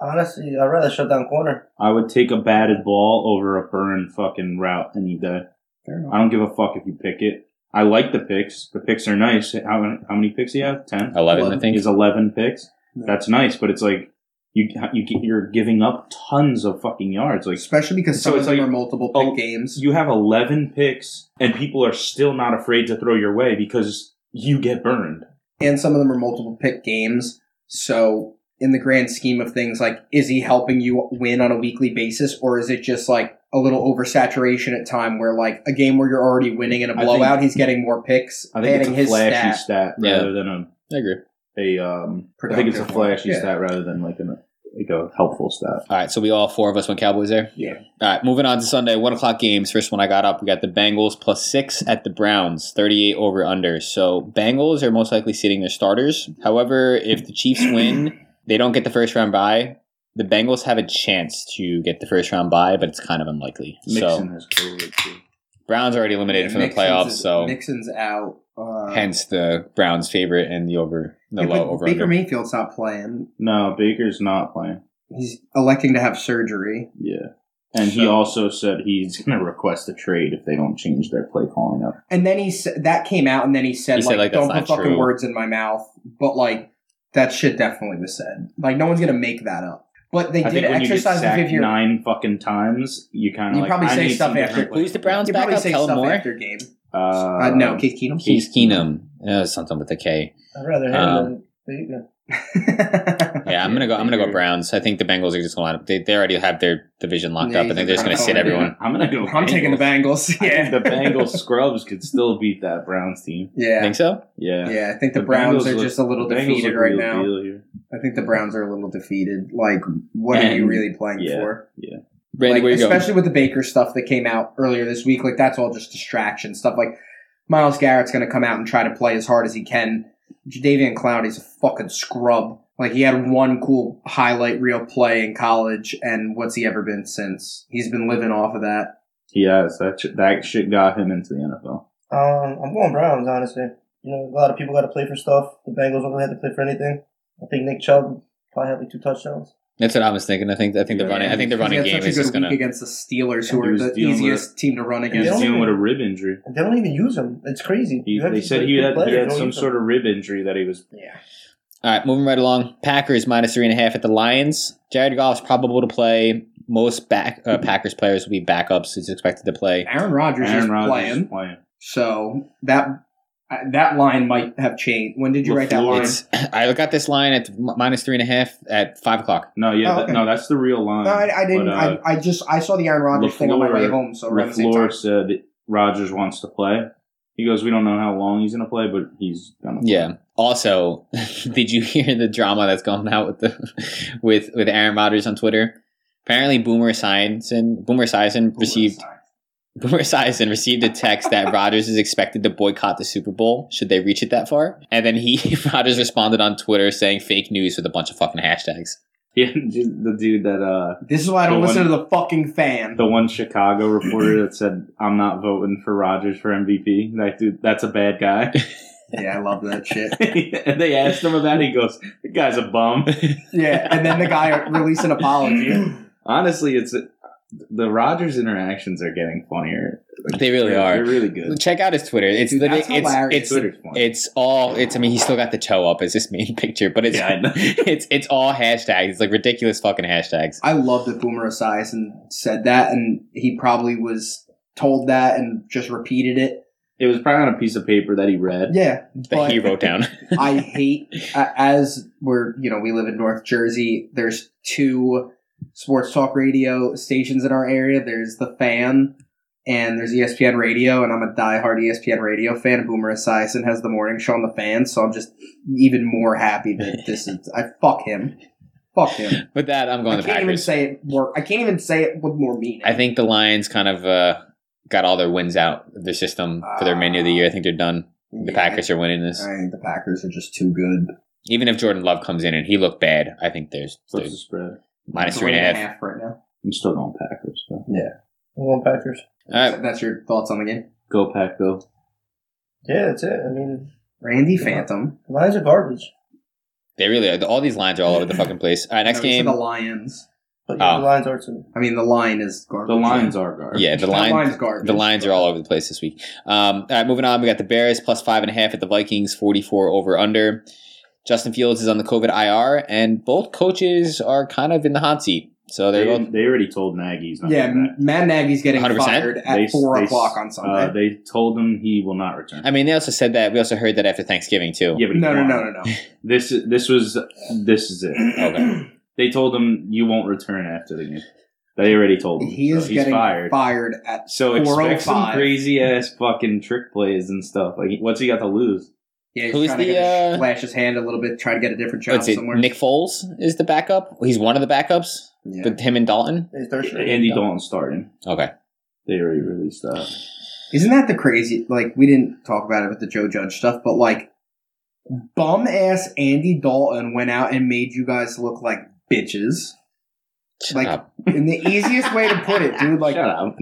[SPEAKER 4] honestly, I'd rather shut down corner.
[SPEAKER 3] I would take a batted ball over a burn fucking route any day.
[SPEAKER 1] Fair enough.
[SPEAKER 3] I don't give a fuck if you pick it. I like the picks. The picks are nice. How many, how many picks do you have? Ten.
[SPEAKER 2] Eleven, I
[SPEAKER 1] Eleven
[SPEAKER 2] think.
[SPEAKER 3] Is eleven picks.
[SPEAKER 1] No.
[SPEAKER 3] That's nice, but it's like you you get- you're giving up tons of fucking yards. Like
[SPEAKER 1] Especially because
[SPEAKER 3] So
[SPEAKER 1] some
[SPEAKER 3] it's
[SPEAKER 1] of them
[SPEAKER 3] like-
[SPEAKER 1] are multiple pick
[SPEAKER 3] oh,
[SPEAKER 1] games.
[SPEAKER 3] you have eleven picks, and people are still not afraid to throw your way because you get burned.
[SPEAKER 1] and some of them are multiple pick games. So, in the grand scheme of things, like, is he helping you win on a weekly basis, or is it just like a little oversaturation at time where, like, a game where you're already winning in a
[SPEAKER 3] I think-
[SPEAKER 1] blowout, he's getting more picks,
[SPEAKER 3] I think
[SPEAKER 1] adding
[SPEAKER 3] it's a
[SPEAKER 1] his
[SPEAKER 3] flashy
[SPEAKER 1] stat.
[SPEAKER 3] stat,
[SPEAKER 2] Yeah.
[SPEAKER 3] rather than a
[SPEAKER 2] I agree.
[SPEAKER 3] a um, I think it's a
[SPEAKER 1] Productive
[SPEAKER 3] flashy
[SPEAKER 1] one. Yeah.
[SPEAKER 3] stat rather than like an like a helpful stat.
[SPEAKER 2] All right, so we all four of us went Cowboys there.
[SPEAKER 1] Yeah.
[SPEAKER 2] All right, moving on to Sunday, one o'clock games. First one I got up, we got the Bengals plus six at the Browns, thirty-eight over under. So Bengals are most likely sitting their starters. However, if
[SPEAKER 1] *clears throat*
[SPEAKER 2] the Chiefs win, they don't get the first round bye. The Bengals have a chance to get the first round bye, but it's kind of unlikely.
[SPEAKER 3] Mixon
[SPEAKER 2] So
[SPEAKER 3] has COVID too.
[SPEAKER 2] Browns already eliminated from the
[SPEAKER 1] Mixon's
[SPEAKER 2] playoffs,
[SPEAKER 1] is-
[SPEAKER 2] so
[SPEAKER 1] Mixon's out. Uh,
[SPEAKER 2] hence the Browns favorite and the over The
[SPEAKER 1] Yeah,
[SPEAKER 2] low
[SPEAKER 1] but
[SPEAKER 2] over
[SPEAKER 1] Baker
[SPEAKER 2] under.
[SPEAKER 1] Mayfield's not playing.
[SPEAKER 3] No, Baker's not playing.
[SPEAKER 1] He's electing to have surgery.
[SPEAKER 3] Yeah. And he
[SPEAKER 2] So-
[SPEAKER 3] also said he's going to request a trade if they don't change their play calling up.
[SPEAKER 1] And then he said that came out, and then he said,
[SPEAKER 2] He said,
[SPEAKER 1] like,
[SPEAKER 2] like, that's
[SPEAKER 1] "Don't put
[SPEAKER 2] not
[SPEAKER 1] fucking
[SPEAKER 2] true."
[SPEAKER 1] words in my mouth." But like that shit definitely was said. Like no one's gonna make that up. But they
[SPEAKER 3] I
[SPEAKER 1] did
[SPEAKER 3] think when you get
[SPEAKER 1] exercise the
[SPEAKER 3] sacked
[SPEAKER 1] fifth-year-
[SPEAKER 3] nine fucking times, you kind of
[SPEAKER 1] You
[SPEAKER 3] like,
[SPEAKER 1] probably
[SPEAKER 3] I
[SPEAKER 1] say
[SPEAKER 3] need
[SPEAKER 1] stuff
[SPEAKER 3] some
[SPEAKER 1] after-
[SPEAKER 3] different-
[SPEAKER 2] Who's the Browns
[SPEAKER 1] You probably
[SPEAKER 2] backup?
[SPEAKER 1] say
[SPEAKER 2] Kellen
[SPEAKER 1] stuff
[SPEAKER 2] Moore.
[SPEAKER 1] after game.
[SPEAKER 3] Uh,
[SPEAKER 1] Uh, no, Keith Keenum.
[SPEAKER 2] Keith Keenum. Uh, something with a K.
[SPEAKER 4] I'd rather him
[SPEAKER 2] Um,
[SPEAKER 4] than Baker.
[SPEAKER 2] Yeah, I'm gonna go. I'm gonna go
[SPEAKER 3] Baker.
[SPEAKER 2] Browns. I think the Bengals are just gonna line up. They, they already have their division locked
[SPEAKER 1] Yeah,
[SPEAKER 2] up. I think they're just gonna sit
[SPEAKER 1] yeah.
[SPEAKER 2] everyone.
[SPEAKER 3] I'm gonna
[SPEAKER 1] *laughs*
[SPEAKER 3] go.
[SPEAKER 1] I'm taking the
[SPEAKER 3] Bengals.
[SPEAKER 1] Bengals.
[SPEAKER 3] I think
[SPEAKER 1] Yeah,
[SPEAKER 3] *laughs* the Bengals scrubs could still beat that Browns team.
[SPEAKER 1] *laughs* yeah,
[SPEAKER 2] Think so?
[SPEAKER 3] Yeah,
[SPEAKER 1] yeah. I think the, Browns
[SPEAKER 3] Bengals
[SPEAKER 1] are
[SPEAKER 3] look-
[SPEAKER 1] just a little
[SPEAKER 3] the Bengals
[SPEAKER 1] defeated
[SPEAKER 3] look
[SPEAKER 1] right
[SPEAKER 3] real
[SPEAKER 1] now.
[SPEAKER 3] deal here.
[SPEAKER 1] I think the Browns are a little defeated. Like, what are
[SPEAKER 3] And-
[SPEAKER 1] you really playing
[SPEAKER 3] yeah.
[SPEAKER 1] for?
[SPEAKER 2] Randy,
[SPEAKER 1] like,
[SPEAKER 2] where you going?
[SPEAKER 1] especially with the Baker stuff that came out earlier this week, like that's all just distraction stuff. Like Miles Garrett's going to come out and try to play as hard as he can. Jadavian Clowney's a fucking scrub. Like he had one cool highlight reel play in college, and what's he ever been since? He's been living off of that.
[SPEAKER 3] He has that. Sh- that shit got him into the NFL.
[SPEAKER 4] Um, I'm going Browns, honestly. You know, a lot of people got to play for stuff. The Bengals don't really have to play for anything. I think Nick Chubb probably had like two touchdowns.
[SPEAKER 2] That's what I was thinking. I think. I think the
[SPEAKER 3] Yeah.
[SPEAKER 2] running. I think the
[SPEAKER 1] He's
[SPEAKER 2] running
[SPEAKER 1] had
[SPEAKER 2] game
[SPEAKER 1] such a
[SPEAKER 2] is
[SPEAKER 1] good
[SPEAKER 2] just
[SPEAKER 1] week
[SPEAKER 2] gonna.
[SPEAKER 1] against the Steelers, who
[SPEAKER 3] And he
[SPEAKER 1] are
[SPEAKER 3] was
[SPEAKER 1] the
[SPEAKER 3] dealing with-
[SPEAKER 1] easiest team to run
[SPEAKER 3] He's
[SPEAKER 1] against.
[SPEAKER 4] don't
[SPEAKER 3] dealing
[SPEAKER 4] even-
[SPEAKER 3] with a rib injury.
[SPEAKER 4] And they don't even use him. It's crazy.
[SPEAKER 3] He, they said he had, he had some sort of rib injury that he was.
[SPEAKER 2] All right, moving right along. Packers minus three and a half at the Lions. Jared Goff's probable to play. Most back uh, Packers players will be backups. He's expected to play.
[SPEAKER 1] Aaron Rodgers is
[SPEAKER 3] Aaron Rodgers is
[SPEAKER 1] playing,
[SPEAKER 3] playing.
[SPEAKER 1] so that that line might have changed. When did you write that
[SPEAKER 3] LaFleur.
[SPEAKER 1] line?
[SPEAKER 2] It's, *clears throat* I got this line at m- minus three and a half at five o'clock.
[SPEAKER 3] No, yeah,
[SPEAKER 1] Oh,
[SPEAKER 3] that-
[SPEAKER 1] okay.
[SPEAKER 3] no, that's the real line.
[SPEAKER 1] No, I, I didn't.
[SPEAKER 3] But, uh,
[SPEAKER 1] I, I just I saw the Aaron Rodgers thing on my way
[SPEAKER 3] LaFleur-
[SPEAKER 1] home. So around the same time.
[SPEAKER 3] LaFleur said Rodgers wants to play. He goes, We don't know how long he's going to play, but he's going to play.
[SPEAKER 2] Yeah. Also, *laughs* did you hear the drama that's going out with the *laughs* with with Aaron Rodgers on Twitter? Apparently, Boomer Esiason Boomer Esiason received Boomer Esiason received a text that Rodgers is expected to boycott the Super Bowl should they reach it that far. And then he *laughs* Rodgers responded on Twitter saying fake news with a bunch of fucking hashtags.
[SPEAKER 3] *laughs* Yeah, dude, the dude that, uh,
[SPEAKER 1] This is why I don't
[SPEAKER 3] The
[SPEAKER 1] listen
[SPEAKER 3] one-
[SPEAKER 1] to the fucking fan.
[SPEAKER 3] the one Chicago reporter that said, I'm not voting for Rodgers for MVP. That dude, that's a bad guy.
[SPEAKER 1] *laughs*
[SPEAKER 3] *laughs*
[SPEAKER 1] yeah, I love that shit.
[SPEAKER 3] and they asked him about it. He goes, The guy's a bum.
[SPEAKER 1] *laughs* Yeah, and then the guy released an apology.
[SPEAKER 3] Honestly, it's the Rodgers interactions are getting funnier.
[SPEAKER 2] They really
[SPEAKER 3] They're-
[SPEAKER 2] are.
[SPEAKER 3] They're really good.
[SPEAKER 2] Check out his Twitter. It's
[SPEAKER 1] Dude,
[SPEAKER 2] literally
[SPEAKER 1] that's hilarious.
[SPEAKER 2] it's it's
[SPEAKER 3] Twitter's funny.
[SPEAKER 2] it's all it's I mean he's still got the toe up as his main *laughs* picture, but it's
[SPEAKER 3] Yeah, I know.
[SPEAKER 2] it's it's all hashtags. It's like ridiculous fucking hashtags.
[SPEAKER 1] I love that Boomer Esiason said that, and he probably was told that and just repeated it.
[SPEAKER 3] It was probably on a piece of paper that he read.
[SPEAKER 1] Yeah,
[SPEAKER 2] That he
[SPEAKER 1] But-
[SPEAKER 2] wrote down. *laughs*
[SPEAKER 1] I hate a- as we're you know we live in North Jersey. There's two sports talk radio stations in our area. There's the Fan and there's E ESPN Radio, and I'm a diehard E ESPN Radio fan. Boomer Esiason has the morning show on the Fan, so I'm just even more happy
[SPEAKER 2] *laughs*
[SPEAKER 1] that this is. I fuck him, fuck him.
[SPEAKER 2] With that, I'm
[SPEAKER 1] I
[SPEAKER 2] going
[SPEAKER 1] can't
[SPEAKER 2] to
[SPEAKER 1] even
[SPEAKER 2] Packers.
[SPEAKER 1] say it. More, I can't even say it with more meaning.
[SPEAKER 2] I think the Lions kind of uh, got all their wins out of their system for their menu of the year. I think they're done. The
[SPEAKER 1] Yeah,
[SPEAKER 2] Packers are winning this.
[SPEAKER 1] I think the Packers are just too good.
[SPEAKER 2] Even if Jordan Love comes in and he looked bad, I think there's,
[SPEAKER 3] What's the
[SPEAKER 2] there's
[SPEAKER 3] spread?
[SPEAKER 2] minus three and a half.
[SPEAKER 1] right now.
[SPEAKER 3] I'm still going Packers. But
[SPEAKER 4] I'm going Packers.
[SPEAKER 2] All right,
[SPEAKER 1] So that's your thoughts on the game,
[SPEAKER 3] go Pack, go.
[SPEAKER 4] Yeah, that's it. I mean,
[SPEAKER 1] Randy
[SPEAKER 4] Yeah.
[SPEAKER 1] Phantom.
[SPEAKER 4] the Lions are garbage.
[SPEAKER 2] they really are. All these lines are all over the fucking place. All right, next
[SPEAKER 1] No, you said
[SPEAKER 2] game.
[SPEAKER 1] the Lions.
[SPEAKER 4] But yeah,
[SPEAKER 2] Oh.
[SPEAKER 4] the Lions are too.
[SPEAKER 1] I mean, the line is garbage.
[SPEAKER 3] The Lions are garbage.
[SPEAKER 2] Yeah, the
[SPEAKER 1] That
[SPEAKER 2] line.
[SPEAKER 1] line's garbage.
[SPEAKER 2] The lines are all over the place this week. Um, all right, moving on. We got the Bears plus five and a half at the Vikings, 44 over under. Justin Fields is on the COVID IR, and both coaches are kind of in the hot seat. So
[SPEAKER 3] They,
[SPEAKER 2] they're both.
[SPEAKER 3] they already told Nagy he's not
[SPEAKER 1] Yeah,
[SPEAKER 3] coming back.
[SPEAKER 1] Matt Nagy's getting
[SPEAKER 2] 100%.
[SPEAKER 1] fired at
[SPEAKER 3] They-
[SPEAKER 1] four
[SPEAKER 3] they-
[SPEAKER 1] o'clock on Sunday.
[SPEAKER 3] Uh, they told him he will not return.
[SPEAKER 2] I mean, they also said that. We also heard that after Thanksgiving, too.
[SPEAKER 3] yeah, but he
[SPEAKER 1] no, no,
[SPEAKER 3] won.
[SPEAKER 1] no, no,
[SPEAKER 3] *laughs*
[SPEAKER 1] no.
[SPEAKER 3] This is- this was this
[SPEAKER 1] *clears throat*
[SPEAKER 3] is it.
[SPEAKER 2] Okay.
[SPEAKER 3] They told him you won't return after the game. They already told him.
[SPEAKER 1] He
[SPEAKER 3] so
[SPEAKER 1] is
[SPEAKER 3] he's
[SPEAKER 1] getting oh
[SPEAKER 3] fired.
[SPEAKER 1] fired. at.
[SPEAKER 3] So expect some
[SPEAKER 1] 405.
[SPEAKER 3] crazy ass fucking trick plays and stuff. Like what's he got to lose?
[SPEAKER 1] Yeah, he's
[SPEAKER 2] Who's
[SPEAKER 1] trying to
[SPEAKER 2] the,
[SPEAKER 1] get
[SPEAKER 2] uh,
[SPEAKER 1] a, flash his hand a little bit, try to get a different job
[SPEAKER 2] Let's see.
[SPEAKER 1] somewhere.
[SPEAKER 2] Nick Foles is the backup. He's one of the backups
[SPEAKER 1] Yeah.
[SPEAKER 2] with him and Dalton.
[SPEAKER 4] It's their straight.
[SPEAKER 3] Andy Dalton starting.
[SPEAKER 2] Okay.
[SPEAKER 3] They already released that.
[SPEAKER 1] Isn't that the crazy? Like we didn't talk about it with the Joe Judge stuff, but like bum ass Andy Dalton went out and made you guys look like bitches.
[SPEAKER 2] Shut
[SPEAKER 1] Like-
[SPEAKER 2] up.
[SPEAKER 1] In the easiest way to put it, dude. Like,
[SPEAKER 3] Shut up.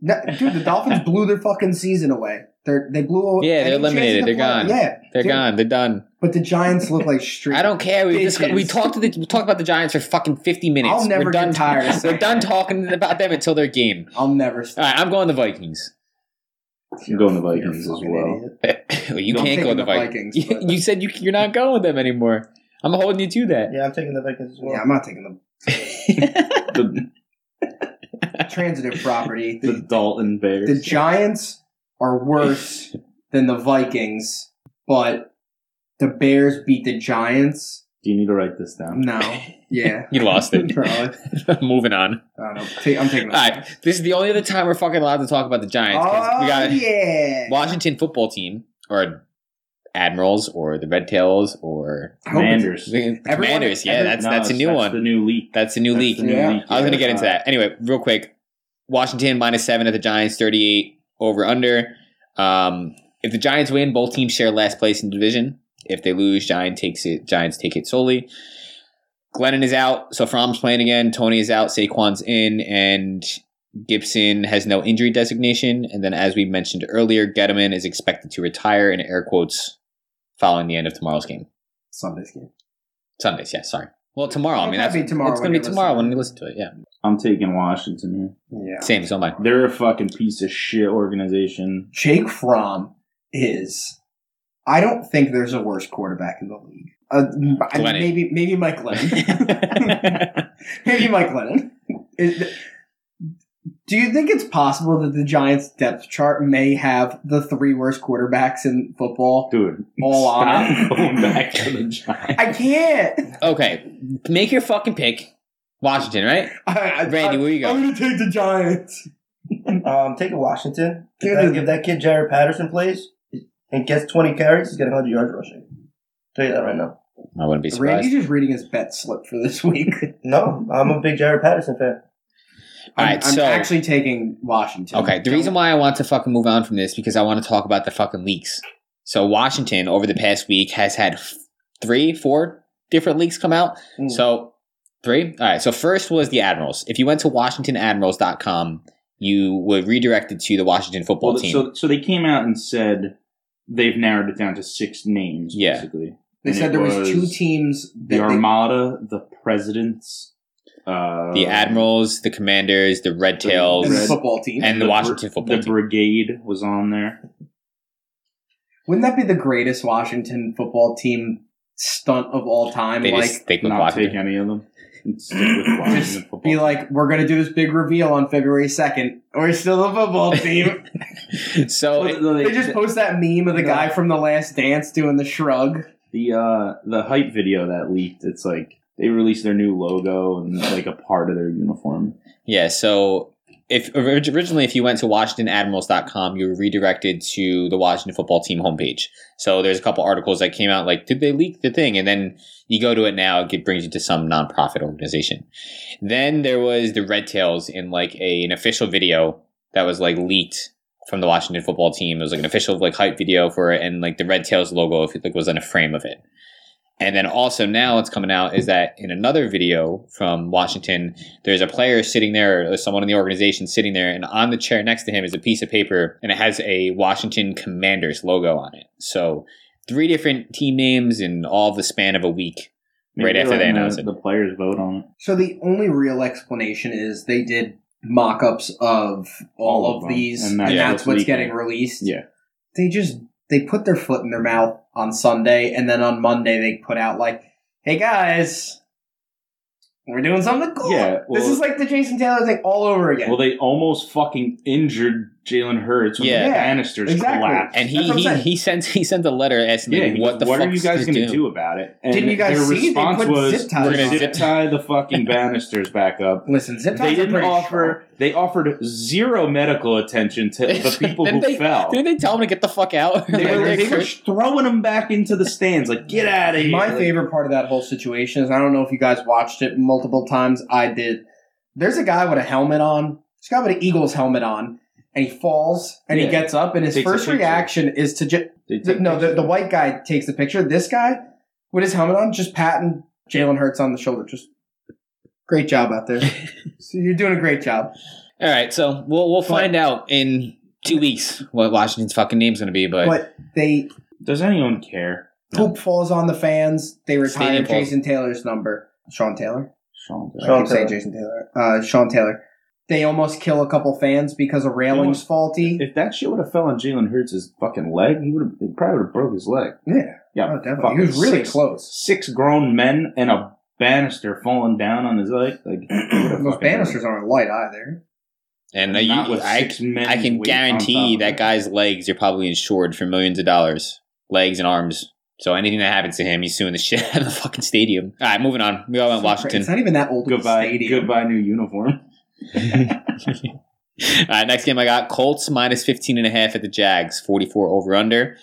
[SPEAKER 1] no- dude, the Dolphins blew their fucking season away. They're, they blew.
[SPEAKER 2] Yeah, they're
[SPEAKER 1] any chance
[SPEAKER 2] eliminated.
[SPEAKER 1] of the
[SPEAKER 2] They're
[SPEAKER 1] play-
[SPEAKER 2] gone.
[SPEAKER 1] Yeah,
[SPEAKER 2] They're
[SPEAKER 1] dude,
[SPEAKER 2] gone. They're done.
[SPEAKER 1] But the Giants look
[SPEAKER 2] *laughs*
[SPEAKER 1] like street.
[SPEAKER 2] I don't care. We just,
[SPEAKER 1] Bitches.
[SPEAKER 2] we talked to the we talked about the Giants for fucking fifty minutes.
[SPEAKER 1] I'll never
[SPEAKER 2] We're done
[SPEAKER 1] get tired of
[SPEAKER 2] We're
[SPEAKER 1] saying
[SPEAKER 2] done talking about them until their game.
[SPEAKER 1] I'll never.
[SPEAKER 2] All right, I'm going the Vikings. *laughs*
[SPEAKER 3] I'm going the
[SPEAKER 1] You're a
[SPEAKER 3] Vikings as
[SPEAKER 1] fucking
[SPEAKER 3] well.
[SPEAKER 1] idiot.
[SPEAKER 2] Well, you
[SPEAKER 1] I'm
[SPEAKER 2] can't go
[SPEAKER 1] taking
[SPEAKER 2] the
[SPEAKER 1] the Vikings,
[SPEAKER 2] Vikings. *laughs* You-
[SPEAKER 1] but-
[SPEAKER 2] you said you, you're not going with them anymore. I'm holding you
[SPEAKER 1] *laughs*
[SPEAKER 2] to that.
[SPEAKER 4] Yeah, I'm taking the Vikings as well.
[SPEAKER 1] Yeah, I'm not taking
[SPEAKER 3] The,
[SPEAKER 1] the
[SPEAKER 2] *laughs*
[SPEAKER 1] transitive property.
[SPEAKER 3] the
[SPEAKER 1] The,
[SPEAKER 3] Dalton Bears.
[SPEAKER 1] the Giants are worse than the Vikings, but the Bears beat the Giants.
[SPEAKER 3] Do you need to write this down?
[SPEAKER 1] No,
[SPEAKER 2] *laughs*
[SPEAKER 1] yeah, *laughs*
[SPEAKER 2] You lost it.
[SPEAKER 1] Probably.
[SPEAKER 2] Moving on.
[SPEAKER 1] I don't know. Ta- I'm taking.
[SPEAKER 2] All right, this is the only other time we're fucking allowed to talk about the Giants. 'cause
[SPEAKER 1] Oh
[SPEAKER 2] we got
[SPEAKER 1] yeah.
[SPEAKER 2] Washington football team or Admirals or the Red Tails or
[SPEAKER 1] I hope it's-
[SPEAKER 3] Commanders.
[SPEAKER 2] the Commanders. Yeah,
[SPEAKER 1] every-
[SPEAKER 2] that's
[SPEAKER 3] No,
[SPEAKER 2] that's a new
[SPEAKER 3] that's
[SPEAKER 2] one.
[SPEAKER 3] The new leak.
[SPEAKER 2] that's a new
[SPEAKER 3] That's
[SPEAKER 2] league.
[SPEAKER 3] the new
[SPEAKER 1] Yeah.
[SPEAKER 3] leak,
[SPEAKER 2] I was going to
[SPEAKER 3] yeah.
[SPEAKER 2] get into that. Anyway, real quick. Washington minus seven at the Giants, 38 over under. Um, if the Giants win, both teams share last place in the division. If they lose, Giant takes it, Giants take it solely. Glennon is out, so Fromm's playing again. Tony is out, Saquon's in, and Gibson has no injury designation. And then, as we mentioned earlier, Gettleman is expected to retire in air quotes following the end of tomorrow's game.
[SPEAKER 1] Sunday's game.
[SPEAKER 2] Sundays, yeah, sorry. Well, tomorrow. I mean,
[SPEAKER 1] That'd
[SPEAKER 2] that's
[SPEAKER 1] be tomorrow
[SPEAKER 2] It's
[SPEAKER 1] when
[SPEAKER 2] going to be
[SPEAKER 1] you
[SPEAKER 2] tomorrow
[SPEAKER 1] listen.
[SPEAKER 2] when we listen to it. Yeah,
[SPEAKER 3] I'm taking Washington here.
[SPEAKER 1] Yeah.
[SPEAKER 2] same. So am I.
[SPEAKER 3] They're a fucking piece of shit organization.
[SPEAKER 1] Jake Fromm is. I don't think there's a worse quarterback in the league. Uh, I mean,
[SPEAKER 2] Glennon.
[SPEAKER 1] maybe maybe Mike
[SPEAKER 2] *laughs*
[SPEAKER 1] Lennon. maybe Mike Lennon. Is th- do you think it's possible that the Giants' depth chart may have the three worst quarterbacks in football
[SPEAKER 3] Dude,
[SPEAKER 1] all on it?
[SPEAKER 2] *laughs*
[SPEAKER 3] stop going back to the Giants.
[SPEAKER 1] I can't.
[SPEAKER 2] Okay, make your fucking pick. Washington, right?
[SPEAKER 1] I, I, Oh,
[SPEAKER 2] Randy, where you
[SPEAKER 1] I'm
[SPEAKER 2] go?
[SPEAKER 1] going to take the Giants.
[SPEAKER 4] Um, take a Washington. If
[SPEAKER 1] Dude.
[SPEAKER 4] that, if that kid Jared Patterson plays and gets 20 carries, he's getting 100 yards rushing. Tell you that right now.
[SPEAKER 2] I wouldn't be surprised.
[SPEAKER 1] Randy's just reading his bet slip for this week.
[SPEAKER 4] No, I'm a big Jared Patterson fan.
[SPEAKER 2] All
[SPEAKER 1] I'm,
[SPEAKER 2] right,
[SPEAKER 1] I'm
[SPEAKER 2] so-
[SPEAKER 1] actually taking Washington.
[SPEAKER 2] Okay, the reason why I want to fucking move on from this because I want to talk about the fucking leaks. So Washington over the past week has had f- three, four different leaks come out.
[SPEAKER 1] Mm.
[SPEAKER 2] So three. All right. So first was the Admirals. If you went to WashingtonAdmirals.com, you were redirected to the Washington football
[SPEAKER 3] Well,
[SPEAKER 2] team.
[SPEAKER 3] so, so they came out and said they've narrowed it down to six names,
[SPEAKER 2] Yeah.
[SPEAKER 3] basically.
[SPEAKER 1] They
[SPEAKER 3] And
[SPEAKER 1] said
[SPEAKER 3] it
[SPEAKER 1] there was,
[SPEAKER 3] was
[SPEAKER 1] two teams
[SPEAKER 3] The
[SPEAKER 1] that they-
[SPEAKER 3] Armada, the Presidents, uh,
[SPEAKER 2] the Admirals, the Commanders, the Red
[SPEAKER 3] The
[SPEAKER 2] Tails,
[SPEAKER 1] and the
[SPEAKER 3] Red-
[SPEAKER 1] football team.
[SPEAKER 2] and the
[SPEAKER 3] br-
[SPEAKER 2] Washington football
[SPEAKER 3] The
[SPEAKER 2] team.
[SPEAKER 3] Brigade was on there.
[SPEAKER 1] Wouldn't that be the greatest Washington football team stunt of all time?
[SPEAKER 2] they
[SPEAKER 1] like,
[SPEAKER 2] just stick with
[SPEAKER 3] Not take
[SPEAKER 2] Washington.
[SPEAKER 3] any of them. And stick with
[SPEAKER 1] Just
[SPEAKER 3] Washington football.
[SPEAKER 1] be
[SPEAKER 3] team.
[SPEAKER 1] like, we're gonna do this big reveal on February second. We're still the
[SPEAKER 3] *laughs*
[SPEAKER 1] football team.
[SPEAKER 2] *laughs* so
[SPEAKER 3] Well, no,
[SPEAKER 1] they just post that meme of the guy from The Last Dance doing the shrug.
[SPEAKER 3] the uh the hype video that leaked it's like they released their new logo and like a part of their uniform
[SPEAKER 2] Yeah, so if orig- originally if you went to WashingtonAdmirals.com, you were redirected to the Washington football team homepage. So there's a couple articles that came out like, did they leak the thing? And then you go to it now, it brings you to some nonprofit organization. Then there was the Red Tails in like a, an official video that was like leaked from the Washington football team. It was like an official like hype video for it, and like the Red Tails logo if it like was in a frame of it. And then also now what's coming out is that in another video from Washington, there's a player sitting there, or someone in the organization sitting there, and on the chair next to him is a piece of paper, and it has a Washington Commanders logo on it. So three different team names in all the span of a week. Right
[SPEAKER 3] they're
[SPEAKER 2] after they
[SPEAKER 3] letting
[SPEAKER 2] announce
[SPEAKER 3] the,
[SPEAKER 2] it.
[SPEAKER 3] the players vote on it
[SPEAKER 1] So the only real explanation is they did mock-ups of all,
[SPEAKER 3] All
[SPEAKER 1] of,
[SPEAKER 3] of them,
[SPEAKER 1] these,
[SPEAKER 3] and
[SPEAKER 1] and
[SPEAKER 3] that's
[SPEAKER 1] that's,
[SPEAKER 3] what's
[SPEAKER 1] what's
[SPEAKER 3] leaking.
[SPEAKER 1] getting released.
[SPEAKER 3] Yeah.
[SPEAKER 1] they just they put their foot in their mouth on Sunday, and then on Monday they put out like, "Hey guys, we're doing something cool."
[SPEAKER 3] Yeah, well-
[SPEAKER 1] this is like the Jason Taylor thing all over again.
[SPEAKER 3] well they almost fucking injured jalen hurts when
[SPEAKER 2] Yeah.
[SPEAKER 3] the banisters
[SPEAKER 1] Exactly.
[SPEAKER 3] collapsed
[SPEAKER 2] And
[SPEAKER 1] That's
[SPEAKER 2] he
[SPEAKER 1] what I'm
[SPEAKER 2] he,
[SPEAKER 1] saying.
[SPEAKER 2] he sends he sends a letter asking
[SPEAKER 3] yeah,
[SPEAKER 2] like, what the
[SPEAKER 3] what
[SPEAKER 2] fuck
[SPEAKER 3] are you guys
[SPEAKER 2] going to
[SPEAKER 3] do about it? And
[SPEAKER 1] Didn't you guys
[SPEAKER 3] their
[SPEAKER 1] see? They
[SPEAKER 3] response
[SPEAKER 1] put
[SPEAKER 3] was,
[SPEAKER 1] zip ties
[SPEAKER 2] "We're gonna
[SPEAKER 1] on
[SPEAKER 2] zip
[SPEAKER 1] it."
[SPEAKER 3] zip tie the fucking banisters back up.
[SPEAKER 1] Listen, zip ties
[SPEAKER 3] They
[SPEAKER 1] are
[SPEAKER 3] didn't
[SPEAKER 1] pretty
[SPEAKER 3] offer. They offered zero medical
[SPEAKER 2] *laughs*
[SPEAKER 3] attention to the people who
[SPEAKER 2] Didn't they-
[SPEAKER 3] fell.
[SPEAKER 2] Didn't they tell him to get the fuck out?
[SPEAKER 3] They
[SPEAKER 2] Like,
[SPEAKER 3] were,
[SPEAKER 2] they're *laughs*
[SPEAKER 3] they were
[SPEAKER 2] cursed.
[SPEAKER 3] throwing them back into the stands, like get out of
[SPEAKER 1] short.
[SPEAKER 3] here.
[SPEAKER 1] My
[SPEAKER 3] Like,
[SPEAKER 1] favorite part of that whole situation is I don't know if you guys watched it multiple times. I did. There's a guy with a helmet on. This guy with an Eagles helmet on, and he falls and
[SPEAKER 3] Yeah.
[SPEAKER 1] he gets up, and his
[SPEAKER 3] Takes a
[SPEAKER 1] first
[SPEAKER 3] picture.
[SPEAKER 1] reaction is to just
[SPEAKER 3] They
[SPEAKER 1] The,
[SPEAKER 3] take
[SPEAKER 1] no, the,
[SPEAKER 3] pictures.
[SPEAKER 1] the white guy takes the picture. This guy with his helmet on, just patting Jalen Hurts on the shoulder. Just great
[SPEAKER 3] *laughs*
[SPEAKER 1] job out there. so you're doing a great job.
[SPEAKER 2] All right, so we'll we'll
[SPEAKER 1] But-
[SPEAKER 2] find out in two weeks what Washington's fucking name's going to be, but,
[SPEAKER 1] but they
[SPEAKER 3] Does anyone care?
[SPEAKER 1] poop falls on the fans. They retire
[SPEAKER 2] Stadium falls.
[SPEAKER 1] Jason Taylor's number. Sean Taylor.
[SPEAKER 3] Sean
[SPEAKER 1] I
[SPEAKER 3] Taylor.
[SPEAKER 4] Sean
[SPEAKER 1] keep saying
[SPEAKER 4] Taylor.
[SPEAKER 1] Jason Taylor. Uh, Sean Taylor. They almost kill a couple fans because a railing's faulty.
[SPEAKER 3] If that shit would have fell on Jalen Hurts' fucking leg, he would have he probably would have broke his leg.
[SPEAKER 1] yeah.
[SPEAKER 3] Yeah,
[SPEAKER 1] Oh, definitely.
[SPEAKER 3] fucking
[SPEAKER 1] He was really
[SPEAKER 3] six,
[SPEAKER 1] close.
[SPEAKER 3] Six grown men and a banister falling down on his leg. Like
[SPEAKER 1] Those banisters aren't light either.
[SPEAKER 2] and uh, you,
[SPEAKER 3] Not with
[SPEAKER 2] I,
[SPEAKER 3] six men
[SPEAKER 2] I can
[SPEAKER 3] weight on top
[SPEAKER 2] guarantee
[SPEAKER 3] of
[SPEAKER 2] that
[SPEAKER 3] it.
[SPEAKER 2] guy's legs are probably insured for millions of dollars, legs and arms. So anything that happens to him, he's suing the *laughs* shit out of the fucking stadium. All right, moving on. We all went Washington.
[SPEAKER 1] It's not even that old. of a
[SPEAKER 3] Goodbye,
[SPEAKER 1] Stadium.
[SPEAKER 3] goodbye, new uniform.
[SPEAKER 2] All right, next game I got Colts minus 15 and a half at the Jags, 44 over under.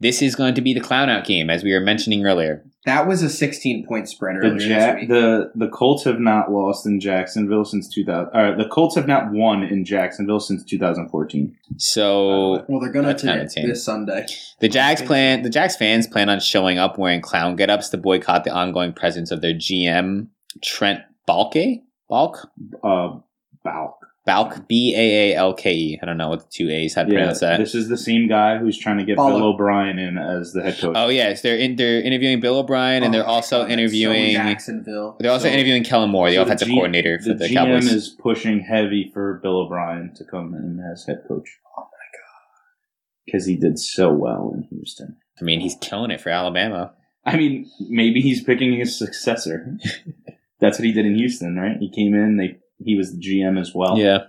[SPEAKER 2] This is going to be the clown out game, as we were mentioning earlier.
[SPEAKER 1] That was a 16 point spread earlier
[SPEAKER 3] The
[SPEAKER 1] this
[SPEAKER 3] Jack,
[SPEAKER 1] week.
[SPEAKER 3] the the Colts have not lost in Jacksonville since 2000. Or the Colts have not won in Jacksonville since 2014.
[SPEAKER 2] So
[SPEAKER 1] well, they're gonna
[SPEAKER 2] That's
[SPEAKER 1] today,
[SPEAKER 2] entertaining.
[SPEAKER 1] this Sunday.
[SPEAKER 2] the Jags plan the Jags fans plan on showing up wearing clown getups to boycott the ongoing presence of their GM Trent Balke? Balk?
[SPEAKER 3] Uh, Balk.
[SPEAKER 2] Balk B A A L K E. I don't know what the two A's how to pronounce that.
[SPEAKER 3] This is the same guy who's trying to get
[SPEAKER 1] Follow.
[SPEAKER 3] Bill O'Brien in as the head coach.
[SPEAKER 2] Oh yes, they're in, they're interviewing Bill O'Brien and
[SPEAKER 1] Oh
[SPEAKER 2] they're
[SPEAKER 1] my
[SPEAKER 2] also
[SPEAKER 1] God, that's
[SPEAKER 2] interviewing
[SPEAKER 1] so Jacksonville.
[SPEAKER 2] they're also
[SPEAKER 3] So-
[SPEAKER 2] interviewing Kellen Moore, the
[SPEAKER 3] so the
[SPEAKER 2] offensive
[SPEAKER 3] G-
[SPEAKER 2] coordinator for
[SPEAKER 3] the,
[SPEAKER 2] the,
[SPEAKER 3] GM
[SPEAKER 2] Cowboys.
[SPEAKER 3] is pushing heavy for Bill O'Brien to come in as head coach. Oh my god! Because he did so well in Houston.
[SPEAKER 2] I mean, he's killing it for Alabama.
[SPEAKER 3] I mean, maybe he's picking his
[SPEAKER 2] *laughs*
[SPEAKER 3] successor. That's what he did in Houston, right? He came in. They he was the GM as well.
[SPEAKER 2] Yeah,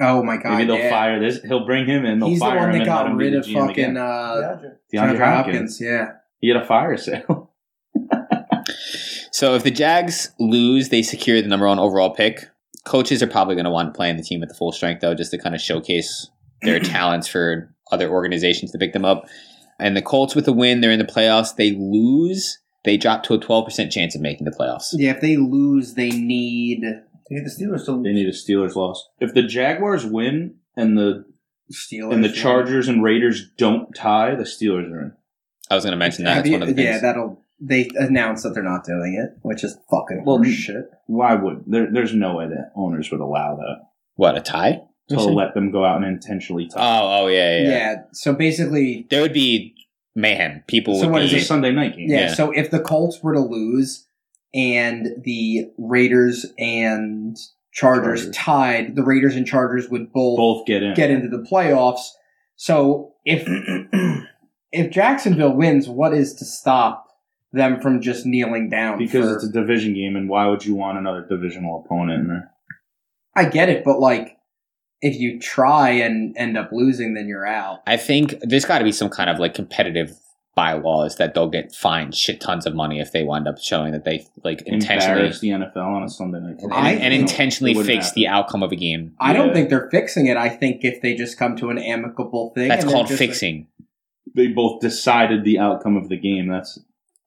[SPEAKER 1] Oh my god!
[SPEAKER 3] Maybe they'll
[SPEAKER 1] yeah.
[SPEAKER 3] fire this. He'll bring him in. They'll
[SPEAKER 1] He's the
[SPEAKER 3] fire
[SPEAKER 1] one that
[SPEAKER 3] him and let
[SPEAKER 1] got
[SPEAKER 3] him be
[SPEAKER 1] rid
[SPEAKER 3] the
[SPEAKER 1] of
[SPEAKER 3] GM
[SPEAKER 1] fucking
[SPEAKER 3] again.
[SPEAKER 1] uh,
[SPEAKER 4] DeAndre.
[SPEAKER 1] DeAndre
[SPEAKER 3] DeAndre Hopkins.
[SPEAKER 1] Hopkins. Yeah,
[SPEAKER 3] He had a fire sale.
[SPEAKER 2] So if the Jags lose, they secure the number one overall pick. Coaches are probably going to want to play in the team at the full strength, though, just to kind of showcase
[SPEAKER 3] *clears throat*
[SPEAKER 2] their talents for other organizations to pick them up. And the Colts with a win, they're in the playoffs. They lose, they drop to a twelve percent chance of making the playoffs.
[SPEAKER 1] yeah. If they lose, they need
[SPEAKER 4] You need the Steelers to
[SPEAKER 3] they
[SPEAKER 4] lose.
[SPEAKER 3] need a Steelers loss. If the Jaguars win and the
[SPEAKER 1] Steelers
[SPEAKER 3] and the Chargers and Raiders don't tie, the Steelers are in.
[SPEAKER 2] I was going to mention that.
[SPEAKER 1] Have
[SPEAKER 2] That's
[SPEAKER 1] you-
[SPEAKER 2] one of the things.
[SPEAKER 1] yeah, that'll. They announce that they're not doing it, which is fucking
[SPEAKER 3] Well,
[SPEAKER 1] horse shit.
[SPEAKER 3] Why would there, there's no way that owners would allow that
[SPEAKER 2] what a tie?
[SPEAKER 3] to
[SPEAKER 2] You said?
[SPEAKER 3] let them go out and intentionally tie?
[SPEAKER 2] Oh, oh yeah, yeah.
[SPEAKER 1] Yeah.
[SPEAKER 2] yeah.
[SPEAKER 1] So basically,
[SPEAKER 2] There would be mayhem. People
[SPEAKER 1] So
[SPEAKER 2] would
[SPEAKER 1] what
[SPEAKER 2] be
[SPEAKER 1] is
[SPEAKER 3] it's a Sunday night game.
[SPEAKER 1] yeah,
[SPEAKER 2] Yeah.
[SPEAKER 1] So if the Colts were to lose and the Raiders and Chargers,
[SPEAKER 3] Chargers.
[SPEAKER 1] tied, the Raiders and Chargers would both,
[SPEAKER 3] Both get in.
[SPEAKER 1] get into the playoffs. So if if Jacksonville wins, what is to stop them from just kneeling down?
[SPEAKER 3] because
[SPEAKER 1] for-
[SPEAKER 3] it's a division game, and why would you want another divisional opponent in there?
[SPEAKER 1] I get it, but like if you try and end up losing, then you're out.
[SPEAKER 2] I think there's got to be some kind of like competitive bylaws that they'll get fined shit tons of money if they wind up showing that they like intentionally
[SPEAKER 3] Embarrass the NFL on a Sunday night. game.
[SPEAKER 1] I
[SPEAKER 2] and, and
[SPEAKER 1] think-
[SPEAKER 2] intentionally
[SPEAKER 3] It wouldn't
[SPEAKER 2] fix
[SPEAKER 3] happen.
[SPEAKER 2] the outcome of a game.
[SPEAKER 1] I don't
[SPEAKER 3] Yeah.
[SPEAKER 1] think they're fixing it. I think if they just come to an amicable thing,
[SPEAKER 2] That's
[SPEAKER 1] and they're
[SPEAKER 2] called
[SPEAKER 1] just
[SPEAKER 2] fixing.
[SPEAKER 3] They both decided the outcome of the game. That's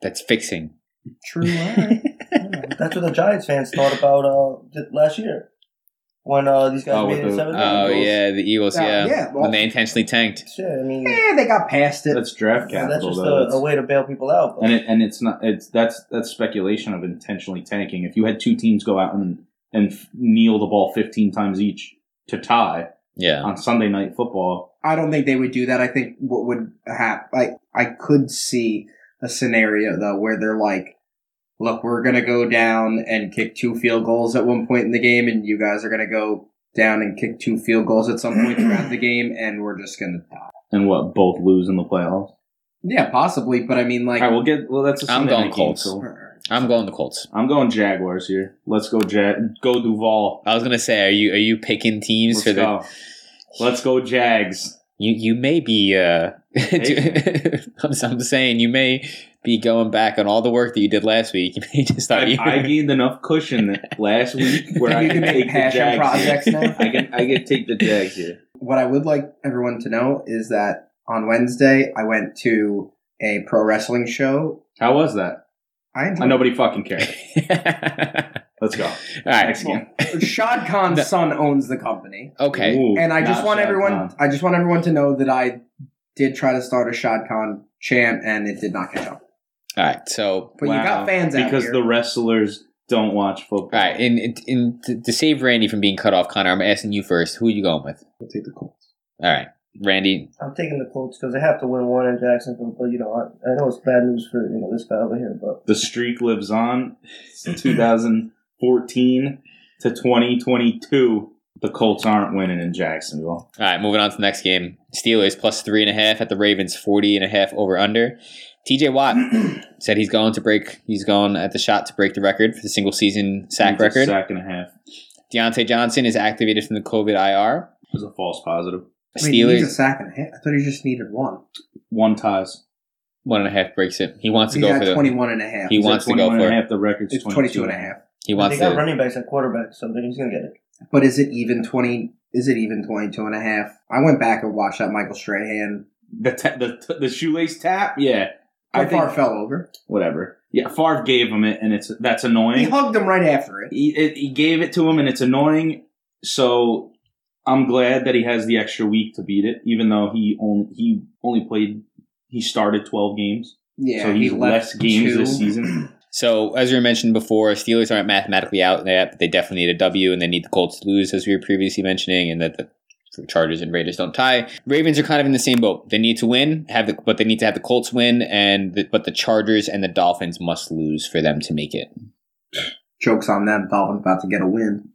[SPEAKER 2] That's fixing.
[SPEAKER 1] like,
[SPEAKER 2] *laughs*
[SPEAKER 1] True. alright.
[SPEAKER 4] *clears throat* That's what the Giants fans thought about uh, th- last year when uh, these guys
[SPEAKER 3] Oh,
[SPEAKER 4] made
[SPEAKER 3] with
[SPEAKER 4] it
[SPEAKER 3] the-
[SPEAKER 4] seven.
[SPEAKER 2] Oh
[SPEAKER 4] Eagles.
[SPEAKER 2] yeah, the Eagles.
[SPEAKER 1] Uh,
[SPEAKER 2] yeah,
[SPEAKER 1] yeah, well-
[SPEAKER 2] when they intentionally tanked.
[SPEAKER 4] Shit, I mean,
[SPEAKER 1] Eh, they got past it.
[SPEAKER 3] that's draft
[SPEAKER 4] yeah,
[SPEAKER 3] capital.
[SPEAKER 4] that's just
[SPEAKER 3] though.
[SPEAKER 4] a,
[SPEAKER 3] That's-
[SPEAKER 4] a way to bail people out.
[SPEAKER 3] and it, and it's not it's that's that's speculation of intentionally tanking. If you had two teams go out and and f- kneel the ball fifteen times each to tie
[SPEAKER 2] Yeah,
[SPEAKER 3] on Sunday night football,
[SPEAKER 1] I don't think they would do that. I think what would happen, I I could see a scenario though where they're like, "Look, we're gonna go down and kick two field goals at one point in the game, and you guys are gonna go down and kick two field goals at some point throughout the game, and we're just gonna die."
[SPEAKER 3] and what both lose in the playoffs.
[SPEAKER 1] Yeah, possibly, but I mean, like,
[SPEAKER 3] All right, we'll get well. That's a
[SPEAKER 2] I'm
[SPEAKER 3] Sunday
[SPEAKER 2] going
[SPEAKER 3] night game,
[SPEAKER 2] Colts.
[SPEAKER 3] so
[SPEAKER 2] I'm going the Colts.
[SPEAKER 3] I'm going Jaguars here. Let's go Jag. Go Duval.
[SPEAKER 2] I was gonna say, are you are you picking teams
[SPEAKER 3] Let's
[SPEAKER 2] for the
[SPEAKER 3] go. Let's
[SPEAKER 2] *laughs*
[SPEAKER 3] go Jags.
[SPEAKER 2] you you may be uh *laughs* do- I'm, I'm saying you may be going back on all the work that you did last week. *laughs* You may just start. *laughs*
[SPEAKER 3] I, I gained enough cushion that last week where I
[SPEAKER 1] you
[SPEAKER 3] can
[SPEAKER 1] can
[SPEAKER 3] take
[SPEAKER 1] make
[SPEAKER 3] the
[SPEAKER 1] passion
[SPEAKER 3] Jags. here.
[SPEAKER 1] projects now.
[SPEAKER 3] I can I can take the Jags here.
[SPEAKER 1] what I would like everyone to know is that on Wednesday I went to a pro wrestling show.
[SPEAKER 3] How was that?
[SPEAKER 1] I
[SPEAKER 3] Uh, nobody fucking cares.
[SPEAKER 2] all
[SPEAKER 3] Let's go.
[SPEAKER 2] right.
[SPEAKER 3] Next game.
[SPEAKER 1] Shad Khan's
[SPEAKER 2] No.
[SPEAKER 1] son owns the company.
[SPEAKER 2] Okay.
[SPEAKER 3] Ooh,
[SPEAKER 1] and I
[SPEAKER 3] not
[SPEAKER 1] just want
[SPEAKER 3] Shad
[SPEAKER 1] everyone
[SPEAKER 3] Khan.
[SPEAKER 1] I just want everyone to know that I did try to start a Shad Khan chant and it did not catch on.
[SPEAKER 2] All right. So
[SPEAKER 1] But you
[SPEAKER 3] Wow.
[SPEAKER 1] got fans out
[SPEAKER 3] because
[SPEAKER 1] here.
[SPEAKER 3] the wrestlers don't watch football.
[SPEAKER 2] All right, and, and, and to, to save Randy from being cut off, Connor, I'm asking you first. Who are you going with?
[SPEAKER 3] I'll take the Colts.
[SPEAKER 2] All right, Randy,
[SPEAKER 4] I'm taking the Colts because they have to win one in Jacksonville. But you know, I, I know it's bad news for you know this guy over here, but
[SPEAKER 3] The streak lives on. It's 2014 to 2022. The Colts aren't winning in Jacksonville.
[SPEAKER 2] All right, moving on to the next game. Steelers plus three and a half at the Ravens, 40 and a half over under. TJ
[SPEAKER 3] *clears throat*
[SPEAKER 2] Watt said he's going to break, he's going at the shot to break the record for the single season sack
[SPEAKER 3] It's a
[SPEAKER 2] record.
[SPEAKER 3] Sack and a half.
[SPEAKER 2] Deontay Johnson is activated from the COVID IR.
[SPEAKER 3] It was a false positive.
[SPEAKER 1] Wait, he needs a
[SPEAKER 2] Steelers,
[SPEAKER 1] sack and a half. I thought he just needed one.
[SPEAKER 3] One ties.
[SPEAKER 2] one and a half breaks it. He wants to
[SPEAKER 1] He's
[SPEAKER 2] go
[SPEAKER 1] at
[SPEAKER 2] for the,
[SPEAKER 1] 21 and a half.
[SPEAKER 2] he
[SPEAKER 3] He's at
[SPEAKER 2] wants to go
[SPEAKER 3] 21
[SPEAKER 2] for
[SPEAKER 3] and a
[SPEAKER 2] it.
[SPEAKER 3] half. The record's
[SPEAKER 1] It's
[SPEAKER 3] 22
[SPEAKER 1] 22 and a half.
[SPEAKER 2] He
[SPEAKER 4] they
[SPEAKER 2] wants
[SPEAKER 4] got
[SPEAKER 2] to.
[SPEAKER 4] running backs and quarterbacks, so he's gonna get it.
[SPEAKER 1] But is it even 20? Is it even 22 and a half? I went back and watched that Michael Strahan.
[SPEAKER 3] The, ta- the, t- the shoelace tap? Yeah.
[SPEAKER 1] I far fell over.
[SPEAKER 3] whatever. Yeah, Favre gave him it, and it's that's
[SPEAKER 1] He *laughs*
[SPEAKER 3] annoying.
[SPEAKER 1] hugged him right after it.
[SPEAKER 3] He, it, he gave it to him, and it's annoying. So I'm glad that he has the extra week to beat it, even though he only he only played he started 12 games,
[SPEAKER 1] Yeah,
[SPEAKER 3] so he's less games this season.
[SPEAKER 2] So, as we mentioned before, Steelers aren't mathematically out yet, but they definitely need a W and they need the Colts to lose, as we were previously mentioning, and that the Chargers and Raiders don't tie. Ravens are kind of in the same boat. They need to win, have the, but they need to have the Colts win, and the, but the Chargers and the Dolphins must lose for them to make it.
[SPEAKER 1] Jokes on them. Dolphins about to get a win.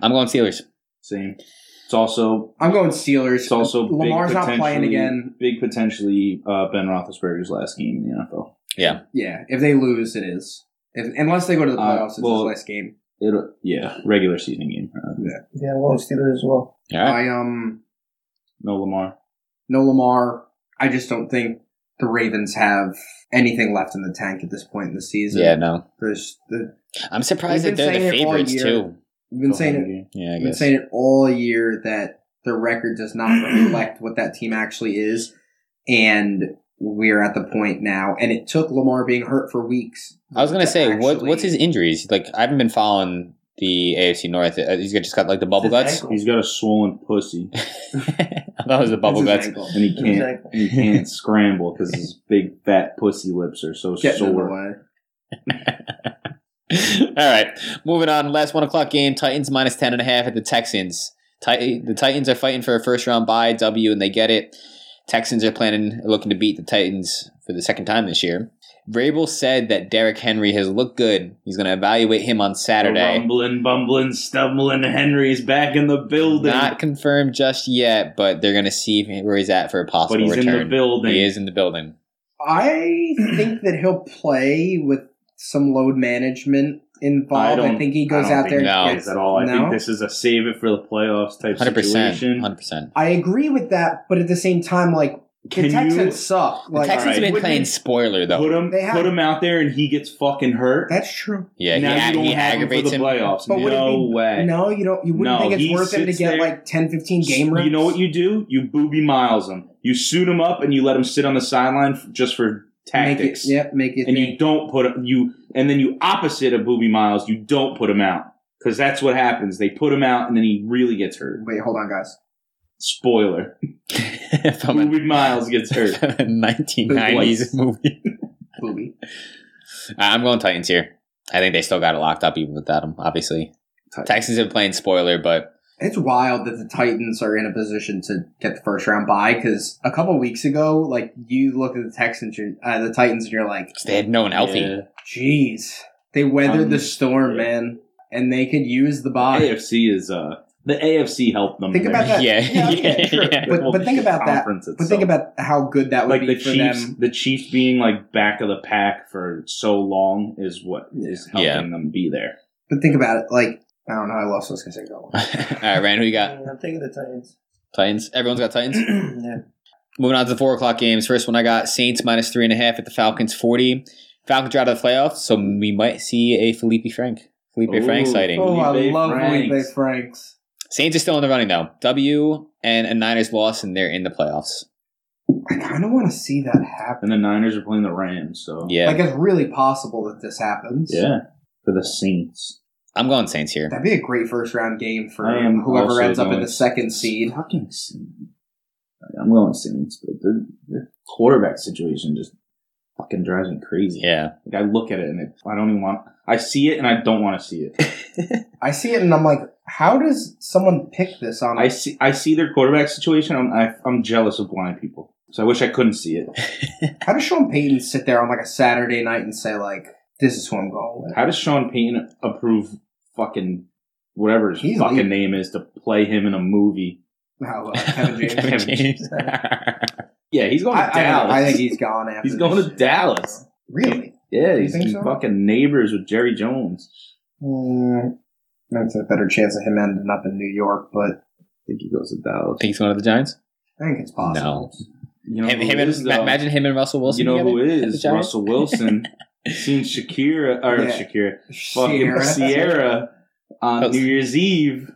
[SPEAKER 2] I'm going Steelers.
[SPEAKER 3] Same. It's also
[SPEAKER 1] I'm going Steelers.
[SPEAKER 3] it's also big
[SPEAKER 1] Lamar's not playing
[SPEAKER 3] potentially-
[SPEAKER 1] again.
[SPEAKER 3] Big potentially uh, Ben Roethlisberger's last game in the NFL.
[SPEAKER 1] Yeah, if they lose, it is. If, unless they go to the
[SPEAKER 3] Uh,
[SPEAKER 1] playoffs, it's
[SPEAKER 3] well-
[SPEAKER 1] his last game.
[SPEAKER 3] It yeah regular season game. Uh,
[SPEAKER 4] Yeah, I'm going Steelers as well.
[SPEAKER 2] All right.
[SPEAKER 1] I um
[SPEAKER 3] no Lamar.
[SPEAKER 1] no Lamar. I just don't think the Ravens have anything left in the tank at this point in the season.
[SPEAKER 2] Yeah, no.
[SPEAKER 1] there's the,
[SPEAKER 2] I'm surprised that
[SPEAKER 1] We've been
[SPEAKER 2] they're the
[SPEAKER 1] saying it all
[SPEAKER 2] favorites,
[SPEAKER 1] year.
[SPEAKER 2] too.
[SPEAKER 1] we've been
[SPEAKER 3] Go
[SPEAKER 1] saying
[SPEAKER 3] ahead,
[SPEAKER 1] it.
[SPEAKER 3] game.
[SPEAKER 2] Yeah, I
[SPEAKER 1] I've been
[SPEAKER 2] guess.
[SPEAKER 1] saying it all year that the record does not
[SPEAKER 2] *clears throat*
[SPEAKER 1] reflect what that team actually is, and we're at the point now. And it took Lamar being hurt for weeks.
[SPEAKER 2] I was gonna say, what
[SPEAKER 1] actually-
[SPEAKER 2] what's his injuries? Like, I haven't been following the AFC North. Uh, He's got- just got like the bubble
[SPEAKER 4] His
[SPEAKER 2] guts.
[SPEAKER 4] ankle.
[SPEAKER 3] He's got a swollen pussy.
[SPEAKER 2] *laughs* I thought it was the
[SPEAKER 1] It's
[SPEAKER 2] bubble
[SPEAKER 1] his
[SPEAKER 2] guts.
[SPEAKER 1] ankle.
[SPEAKER 3] and he
[SPEAKER 4] His
[SPEAKER 3] can't
[SPEAKER 4] ankle.
[SPEAKER 3] he can't scramble because his big fat pussy lips are so
[SPEAKER 1] Getting in the
[SPEAKER 3] sore.
[SPEAKER 1] way.
[SPEAKER 2] *laughs* All right, moving on. Last one o'clock game: Titans minus ten and a half at the Texans. Tit- the Titans are fighting for a first round bye W, and they get it. Texans are planning, looking to beat the Titans for the second time this year. Vrabel said that Derrick Henry has looked good. He's going to evaluate him on Saturday.
[SPEAKER 3] Rumbling, bumbling, stumbling Henry is back in the building.
[SPEAKER 2] Not confirmed just yet, but they're going to see where he's at for a possible
[SPEAKER 3] but he's
[SPEAKER 2] return.
[SPEAKER 3] in the building.
[SPEAKER 2] He is in the building.
[SPEAKER 1] I think that he'll play with some load management involved. I,
[SPEAKER 3] don't-
[SPEAKER 1] think he goes
[SPEAKER 3] I don't
[SPEAKER 1] out there
[SPEAKER 3] think
[SPEAKER 2] No.
[SPEAKER 1] and
[SPEAKER 3] he
[SPEAKER 1] gets
[SPEAKER 3] is at all. I
[SPEAKER 1] No?
[SPEAKER 3] think this is a save it for the playoffs type
[SPEAKER 2] Hundred percent.
[SPEAKER 3] situation.
[SPEAKER 2] Hundred percent.
[SPEAKER 1] I agree with that, but at the same time, like
[SPEAKER 3] Can
[SPEAKER 1] the Texans
[SPEAKER 3] you
[SPEAKER 1] suck.
[SPEAKER 2] The
[SPEAKER 1] Like
[SPEAKER 2] Texans have
[SPEAKER 3] alright.
[SPEAKER 2] been
[SPEAKER 3] Wouldn't
[SPEAKER 2] playing
[SPEAKER 3] it-
[SPEAKER 2] spoiler though.
[SPEAKER 3] put him
[SPEAKER 1] They have-
[SPEAKER 3] put him out there and he gets fucking hurt?
[SPEAKER 1] that's true.
[SPEAKER 2] yeah, he,
[SPEAKER 3] now you
[SPEAKER 2] ag-
[SPEAKER 3] don't
[SPEAKER 2] he
[SPEAKER 3] have him for
[SPEAKER 2] aggravates
[SPEAKER 3] the
[SPEAKER 2] him.
[SPEAKER 3] playoffs.
[SPEAKER 1] But would it
[SPEAKER 3] no
[SPEAKER 1] be-
[SPEAKER 3] way.
[SPEAKER 1] No, you don't. You wouldn't
[SPEAKER 3] No,
[SPEAKER 1] think it's
[SPEAKER 3] he
[SPEAKER 1] worth it to
[SPEAKER 3] sits
[SPEAKER 1] get
[SPEAKER 3] there-
[SPEAKER 1] like 10, 15 game reps.
[SPEAKER 3] You know what you do? You booby miles him. You suit him up and you let him sit on the sideline f- just for
[SPEAKER 1] make it.
[SPEAKER 3] tactics.
[SPEAKER 1] Yep, make it.
[SPEAKER 3] and you don't put him- you and then you opposite of Booby Miles, you don't put him out because that's what happens. They put him out and then he really gets hurt.
[SPEAKER 1] Wait, hold on, guys.
[SPEAKER 2] *laughs*
[SPEAKER 3] Spoiler:
[SPEAKER 2] From a-
[SPEAKER 3] Booby Miles gets hurt.
[SPEAKER 2] from a 1990s
[SPEAKER 3] Twice.
[SPEAKER 2] movie. *laughs*
[SPEAKER 1] Booby.
[SPEAKER 2] I'm going Titans here. I think they still got it locked up even without him. Obviously,
[SPEAKER 3] Titans.
[SPEAKER 2] Texans have been playing spoiler, but
[SPEAKER 1] It's wild that the Titans are in a position to get the first round bye because a couple weeks ago, like you look at the Texans, you're- uh, the Titans, and you're like,
[SPEAKER 2] they had no one *laughs* healthy.
[SPEAKER 3] Yeah.
[SPEAKER 1] Jeez. They weathered
[SPEAKER 3] Um,
[SPEAKER 1] the storm,
[SPEAKER 3] yeah.
[SPEAKER 1] man. And they could use the bye.
[SPEAKER 3] AFC is uh the AFC helped them.
[SPEAKER 1] Think
[SPEAKER 3] there.
[SPEAKER 1] about that.
[SPEAKER 2] *laughs* Yeah,
[SPEAKER 1] Yeah, okay,
[SPEAKER 2] yeah,
[SPEAKER 1] true.
[SPEAKER 2] yeah.
[SPEAKER 1] But- but think about that.
[SPEAKER 3] Conference
[SPEAKER 1] But think
[SPEAKER 3] itself.
[SPEAKER 1] about how good that would
[SPEAKER 3] like
[SPEAKER 1] be
[SPEAKER 3] the
[SPEAKER 1] for
[SPEAKER 3] Chiefs,
[SPEAKER 1] them.
[SPEAKER 3] the Chiefs being like back of the pack for so long is what is helping
[SPEAKER 2] Yeah.
[SPEAKER 3] them be there.
[SPEAKER 1] But think about it, like I don't know, I lost what I was gonna say. Go on.
[SPEAKER 2] *laughs* All right, Rand, who you got?
[SPEAKER 4] I'm taking the Titans. *clears throat*
[SPEAKER 2] Titans. Everyone's got Titans.
[SPEAKER 4] yeah.
[SPEAKER 2] Moving on to the four o'clock games. First one I got Saints minus three and a half at the Falcons forty. Falcons are out of the playoffs, so we might see a Felipe Frank. Felipe Frank
[SPEAKER 3] Ooh.
[SPEAKER 2] sighting.
[SPEAKER 1] Oh, I
[SPEAKER 3] Felipe
[SPEAKER 1] love
[SPEAKER 3] Franks.
[SPEAKER 1] Felipe Franks.
[SPEAKER 2] Saints are still in the running though. W and a Niners loss, and they're in the playoffs.
[SPEAKER 1] I kinda wanna see that happen.
[SPEAKER 3] And the Niners are playing the Rams, so
[SPEAKER 2] Yeah,
[SPEAKER 1] Like it's really possible that this happens.
[SPEAKER 3] yeah, for the Saints.
[SPEAKER 2] I'm going Saints here.
[SPEAKER 1] That'd be a great first round game for
[SPEAKER 3] I am
[SPEAKER 1] whoever
[SPEAKER 3] Um, also
[SPEAKER 1] ends up in
[SPEAKER 3] going
[SPEAKER 1] the second seed.
[SPEAKER 3] Fucking Saints. I'm going Saints, but their, their quarterback situation just fucking drives me crazy.
[SPEAKER 2] Yeah, *laughs*
[SPEAKER 3] Like I look at it and it, I don't even want. I see it and I don't want to see it.
[SPEAKER 1] I see it and I'm like, How does someone pick this on?
[SPEAKER 3] I see. I see their quarterback situation. I'm I, I'm jealous of blind people. So I wish I couldn't see it.
[SPEAKER 1] How does Sean Payton sit there on like a Saturday night and say like, "This is who I'm going with"?
[SPEAKER 3] How does Sean Payton approve fucking whatever his
[SPEAKER 1] He's
[SPEAKER 3] fucking
[SPEAKER 1] leaving.
[SPEAKER 3] name is to play him in a movie?
[SPEAKER 1] How, uh,
[SPEAKER 3] *laughs*
[SPEAKER 1] Kevin James.
[SPEAKER 2] Kevin
[SPEAKER 3] Kevin
[SPEAKER 2] James.
[SPEAKER 3] Yeah, he's going
[SPEAKER 1] I, I,
[SPEAKER 3] to
[SPEAKER 1] don't
[SPEAKER 3] Dallas.
[SPEAKER 1] know. I think he's gone after.
[SPEAKER 3] He's going
[SPEAKER 1] this
[SPEAKER 3] to
[SPEAKER 1] shit.
[SPEAKER 3] Dallas.
[SPEAKER 1] Really?
[SPEAKER 3] *laughs* Yeah,
[SPEAKER 1] You
[SPEAKER 3] he's
[SPEAKER 1] think so?
[SPEAKER 3] fucking neighbors with Jerry Jones.
[SPEAKER 1] Mm, that's a better chance of him ending up in New York, but
[SPEAKER 3] I think he goes to Dallas.
[SPEAKER 2] *laughs* Think he's going to the Giants?
[SPEAKER 1] I think it's possible.
[SPEAKER 3] You know
[SPEAKER 2] Him-
[SPEAKER 3] who
[SPEAKER 2] him and-
[SPEAKER 3] is, uh,
[SPEAKER 2] ma-
[SPEAKER 3] though?
[SPEAKER 2] imagine him and Russell Wilson.
[SPEAKER 3] you know who
[SPEAKER 2] together at the
[SPEAKER 3] is
[SPEAKER 2] Giants?
[SPEAKER 3] Russell
[SPEAKER 2] *laughs*
[SPEAKER 3] Wilson. Seen Shakira or
[SPEAKER 1] Yeah.
[SPEAKER 3] Shakira, fucking Sierra, on
[SPEAKER 2] Oh.
[SPEAKER 3] New Year's Eve.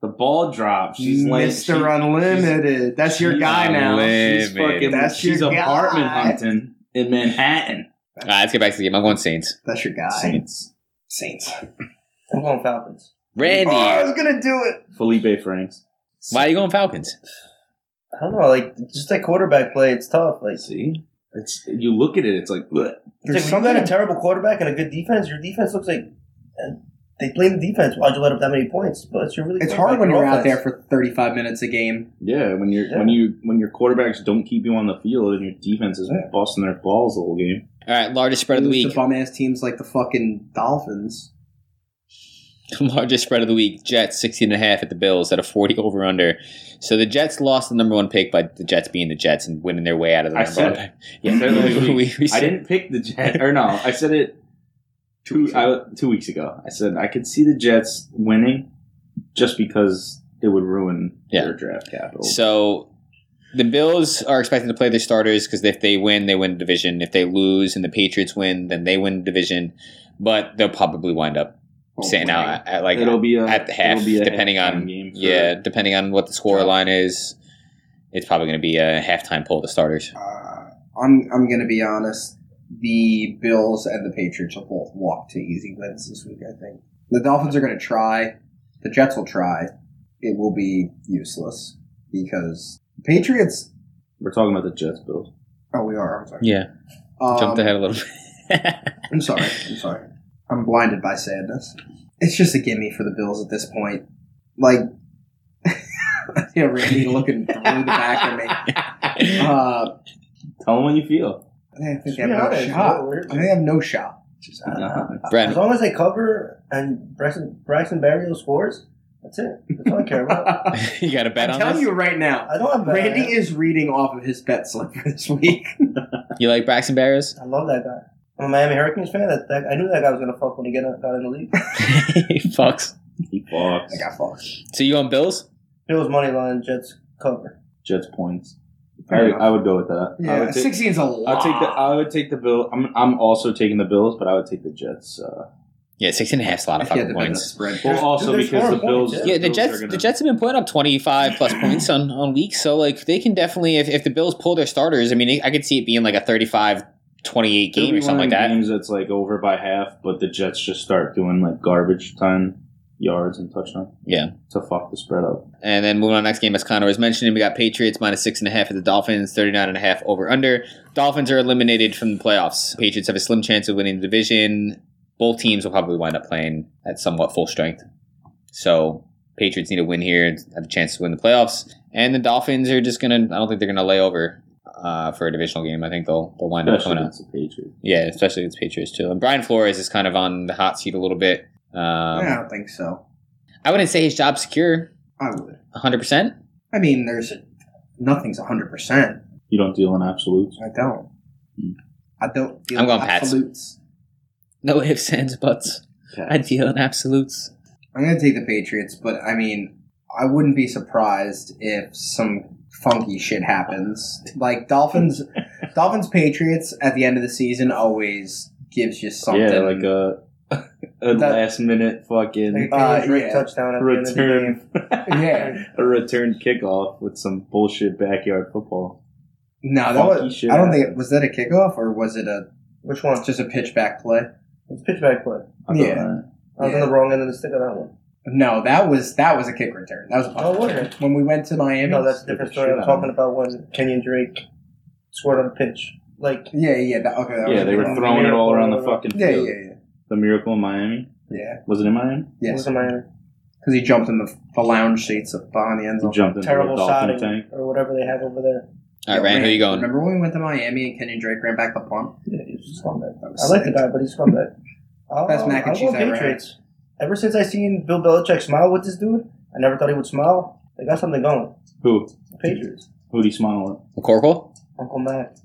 [SPEAKER 3] The ball drops. She's like
[SPEAKER 1] Mr. Unlimited. That's your
[SPEAKER 3] she's
[SPEAKER 1] guy now.
[SPEAKER 2] unlimited.
[SPEAKER 3] She's fucking.
[SPEAKER 1] That's
[SPEAKER 3] she's
[SPEAKER 1] your
[SPEAKER 3] apartment
[SPEAKER 1] guy.
[SPEAKER 3] hunting in Manhattan.
[SPEAKER 2] All right, let's get back to the game. I'm going Saints.
[SPEAKER 1] That's your guy.
[SPEAKER 3] Saints.
[SPEAKER 1] Saints.
[SPEAKER 4] I'm going Falcons.
[SPEAKER 2] Randy,
[SPEAKER 1] Oh, I was gonna do it.
[SPEAKER 3] Felipe Franks.
[SPEAKER 2] why are you going Falcons?
[SPEAKER 4] I don't know, like just that quarterback play, it's tough. Like,
[SPEAKER 3] See, it's you look at it. It's like bleh.
[SPEAKER 4] it's like
[SPEAKER 1] There's
[SPEAKER 4] when you got a
[SPEAKER 1] something.
[SPEAKER 4] terrible quarterback and a good defense, your defense looks like uh, they play the defense. Why'd you let up that many points? But it's your really
[SPEAKER 1] It's
[SPEAKER 4] good
[SPEAKER 1] hard when
[SPEAKER 4] quarterback,
[SPEAKER 1] you're
[SPEAKER 4] your
[SPEAKER 1] out there
[SPEAKER 4] offense.
[SPEAKER 1] for 35 minutes a game.
[SPEAKER 3] yeah. When you're when you when your quarterbacks don't keep you on the field and your defense is
[SPEAKER 1] Yeah.
[SPEAKER 3] busting their balls the whole game.
[SPEAKER 2] All right, largest spread of the
[SPEAKER 1] Lose
[SPEAKER 2] week.
[SPEAKER 1] To bum ass teams like the fucking Dolphins.
[SPEAKER 2] largest spread of the *laughs* week jets 16 and a half at the bills at a 40 over under so the jets lost the number one pick by the jets being the jets and winning their way out of the
[SPEAKER 3] I
[SPEAKER 2] number
[SPEAKER 3] said
[SPEAKER 2] one pick
[SPEAKER 3] *laughs* I said it
[SPEAKER 2] we,
[SPEAKER 3] last
[SPEAKER 2] we, we
[SPEAKER 3] I
[SPEAKER 2] said-
[SPEAKER 3] didn't pick the Jets, or no, I said it two I, two weeks ago. I said I could see the Jets winning just because it would ruin
[SPEAKER 2] Yeah.
[SPEAKER 3] their draft capital.
[SPEAKER 2] so the bills are expected to play their starters because if they win they win the division if they lose and the patriots win then they win the division but they'll probably wind up
[SPEAKER 1] Oh
[SPEAKER 2] sitting out at, at like
[SPEAKER 3] Oh it'll be a,
[SPEAKER 2] at the half,
[SPEAKER 3] it'll be a
[SPEAKER 2] depending
[SPEAKER 3] halftime
[SPEAKER 2] on
[SPEAKER 3] game. for-
[SPEAKER 2] yeah depending on what the score line is it's probably going to be a halftime pull to starters
[SPEAKER 1] Uh, I'm I'm gonna be honest. The Bills and the Patriots will both walk to easy wins this week. I think the Dolphins are gonna try. The Jets will try. It will be useless because the Patriots.
[SPEAKER 3] we're talking about the Jets Bills.
[SPEAKER 1] Oh, we are. I'm sorry.
[SPEAKER 2] yeah
[SPEAKER 1] Um,
[SPEAKER 2] jumped ahead a little bit *laughs*
[SPEAKER 1] I'm sorry. I'm sorry. I'm blinded by sadness. It's just a gimme for the Bills at this point. Like, *laughs* yeah, Randy looking through the back of *laughs* me. Uh,
[SPEAKER 3] Tell them what
[SPEAKER 2] *laughs*
[SPEAKER 3] you feel.
[SPEAKER 1] I think they
[SPEAKER 4] Yeah,
[SPEAKER 1] have no
[SPEAKER 4] it's
[SPEAKER 1] shot.
[SPEAKER 4] not weird.
[SPEAKER 1] I think they have no shot.
[SPEAKER 4] As
[SPEAKER 1] *laughs*
[SPEAKER 2] *laughs* Brad,
[SPEAKER 4] long as they cover and Braxton, Braxton Berrios scores, that's it. That's all I
[SPEAKER 1] *laughs*
[SPEAKER 4] care about.
[SPEAKER 2] you got a bet
[SPEAKER 1] I'm
[SPEAKER 2] on
[SPEAKER 1] telling
[SPEAKER 2] this?
[SPEAKER 1] you
[SPEAKER 2] You,
[SPEAKER 1] right now.
[SPEAKER 4] I don't have Barrios.
[SPEAKER 1] Randy is reading off of his bet slip *laughs* this week.
[SPEAKER 2] like Braxton
[SPEAKER 4] *laughs*
[SPEAKER 2] Barrios?
[SPEAKER 4] I love that guy. I'm a Miami Hurricanes fan. That, that I knew that guy was gonna fuck when he get out, got in the
[SPEAKER 2] *laughs*
[SPEAKER 4] league.
[SPEAKER 2] Fucks.
[SPEAKER 3] He fucks.
[SPEAKER 1] I got fucked.
[SPEAKER 2] So you on Bills?
[SPEAKER 4] Bills money line, Jets cover.
[SPEAKER 3] Jets points. I,
[SPEAKER 1] Fair enough.
[SPEAKER 3] I would go with that. I
[SPEAKER 1] Yeah,
[SPEAKER 3] would take,
[SPEAKER 1] 16 is a
[SPEAKER 3] I
[SPEAKER 1] lot.
[SPEAKER 3] would take the I would take the bill. I'm I'm also taking the Bills, but I would take the Jets. Uh,
[SPEAKER 2] Yeah, six and a half's a lot of
[SPEAKER 1] yeah,
[SPEAKER 2] fucking
[SPEAKER 1] the
[SPEAKER 2] points.
[SPEAKER 1] spread.
[SPEAKER 3] well, also
[SPEAKER 4] dude, there's
[SPEAKER 3] because
[SPEAKER 4] more
[SPEAKER 3] the Bills.
[SPEAKER 4] points,
[SPEAKER 2] Yeah, the
[SPEAKER 3] Bills are
[SPEAKER 2] Jets the
[SPEAKER 3] gonna-
[SPEAKER 2] Jets have been putting up twenty five plus points on, on weeks, so like they can definitely if, if the Bills pull their starters, I mean I could see it being like a 35-28
[SPEAKER 3] It'll
[SPEAKER 2] game
[SPEAKER 3] be
[SPEAKER 2] or something like
[SPEAKER 3] one of them
[SPEAKER 2] that.
[SPEAKER 3] Games that's like over by half, but the Jets just start doing like garbage time yards and touchdown.
[SPEAKER 2] Yeah.
[SPEAKER 3] to fuck the spread up.
[SPEAKER 2] And then moving on to the next game, as Connor was mentioning, we got Patriots minus six and a half at the Dolphins, 39 and a half over under. Dolphins are eliminated from the playoffs. Patriots have a slim chance of winning the division. Both teams will probably wind up playing at somewhat full strength. So Patriots need a win here, to have a chance to win the playoffs. And the Dolphins are just gonna I don't think they're gonna lay over uh, for a divisional game. I think they'll they'll wind up
[SPEAKER 3] Especially
[SPEAKER 2] coming out.
[SPEAKER 3] against the Patriots.
[SPEAKER 2] Yeah, especially against Patriots too. And Brian Flores is kind of on the hot seat a little bit. Um,
[SPEAKER 1] I don't think so.
[SPEAKER 2] I wouldn't say his job's secure
[SPEAKER 1] I would.
[SPEAKER 2] hundred percent.
[SPEAKER 1] I mean, there's nothing's 100%.
[SPEAKER 3] You don't deal in absolutes.
[SPEAKER 1] I don't.
[SPEAKER 3] Hmm.
[SPEAKER 1] I don't feel
[SPEAKER 2] I'm going Pats.
[SPEAKER 1] absolutes.
[SPEAKER 2] No ifs, ands, buts. I deal in absolutes.
[SPEAKER 1] I'm going to take the Patriots, but I mean, I wouldn't be surprised if some funky shit happens. Like
[SPEAKER 3] *laughs*
[SPEAKER 1] Dolphins, Dolphins Patriots at the end of the season always gives you something.
[SPEAKER 3] Yeah, like uh, a, a
[SPEAKER 1] That-
[SPEAKER 3] last minute fucking
[SPEAKER 4] Like a Taylor
[SPEAKER 1] Uh,
[SPEAKER 4] Drake
[SPEAKER 1] yeah.
[SPEAKER 4] touchdown at the end of the game.
[SPEAKER 3] return,
[SPEAKER 1] yeah.
[SPEAKER 3] a return kickoff with some bullshit backyard football.
[SPEAKER 1] No, that
[SPEAKER 3] Funky
[SPEAKER 1] was,
[SPEAKER 3] shit
[SPEAKER 1] I don't think it was that a kickoff or was it a
[SPEAKER 4] Which one?
[SPEAKER 1] just a pitch back play?
[SPEAKER 4] It's pitchback play.
[SPEAKER 3] I thought,
[SPEAKER 1] Yeah.
[SPEAKER 4] I was
[SPEAKER 1] Yeah.
[SPEAKER 4] on the wrong end of the stick on that one.
[SPEAKER 1] No, that was that was a kick return. That was a punt
[SPEAKER 4] Oh, was
[SPEAKER 1] return.
[SPEAKER 4] it?
[SPEAKER 1] when we went to Miami.
[SPEAKER 4] No, that's a different story. I'm
[SPEAKER 3] shootout.
[SPEAKER 4] talking about when Kenyon Drake scored on a pitch. Like
[SPEAKER 1] yeah, yeah. That, okay, that
[SPEAKER 3] uh, yeah,
[SPEAKER 1] was
[SPEAKER 3] they were
[SPEAKER 1] wrong.
[SPEAKER 3] throwing it all around the fucking
[SPEAKER 1] Yeah,
[SPEAKER 3] field.
[SPEAKER 1] yeah, yeah,
[SPEAKER 3] The miracle in Miami
[SPEAKER 1] yeah.
[SPEAKER 3] was it in Miami?
[SPEAKER 4] it
[SPEAKER 1] Yes.
[SPEAKER 4] was in Miami.
[SPEAKER 1] because he jumped in the, the lounge seats up behind the end
[SPEAKER 3] He
[SPEAKER 1] zone.
[SPEAKER 3] jumped into
[SPEAKER 4] Terrible
[SPEAKER 3] a
[SPEAKER 4] shot
[SPEAKER 3] dolphin
[SPEAKER 4] in-
[SPEAKER 3] tank.
[SPEAKER 4] or whatever they have over there.
[SPEAKER 2] All right, Rand, who you going?
[SPEAKER 1] Remember when we went to Miami and Kenny Drake ran back the punt?
[SPEAKER 4] Yeah, he's a scumbag.
[SPEAKER 1] That was
[SPEAKER 4] I like the
[SPEAKER 1] sick.
[SPEAKER 4] guy, but he's a scumbag.
[SPEAKER 1] *laughs*
[SPEAKER 4] I'll-
[SPEAKER 1] Best mac and
[SPEAKER 4] I'll go
[SPEAKER 1] cheese I ever had.
[SPEAKER 4] Patriots. Ever since I seen Bill Belichick smile with this dude, I never thought he would smile. They got something going.
[SPEAKER 3] Who?
[SPEAKER 4] The Patriots.
[SPEAKER 3] Who do you smile
[SPEAKER 1] *laughs*
[SPEAKER 2] McCorkle?
[SPEAKER 4] Uncle Mac.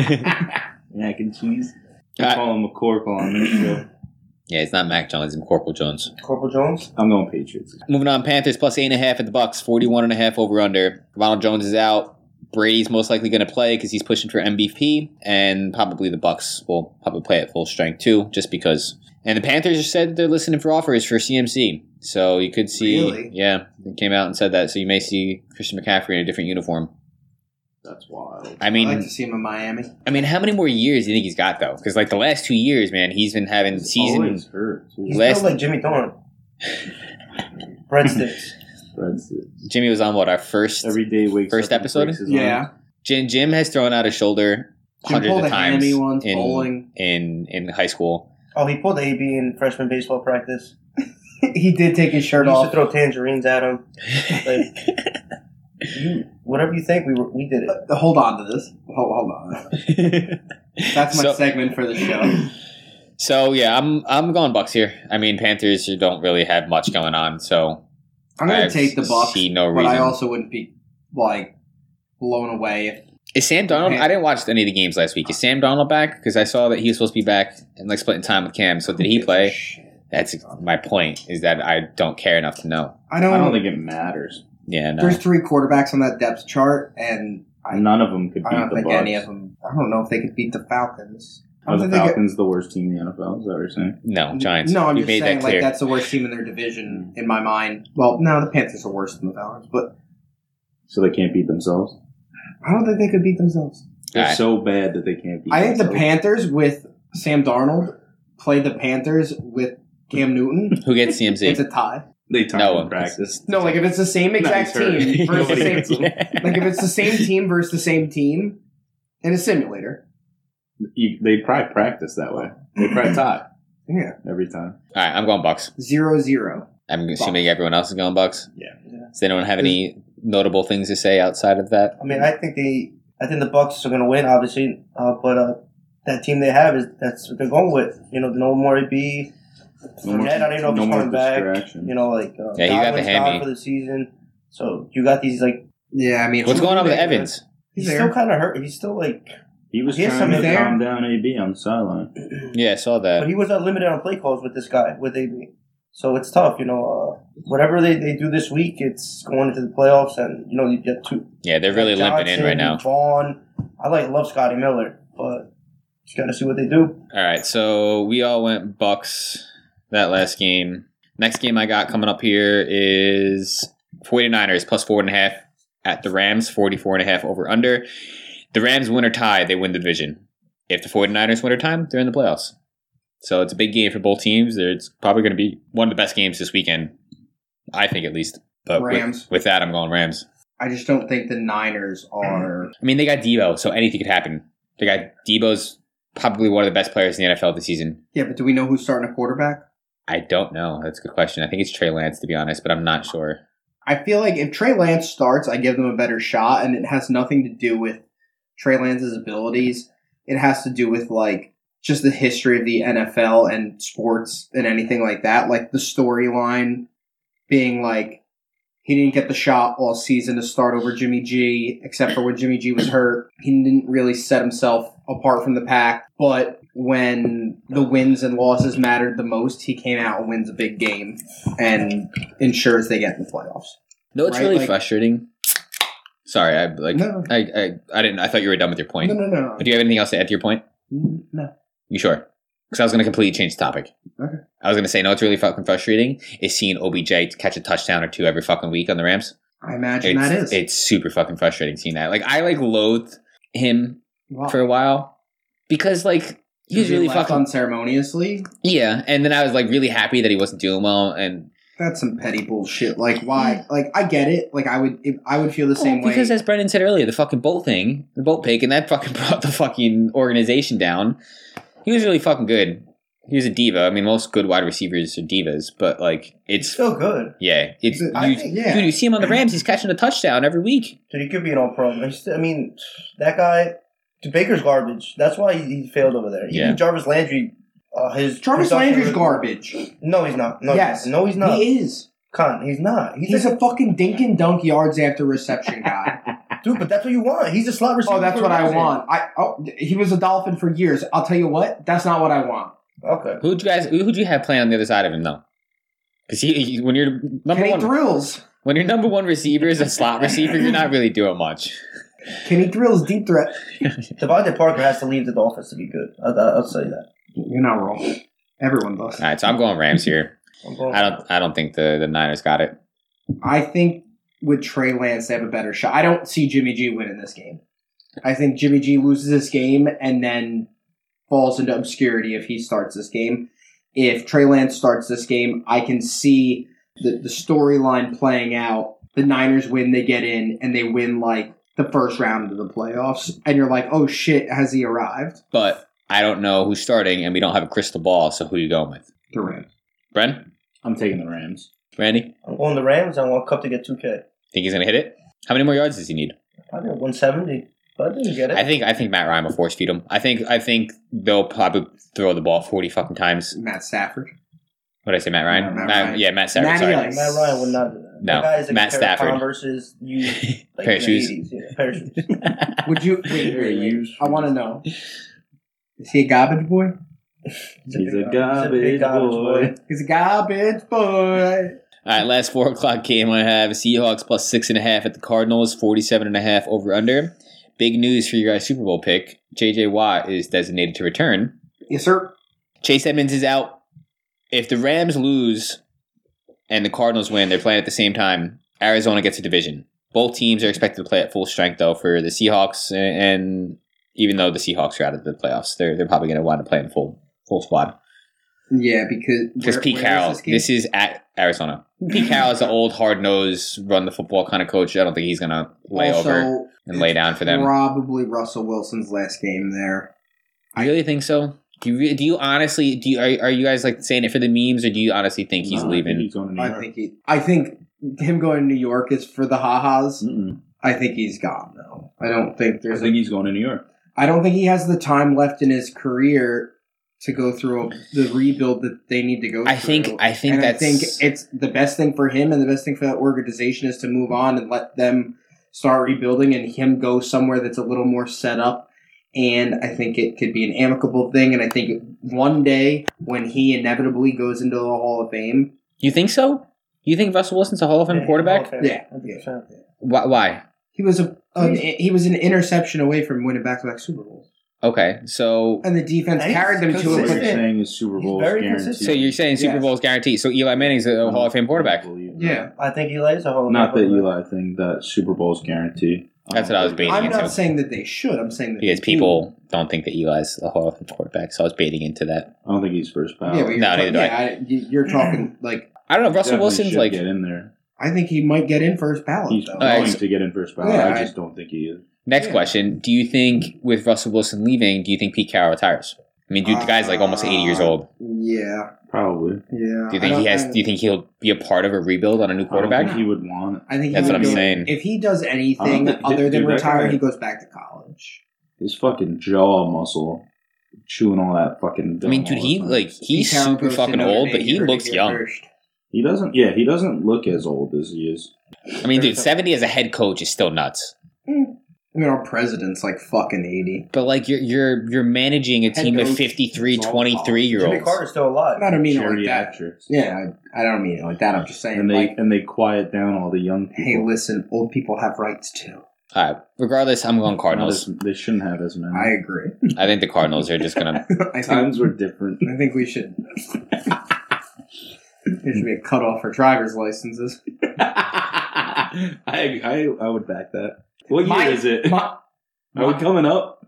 [SPEAKER 3] at? Mac and cheese.
[SPEAKER 2] All
[SPEAKER 3] I
[SPEAKER 2] right.
[SPEAKER 3] call him a corporal
[SPEAKER 2] *clears throat*
[SPEAKER 3] on this show.
[SPEAKER 2] Yeah, it's not Mac Jones, it's McCorkle Jones.
[SPEAKER 4] Corporal Jones.
[SPEAKER 3] I'm going Patriots.
[SPEAKER 2] Moving on, Panthers plus eight and a half at the Bucks, 41 and a half over under. Ronald Jones is out. Brady's most likely going to play because he's pushing for MVP, and probably the Bucks will probably play at full strength too, just because. And the Panthers have said they're listening for offers for CMC, so you could see,
[SPEAKER 1] Really?
[SPEAKER 2] yeah, they came out and said that, so you may see Christian McCaffrey in a different uniform.
[SPEAKER 3] That's wild.
[SPEAKER 2] I
[SPEAKER 1] I'd
[SPEAKER 2] mean,
[SPEAKER 1] like to see him in Miami.
[SPEAKER 2] I mean, how many more years do you think he's got though? Because like the last two years, man, he's been having season.
[SPEAKER 3] Always hurt. too.
[SPEAKER 4] He's
[SPEAKER 2] Last-
[SPEAKER 4] built like Jimmy Thorne. Breadsticks.
[SPEAKER 3] Spreads it.
[SPEAKER 2] Jimmy was on what our first
[SPEAKER 3] Every day wakes
[SPEAKER 2] First
[SPEAKER 3] up and
[SPEAKER 2] episode?
[SPEAKER 3] breaks his arm.
[SPEAKER 1] Yeah.
[SPEAKER 2] Jim, Jim has thrown out his shoulder
[SPEAKER 1] Jim
[SPEAKER 2] hundreds
[SPEAKER 1] pulled
[SPEAKER 2] of
[SPEAKER 1] a
[SPEAKER 2] times
[SPEAKER 1] hammy once,
[SPEAKER 2] in,
[SPEAKER 1] bowling. *laughs*
[SPEAKER 2] in in high school.
[SPEAKER 4] Oh, he pulled AB in freshman baseball practice.
[SPEAKER 1] he did take his
[SPEAKER 4] He
[SPEAKER 1] shirt
[SPEAKER 4] used to
[SPEAKER 1] off.
[SPEAKER 4] throw tangerines at him. Like, you, whatever you think, we were, we did it.
[SPEAKER 1] Uh, hold on to this. Hold, hold
[SPEAKER 2] *laughs*
[SPEAKER 1] on. That's my
[SPEAKER 2] So-
[SPEAKER 1] segment for the
[SPEAKER 2] *laughs*
[SPEAKER 1] show.
[SPEAKER 2] *laughs* so yeah, I'm I'm going Bucks here. I mean, Panthers you don't really have much going on, so
[SPEAKER 1] I'm going
[SPEAKER 2] I
[SPEAKER 1] to take the Bucks,
[SPEAKER 2] See no
[SPEAKER 1] but
[SPEAKER 2] reason.
[SPEAKER 1] I also wouldn't be like blown away if
[SPEAKER 2] Is Sam Donald?
[SPEAKER 1] Okay.
[SPEAKER 2] I didn't watch any of the games last week. Is Sam Donald back? Because I saw that he was supposed to be back and like splitting time with Cam. So did he play? That's my point. Is that I don't care enough to know.
[SPEAKER 1] I don't.
[SPEAKER 3] I don't think it matters.
[SPEAKER 2] Yeah, no.
[SPEAKER 1] there's three quarterbacks on that depth chart, and I,
[SPEAKER 3] None of them could beat
[SPEAKER 1] I don't
[SPEAKER 3] the
[SPEAKER 1] think
[SPEAKER 3] Bucks.
[SPEAKER 1] any of them. I don't know if they could beat the Falcons. I
[SPEAKER 3] Are
[SPEAKER 1] don't
[SPEAKER 3] the
[SPEAKER 1] think they could-
[SPEAKER 3] Falcons the worst team in the NFL? Is that what you're saying?
[SPEAKER 2] No, Uh, Giants.
[SPEAKER 1] No, I'm
[SPEAKER 2] We
[SPEAKER 1] just saying like that's the worst team in their division in my mind. Well, no, the Panthers are worse than the Falcons, but
[SPEAKER 3] So they can't beat themselves.
[SPEAKER 1] I don't think they could beat themselves.
[SPEAKER 3] They're
[SPEAKER 2] Alright.
[SPEAKER 3] so bad that they can't beat.
[SPEAKER 1] I think the
[SPEAKER 3] themselves.
[SPEAKER 1] Panthers with Sam Darnold play the Panthers with Cam
[SPEAKER 2] *laughs*
[SPEAKER 1] Newton.
[SPEAKER 2] Who
[SPEAKER 1] *laughs*
[SPEAKER 2] gets
[SPEAKER 1] It's
[SPEAKER 2] CMC?
[SPEAKER 1] a tie.
[SPEAKER 3] they time
[SPEAKER 2] No
[SPEAKER 3] no
[SPEAKER 2] one.
[SPEAKER 3] practice.
[SPEAKER 1] No, like if it's the same exact
[SPEAKER 3] No,
[SPEAKER 2] *laughs*
[SPEAKER 3] he's hurt.
[SPEAKER 1] team versus
[SPEAKER 3] Nobody
[SPEAKER 1] the
[SPEAKER 3] gets
[SPEAKER 1] same, like if it's the same team versus the same team in a simulator.
[SPEAKER 3] You, they probably practice that way. They probably tie
[SPEAKER 1] Yeah,
[SPEAKER 3] every time.
[SPEAKER 2] All right, I'm going Bucks.
[SPEAKER 1] zero zero.
[SPEAKER 2] I'm assuming everyone else is going Bucks.
[SPEAKER 3] Yeah.
[SPEAKER 4] Yeah.
[SPEAKER 2] Does anyone have any notable things to say outside of that?
[SPEAKER 4] I mean, I think they, I think the Bucks are going to win, obviously. Uh, but uh, that team they have is that's what they're going with. You know, no more AB.
[SPEAKER 3] No more-
[SPEAKER 4] Fournette, I don't know if
[SPEAKER 3] no
[SPEAKER 4] he's
[SPEAKER 3] more
[SPEAKER 4] coming back.
[SPEAKER 3] distraction.
[SPEAKER 4] You know, like uh,
[SPEAKER 2] Yeah, he got the
[SPEAKER 4] Godwin's
[SPEAKER 2] hammy.
[SPEAKER 4] gone for the season. So you got these like
[SPEAKER 1] Yeah, I mean,
[SPEAKER 2] What's going
[SPEAKER 1] *laughs*
[SPEAKER 2] on with Evans?
[SPEAKER 4] he's
[SPEAKER 1] He's there.
[SPEAKER 4] still kind of hurt. He's still like,
[SPEAKER 3] He was
[SPEAKER 4] He has
[SPEAKER 3] trying to
[SPEAKER 4] something there.
[SPEAKER 3] calm down AB on the sideline.
[SPEAKER 2] Yeah, I saw
[SPEAKER 4] but
[SPEAKER 2] that.
[SPEAKER 4] he was not limited on play calls with this guy with AB. So it's tough, you know. Uh, whatever they, they do this week, it's going into the playoffs, and you know you get two
[SPEAKER 2] Yeah, they're really limping in
[SPEAKER 4] Johnson,
[SPEAKER 2] right now.
[SPEAKER 4] Vaughn. I like love Scotty Miller, but just gotta see what they do.
[SPEAKER 2] All right, so we all went Bucks that last game. Next game I got coming up here is 49ers plus four and a half at the Rams, 44 and a half over under. The Rams win or tie, they win the division. If the 49ers win or tie, they're in the playoffs. So it's a big game for both teams. It's probably going to be one of the best games this weekend, I think at least. But with-
[SPEAKER 1] Rams.
[SPEAKER 2] with that, I'm going Rams.
[SPEAKER 1] I just don't think the Niners are.
[SPEAKER 2] I mean, they got Debo, so anything could happen. They got Debo's probably one of the best players in the NFL this season.
[SPEAKER 1] Yeah, but do we know who's starting a quarterback?
[SPEAKER 2] I don't know. That's a good question. I think it's Trey Lance, to be honest, but I'm not sure.
[SPEAKER 1] I feel like if Trey Lance starts, I give them a better shot, and it has nothing to do with Trey Lance's abilities. It has to do with like just the history of the NFL and sports and anything like that. Like the storyline being like he didn't get the shot all season to start over Jimmy G, except for when Jimmy G was hurt. He didn't really set himself apart from the pack, but when the wins and losses mattered the most, he came out and wins a big game and ensures they get in the playoffs.
[SPEAKER 2] No, it's
[SPEAKER 1] Right,
[SPEAKER 2] really
[SPEAKER 1] like-
[SPEAKER 2] frustrating. Sorry, I like
[SPEAKER 1] No.
[SPEAKER 2] I, I I didn't. I thought you were done with your point.
[SPEAKER 1] No, no, no.
[SPEAKER 2] But do you have anything else to add to your point?
[SPEAKER 1] No.
[SPEAKER 2] You sure? Because I was going to completely change the topic.
[SPEAKER 1] Okay.
[SPEAKER 2] I was going to say, no, it's really fucking frustrating is seeing OBJ catch a touchdown or two every fucking week on the Rams.
[SPEAKER 1] I imagine
[SPEAKER 2] It's,
[SPEAKER 1] that is.
[SPEAKER 2] it's super fucking frustrating seeing that. Like I like loathed him
[SPEAKER 1] Wow.
[SPEAKER 2] for a while because like he was
[SPEAKER 1] He
[SPEAKER 2] really
[SPEAKER 1] left
[SPEAKER 2] fucking
[SPEAKER 1] unceremoniously.
[SPEAKER 2] yeah and then i was like really happy that he wasn't doing well and
[SPEAKER 1] That's some petty bullshit. Like why? Like I get it. Like I would, if, I would feel the same
[SPEAKER 2] Well, Hmm. Oh, because
[SPEAKER 1] way.
[SPEAKER 2] as brendan said earlier the fucking boat thing *laughs* the boat pick and that fucking brought the fucking organization down he was really fucking good he was a diva. I mean, most good wide receivers are divas, but like it's
[SPEAKER 4] Still good.
[SPEAKER 2] yeah, it's
[SPEAKER 1] He's
[SPEAKER 4] I
[SPEAKER 2] you,
[SPEAKER 4] think,
[SPEAKER 1] Yeah.
[SPEAKER 2] dude. You see him on the Rams; he's catching a touchdown every week.
[SPEAKER 4] Dude, he could be an all pro. I just- I mean, that guy, dude, Baker's garbage. That's why he, he failed over there.
[SPEAKER 2] Yeah.
[SPEAKER 4] Even Jarvis Landry, uh, his
[SPEAKER 1] Jarvis
[SPEAKER 4] production
[SPEAKER 1] Landry's
[SPEAKER 2] *clears throat*
[SPEAKER 4] was-
[SPEAKER 1] garbage.
[SPEAKER 4] No, he's not. No,
[SPEAKER 1] Yes.
[SPEAKER 4] he's not. no, he's not.
[SPEAKER 1] He is.
[SPEAKER 4] Con, he's not. He's,
[SPEAKER 1] He's
[SPEAKER 4] a,
[SPEAKER 1] a fucking dink and dunk yards after reception
[SPEAKER 2] *laughs*
[SPEAKER 1] guy.
[SPEAKER 4] dude, but that's what you want. He's a slot receiver.
[SPEAKER 1] oh, that's
[SPEAKER 4] for a
[SPEAKER 1] what I
[SPEAKER 4] reason.
[SPEAKER 1] want. I oh, he was a dolphin for years. I'll tell you what, that's not what I want.
[SPEAKER 4] Okay,
[SPEAKER 2] Who'd you guys? Who'd you have playing on the other side of him though? Because he, he- when you're number
[SPEAKER 1] Kenny
[SPEAKER 2] one,
[SPEAKER 1] Thrills.
[SPEAKER 2] when your number one receiver is a slot receiver, you're not really doing much.
[SPEAKER 1] Kenny Thrills deep threat.
[SPEAKER 4] Devontae Parker has to leave the Dolphins to be good. I, I, I'll say that.
[SPEAKER 1] You're not wrong. Everyone does.
[SPEAKER 2] All right, so I'm going Rams here.
[SPEAKER 4] I'm going-
[SPEAKER 2] I don't. I don't think the the Niners got it.
[SPEAKER 1] I think with Trey Lance, they have a better shot. I don't see Jimmy G winning this game. I think Jimmy G loses this game and then falls into obscurity if he starts this game. If Trey Lance starts this game, I can see the, the storyline playing out. The Niners win, they get in, and they win like the first round of the playoffs. And you're like, oh shit, has he arrived?
[SPEAKER 2] But I don't know who's starting, and we don't have a crystal ball. So who you going with,
[SPEAKER 1] Durant.
[SPEAKER 2] Bren?
[SPEAKER 3] I'm taking the Rams.
[SPEAKER 2] Randy?
[SPEAKER 4] I'm going the Rams. I want Cup to get 2K.
[SPEAKER 2] Think he's gonna hit it? How many more yards does he need?
[SPEAKER 4] Probably at 170, but I didn't get it.
[SPEAKER 2] I think I think Matt Ryan will force feed him. I think I think they'll probably throw the ball forty fucking times.
[SPEAKER 1] Matt Stafford.
[SPEAKER 2] What did I say, Matt Ryan?
[SPEAKER 1] Matt
[SPEAKER 2] Matt-
[SPEAKER 1] Ryan.
[SPEAKER 2] yeah, Matt Stafford.
[SPEAKER 1] Matty
[SPEAKER 2] sorry.
[SPEAKER 1] Ice.
[SPEAKER 4] Matt Ryan would not do that.
[SPEAKER 2] No,
[SPEAKER 4] That guy is like
[SPEAKER 2] Matt
[SPEAKER 4] a pair of
[SPEAKER 2] Stafford.
[SPEAKER 4] Converses, you,
[SPEAKER 2] *laughs*
[SPEAKER 4] like
[SPEAKER 2] Pair of
[SPEAKER 4] in the
[SPEAKER 2] shoes.
[SPEAKER 4] 80s, yeah, pair of shoes.
[SPEAKER 1] Would you? Wait, wait, wait. I want to know. Is he a garbage boy?
[SPEAKER 3] He's a
[SPEAKER 4] big
[SPEAKER 3] garbage boy.
[SPEAKER 1] He's a garbage boy.
[SPEAKER 2] *laughs* All right, last four o'clock game I have Seahawks plus six and a half at the Cardinals, 47 and a half over under. Big news for your guys' Super Bowl pick. JJ Watt is designated to return.
[SPEAKER 1] Yes, sir.
[SPEAKER 2] Chase Edmonds is out. If the Rams lose and the Cardinals win, they're playing at the same time. Arizona gets a division. Both teams are expected to play at full strength, though, for the Seahawks. And and even though the Seahawks are out of the playoffs, they're, they're probably going to wind up playing full full squad.
[SPEAKER 1] Yeah, because
[SPEAKER 2] Because
[SPEAKER 1] where-
[SPEAKER 2] Pete
[SPEAKER 1] where
[SPEAKER 2] Carroll,
[SPEAKER 1] is
[SPEAKER 2] this,
[SPEAKER 1] game?
[SPEAKER 2] is at Arizona. Pete Carroll is an old, hard nosed, run the football kind of coach. I don't think he's going to lay
[SPEAKER 1] Also,
[SPEAKER 2] over and lay down for them.
[SPEAKER 1] Probably Russell Wilson's last game there.
[SPEAKER 2] I really think so. Do you, re- do you honestly, do you, are, are you guys like saying it for the memes or do you honestly think he's
[SPEAKER 3] Nah, I think
[SPEAKER 2] leaving?
[SPEAKER 3] He's going to New
[SPEAKER 1] I
[SPEAKER 3] York.
[SPEAKER 1] think he. I think him going to New York is for the ha-has.
[SPEAKER 3] Mm-mm.
[SPEAKER 1] I think he's gone now. I don't think
[SPEAKER 3] I
[SPEAKER 1] there's.
[SPEAKER 3] think
[SPEAKER 1] a,
[SPEAKER 3] he's going to New York.
[SPEAKER 1] I don't think he has the time left in his career to go through a, the rebuild that they need to go.
[SPEAKER 2] I
[SPEAKER 1] through.
[SPEAKER 2] think, I think
[SPEAKER 1] and
[SPEAKER 2] that's.
[SPEAKER 1] I think it's the best thing for him and the best thing for that organization is to move on and let them start rebuilding and him go somewhere that's a little more set up. And I think it could be an amicable thing. And I think one day when he inevitably goes into the Hall of Fame,
[SPEAKER 2] you think so? You think Russell Wilson's a Hall of Fame quarterback?
[SPEAKER 1] Yeah.
[SPEAKER 2] Why, why?
[SPEAKER 1] he was a an, he was an interception away from winning back to back Super Bowls,
[SPEAKER 2] Okay, so.
[SPEAKER 1] and the defense
[SPEAKER 4] And he's
[SPEAKER 1] carried them
[SPEAKER 3] So
[SPEAKER 1] to it.
[SPEAKER 3] what you're
[SPEAKER 1] but-
[SPEAKER 4] consistent.
[SPEAKER 3] saying is Super
[SPEAKER 4] He's
[SPEAKER 3] Bowl
[SPEAKER 4] very
[SPEAKER 3] is guaranteed.
[SPEAKER 4] consistent.
[SPEAKER 2] So you're saying Super
[SPEAKER 1] Yes.
[SPEAKER 2] Bowl's guaranteed. So Eli Manning's a Hall of Fame quarterback.
[SPEAKER 1] Yeah,
[SPEAKER 4] I think Eli is a whole.
[SPEAKER 3] Not that Eli thing. That Super Bowl's guarantee.
[SPEAKER 2] That's what I was baiting
[SPEAKER 1] I'm
[SPEAKER 2] into.
[SPEAKER 1] not saying that they should. I'm saying that
[SPEAKER 2] because
[SPEAKER 1] they do.
[SPEAKER 2] people don't think that Eli's a Hall of Fame quarterback, so I was baiting into that.
[SPEAKER 3] I don't think he's first
[SPEAKER 1] Yeah,
[SPEAKER 3] ballot.
[SPEAKER 1] but you're,
[SPEAKER 2] uh, No, neither do I.
[SPEAKER 1] yeah, I- you- you're talking like
[SPEAKER 2] I don't know. Russell
[SPEAKER 3] Definitely
[SPEAKER 2] Wilson's
[SPEAKER 3] should
[SPEAKER 2] like
[SPEAKER 3] get in there.
[SPEAKER 1] I think he might get in first ballot.
[SPEAKER 3] He's
[SPEAKER 1] though.
[SPEAKER 2] right,
[SPEAKER 3] going
[SPEAKER 2] so-
[SPEAKER 3] to get in first ballot.
[SPEAKER 1] Oh, Yeah,
[SPEAKER 3] I just don't think he is.
[SPEAKER 2] next
[SPEAKER 1] Yeah.
[SPEAKER 2] question. Do you think with Russell Wilson leaving, do you think Pete Carroll retires? I mean, dude, the guy's like almost eighty years old.
[SPEAKER 1] Yeah,
[SPEAKER 3] Probably.
[SPEAKER 1] yeah.
[SPEAKER 2] Do you
[SPEAKER 1] I
[SPEAKER 2] think
[SPEAKER 1] don't-
[SPEAKER 2] he has?
[SPEAKER 1] I-
[SPEAKER 2] Do you think he'll be a part of a rebuild on a new
[SPEAKER 3] I don't
[SPEAKER 2] quarterback?
[SPEAKER 3] think he would want.
[SPEAKER 1] I think he
[SPEAKER 2] That's
[SPEAKER 1] would
[SPEAKER 2] what I'm
[SPEAKER 1] go-
[SPEAKER 2] saying.
[SPEAKER 1] If he does anything
[SPEAKER 3] I don't thi-
[SPEAKER 1] other than
[SPEAKER 3] dude, that
[SPEAKER 1] retire,
[SPEAKER 3] guy-
[SPEAKER 1] he goes back to college.
[SPEAKER 3] His fucking jaw muscle, chewing all that fucking.
[SPEAKER 2] I mean,
[SPEAKER 3] gum
[SPEAKER 2] dude,
[SPEAKER 3] all the
[SPEAKER 2] he
[SPEAKER 3] time.
[SPEAKER 2] like he's
[SPEAKER 1] Pete Carroll
[SPEAKER 2] super
[SPEAKER 1] goes to
[SPEAKER 2] fucking
[SPEAKER 1] Notre
[SPEAKER 2] old,
[SPEAKER 1] Dame,
[SPEAKER 2] but he
[SPEAKER 1] you're
[SPEAKER 2] looks
[SPEAKER 1] here
[SPEAKER 2] young.
[SPEAKER 1] first.
[SPEAKER 3] He doesn't. Yeah, he doesn't look as old as he is.
[SPEAKER 2] I mean, dude, seventy as a head coach is still nuts.
[SPEAKER 1] I mean, our president's like fucking eighty.
[SPEAKER 2] But like, you're you're you're managing a
[SPEAKER 1] Head
[SPEAKER 2] team of
[SPEAKER 1] coach,
[SPEAKER 2] 53,
[SPEAKER 1] it's all
[SPEAKER 2] 23 year
[SPEAKER 4] Jimmy
[SPEAKER 2] olds.
[SPEAKER 4] Carter's still alive.
[SPEAKER 1] I don't mean it like
[SPEAKER 3] Charity
[SPEAKER 1] that.
[SPEAKER 3] actress.
[SPEAKER 1] Yeah, I, I don't mean it like that. I'm just saying,
[SPEAKER 3] And they *laughs*
[SPEAKER 1] like,
[SPEAKER 3] and they quiet down all the young people.
[SPEAKER 1] hey, listen, old people have rights too.
[SPEAKER 2] All right. Regardless,
[SPEAKER 1] *laughs*
[SPEAKER 2] I'm going
[SPEAKER 3] Not
[SPEAKER 2] Cardinals.
[SPEAKER 3] as- they shouldn't have as many.
[SPEAKER 1] I agree. *laughs*
[SPEAKER 2] I think the Cardinals are just gonna.
[SPEAKER 1] I think
[SPEAKER 3] Times were different.
[SPEAKER 1] I think we should. *laughs* there should be a cutoff for driver's licenses. *laughs*
[SPEAKER 3] *laughs* I, I I would back that. What year
[SPEAKER 1] My-
[SPEAKER 3] is it?
[SPEAKER 1] My-
[SPEAKER 3] Are we coming up?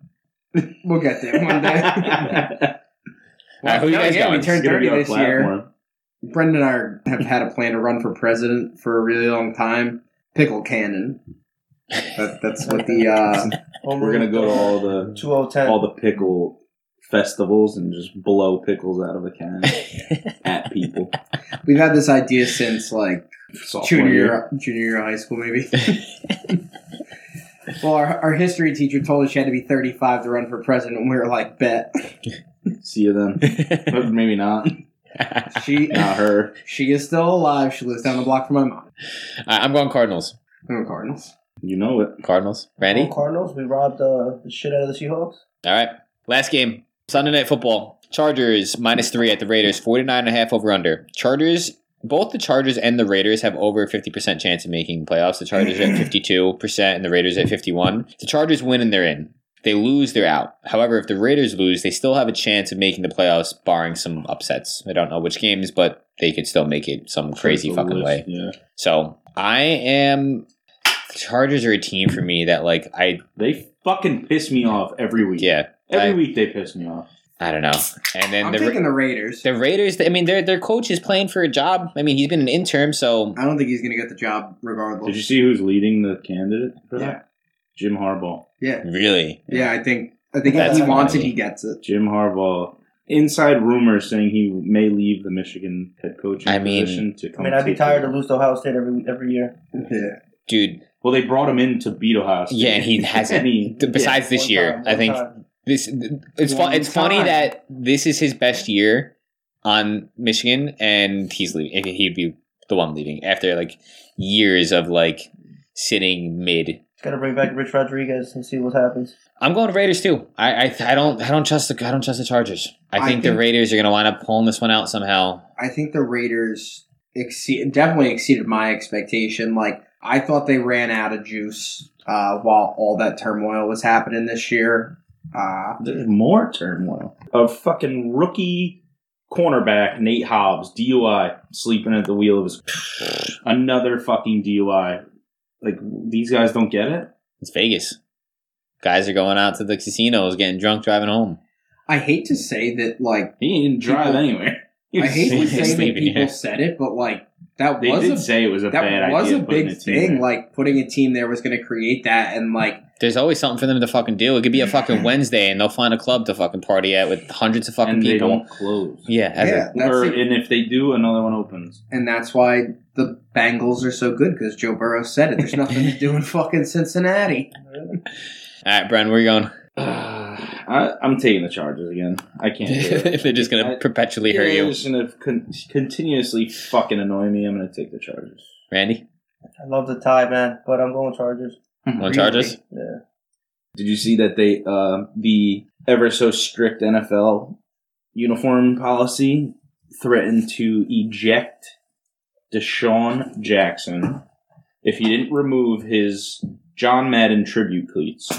[SPEAKER 1] we'll get there one
[SPEAKER 3] *laughs*
[SPEAKER 1] day.
[SPEAKER 2] All right, who you
[SPEAKER 1] no,
[SPEAKER 2] guys
[SPEAKER 1] yeah,
[SPEAKER 2] going?
[SPEAKER 1] We turned
[SPEAKER 3] It's gonna be
[SPEAKER 1] thirty
[SPEAKER 3] our
[SPEAKER 1] this year.
[SPEAKER 3] platform.
[SPEAKER 1] Brendan and I are- have had a plan to run for president for a really long time. Pickle cannon. That, that's what the uh,
[SPEAKER 4] Home
[SPEAKER 3] We're
[SPEAKER 4] run,
[SPEAKER 3] gonna go to all the
[SPEAKER 4] 2010.
[SPEAKER 3] all the pickle festivals and just blow pickles out of a can
[SPEAKER 1] *laughs*
[SPEAKER 3] at people.
[SPEAKER 1] We've had this idea since like
[SPEAKER 3] Sophomore
[SPEAKER 1] junior
[SPEAKER 3] year.
[SPEAKER 1] year, junior year of high school, maybe. *laughs* well, our, our history teacher told us she had to be 35 to run for president, and we were like, bet.
[SPEAKER 3] See you then.
[SPEAKER 2] *laughs*
[SPEAKER 3] But maybe not.
[SPEAKER 1] She uh,
[SPEAKER 3] *laughs* Not her.
[SPEAKER 1] she is still alive. She lives down the block from my mom.
[SPEAKER 2] I- I'm going Cardinals.
[SPEAKER 1] I'm a Cardinals.
[SPEAKER 3] You know it.
[SPEAKER 2] Cardinals. Randy?
[SPEAKER 4] Oh, Cardinals, we robbed uh, the shit out of the Seahawks.
[SPEAKER 2] All right. Last game. Sunday night football. Chargers minus three at the Raiders, 49 and a half over under. Chargers, both the Chargers and the Raiders have over 50% chance of making playoffs. The
[SPEAKER 1] *clears throat*
[SPEAKER 2] Chargers at 52% and the Raiders at 51. If The Chargers win and they're in. If They lose, they're out. However, if the Raiders lose, they still have a chance of making the playoffs, barring some upsets. I don't know which games, but they could still make it some crazy
[SPEAKER 3] Sure, the
[SPEAKER 2] fucking
[SPEAKER 3] list,
[SPEAKER 2] way.
[SPEAKER 3] Yeah.
[SPEAKER 2] So I am. The Chargers are a team for me that, like, I.
[SPEAKER 3] They fucking piss me off every week.
[SPEAKER 2] Yeah.
[SPEAKER 3] Every
[SPEAKER 2] I-
[SPEAKER 3] week they piss me off.
[SPEAKER 2] I don't know. And then
[SPEAKER 1] I'm
[SPEAKER 2] the Ra-
[SPEAKER 1] taking the Raiders.
[SPEAKER 2] The Raiders, I mean, their their coach is playing for a job. I mean, he's been an interim, so
[SPEAKER 1] I don't think he's going to get the job regardless.
[SPEAKER 3] Did you see who's leading the candidate for
[SPEAKER 1] Yeah.
[SPEAKER 3] that? Jim Harbaugh.
[SPEAKER 1] Yeah,
[SPEAKER 2] really,
[SPEAKER 1] yeah. I think I think if
[SPEAKER 2] That's
[SPEAKER 1] he wants it,
[SPEAKER 2] funny.
[SPEAKER 1] he gets it.
[SPEAKER 3] Jim Harbaugh. Inside rumors saying he may leave the Michigan head coaching
[SPEAKER 2] I mean-
[SPEAKER 3] position to come.
[SPEAKER 4] I mean, I'd be
[SPEAKER 3] take
[SPEAKER 4] tired
[SPEAKER 3] over.
[SPEAKER 4] to lose to Ohio State every every year.
[SPEAKER 1] Yeah.
[SPEAKER 2] dude.
[SPEAKER 3] Well, they brought him in to beat Ohio State.
[SPEAKER 2] Yeah, and he hasn't.
[SPEAKER 3] *laughs* And he-
[SPEAKER 2] th- *laughs* Besides
[SPEAKER 4] Yeah,
[SPEAKER 2] this
[SPEAKER 4] one
[SPEAKER 2] year,
[SPEAKER 4] time,
[SPEAKER 2] I
[SPEAKER 4] one
[SPEAKER 2] think
[SPEAKER 4] time.
[SPEAKER 2] this it's fu-
[SPEAKER 1] One
[SPEAKER 2] it's funny
[SPEAKER 1] time.
[SPEAKER 2] that this is his best year on Michigan, and he's leaving. He'd be the one leaving after like years of like sitting mid.
[SPEAKER 4] It's gotta bring back Rich Rodriguez and see what happens.
[SPEAKER 2] I'm going Raiders too. I, I I don't I don't trust the I don't trust the Chargers. I
[SPEAKER 1] I
[SPEAKER 2] think the
[SPEAKER 1] think-
[SPEAKER 2] Raiders are gonna wind up pulling this one out somehow.
[SPEAKER 1] I think the Raiders exceed, definitely exceeded my expectation. Like I thought they ran out of juice uh, while all that turmoil was happening this year. Uh,
[SPEAKER 3] There's more turmoil. A fucking rookie cornerback, Nate Hobbs, DUI, sleeping at the wheel of his.
[SPEAKER 2] *sighs*
[SPEAKER 3] Another fucking DUI. Like, these guys don't get it?
[SPEAKER 2] It's Vegas. Guys are going out to the casinos, getting drunk, driving home.
[SPEAKER 1] I hate to say that, like
[SPEAKER 3] He didn't drive
[SPEAKER 1] People-
[SPEAKER 3] anywhere. *laughs* He
[SPEAKER 1] I
[SPEAKER 3] was
[SPEAKER 1] hate to
[SPEAKER 3] sleeping.
[SPEAKER 1] say that
[SPEAKER 2] Sleeping,
[SPEAKER 1] people
[SPEAKER 2] yeah.
[SPEAKER 3] *laughs*
[SPEAKER 1] said it, but like that
[SPEAKER 3] They
[SPEAKER 1] was
[SPEAKER 3] did
[SPEAKER 1] a
[SPEAKER 3] say it was a
[SPEAKER 1] that
[SPEAKER 3] bad
[SPEAKER 1] was
[SPEAKER 3] idea.
[SPEAKER 1] a
[SPEAKER 3] putting
[SPEAKER 1] big
[SPEAKER 3] team in.
[SPEAKER 1] thing. Like putting a team there was going to create that, and like
[SPEAKER 2] There's always something for them to fucking do. It could be a
[SPEAKER 3] *laughs*
[SPEAKER 2] fucking Wednesday, and they'll find a club to fucking party at with hundreds of fucking
[SPEAKER 3] and they
[SPEAKER 2] people.
[SPEAKER 3] don't close.
[SPEAKER 2] Yeah, ever.
[SPEAKER 1] yeah, that's
[SPEAKER 3] or,
[SPEAKER 1] it.
[SPEAKER 3] and if they do, another one opens.
[SPEAKER 1] and that's why the Bengals are so good because Joe Burrow said it. There's nothing to
[SPEAKER 3] *laughs*
[SPEAKER 1] do in fucking Cincinnati.
[SPEAKER 2] All right, Bren, where you going? Uh,
[SPEAKER 3] *sighs* I, I'm taking the Chargers again. I can't. do
[SPEAKER 2] *laughs*
[SPEAKER 3] it.
[SPEAKER 2] if they're just gonna
[SPEAKER 3] I-
[SPEAKER 2] perpetually hurt
[SPEAKER 3] Yeah,
[SPEAKER 2] you,
[SPEAKER 3] It's gonna con- continuously fucking annoy me. I'm gonna take the Chargers.
[SPEAKER 2] Randy,
[SPEAKER 4] I love the tie, man, but I'm going Chargers.
[SPEAKER 2] want charges?
[SPEAKER 4] Yeah.
[SPEAKER 3] Did you see that they uh, the ever so strict NFL uniform policy threatened to eject Deshaun Jackson if he didn't remove his John Madden tribute cleats?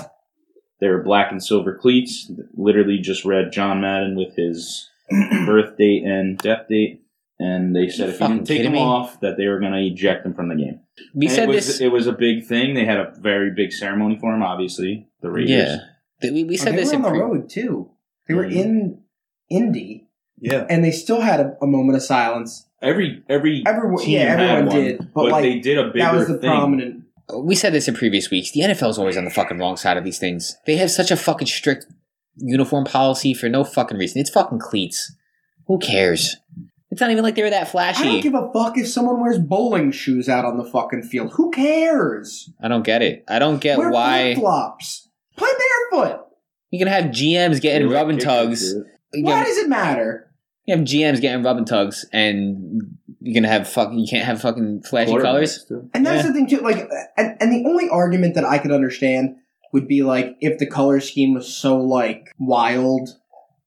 [SPEAKER 3] They were black and silver cleats. Literally just read John Madden with his
[SPEAKER 2] *clears throat*
[SPEAKER 3] birth date and death date. And they said
[SPEAKER 2] You
[SPEAKER 3] if he
[SPEAKER 2] fucking
[SPEAKER 3] didn't take
[SPEAKER 2] kidding
[SPEAKER 3] them
[SPEAKER 2] me?
[SPEAKER 3] off, that they were going to eject him from the game.
[SPEAKER 2] We
[SPEAKER 3] And
[SPEAKER 2] said
[SPEAKER 3] it was,
[SPEAKER 2] this.
[SPEAKER 3] It was a big thing. They had a very big ceremony for him. Obviously, the Raiders.
[SPEAKER 2] yeah, Th- we, we said
[SPEAKER 1] Oh, they
[SPEAKER 2] this
[SPEAKER 1] were on
[SPEAKER 2] in
[SPEAKER 1] the
[SPEAKER 2] pre-
[SPEAKER 1] road too. They were
[SPEAKER 3] Mhm.
[SPEAKER 1] in Indy,
[SPEAKER 3] Yeah.
[SPEAKER 1] and they still had a, a moment of silence.
[SPEAKER 3] Every every
[SPEAKER 1] Everyone,
[SPEAKER 3] team
[SPEAKER 1] yeah,
[SPEAKER 3] had
[SPEAKER 1] everyone
[SPEAKER 3] one,
[SPEAKER 1] did, but,
[SPEAKER 3] but,
[SPEAKER 1] like
[SPEAKER 3] they did a bigger
[SPEAKER 1] that was the
[SPEAKER 3] thing.
[SPEAKER 1] prominent.
[SPEAKER 2] we said this in previous weeks. The NFL's always on the fucking wrong side of these things. They have such a fucking strict uniform policy for no fucking reason. It's fucking cleats. Who cares? It's not even like they were that flashy.
[SPEAKER 1] I don't give a fuck if someone wears bowling shoes out on the fucking field. Who cares?
[SPEAKER 2] I don't get it. I don't get
[SPEAKER 1] Wear
[SPEAKER 2] why
[SPEAKER 1] flops? Play barefoot.
[SPEAKER 2] you can have GMs
[SPEAKER 3] They
[SPEAKER 2] getting
[SPEAKER 3] were
[SPEAKER 2] rub and
[SPEAKER 3] kickers,
[SPEAKER 2] tugs.
[SPEAKER 3] dude.
[SPEAKER 2] You
[SPEAKER 1] Why
[SPEAKER 2] can,
[SPEAKER 1] does it matter?
[SPEAKER 2] you have GMs getting rub and tugs, and you can have fucking. You can't have fucking flashy
[SPEAKER 3] Quarterbacks,
[SPEAKER 2] colors.
[SPEAKER 3] dude.
[SPEAKER 1] And that's
[SPEAKER 2] Yeah.
[SPEAKER 1] the thing too. Like, and, and the only argument that I could understand would be like if the color scheme was so like wild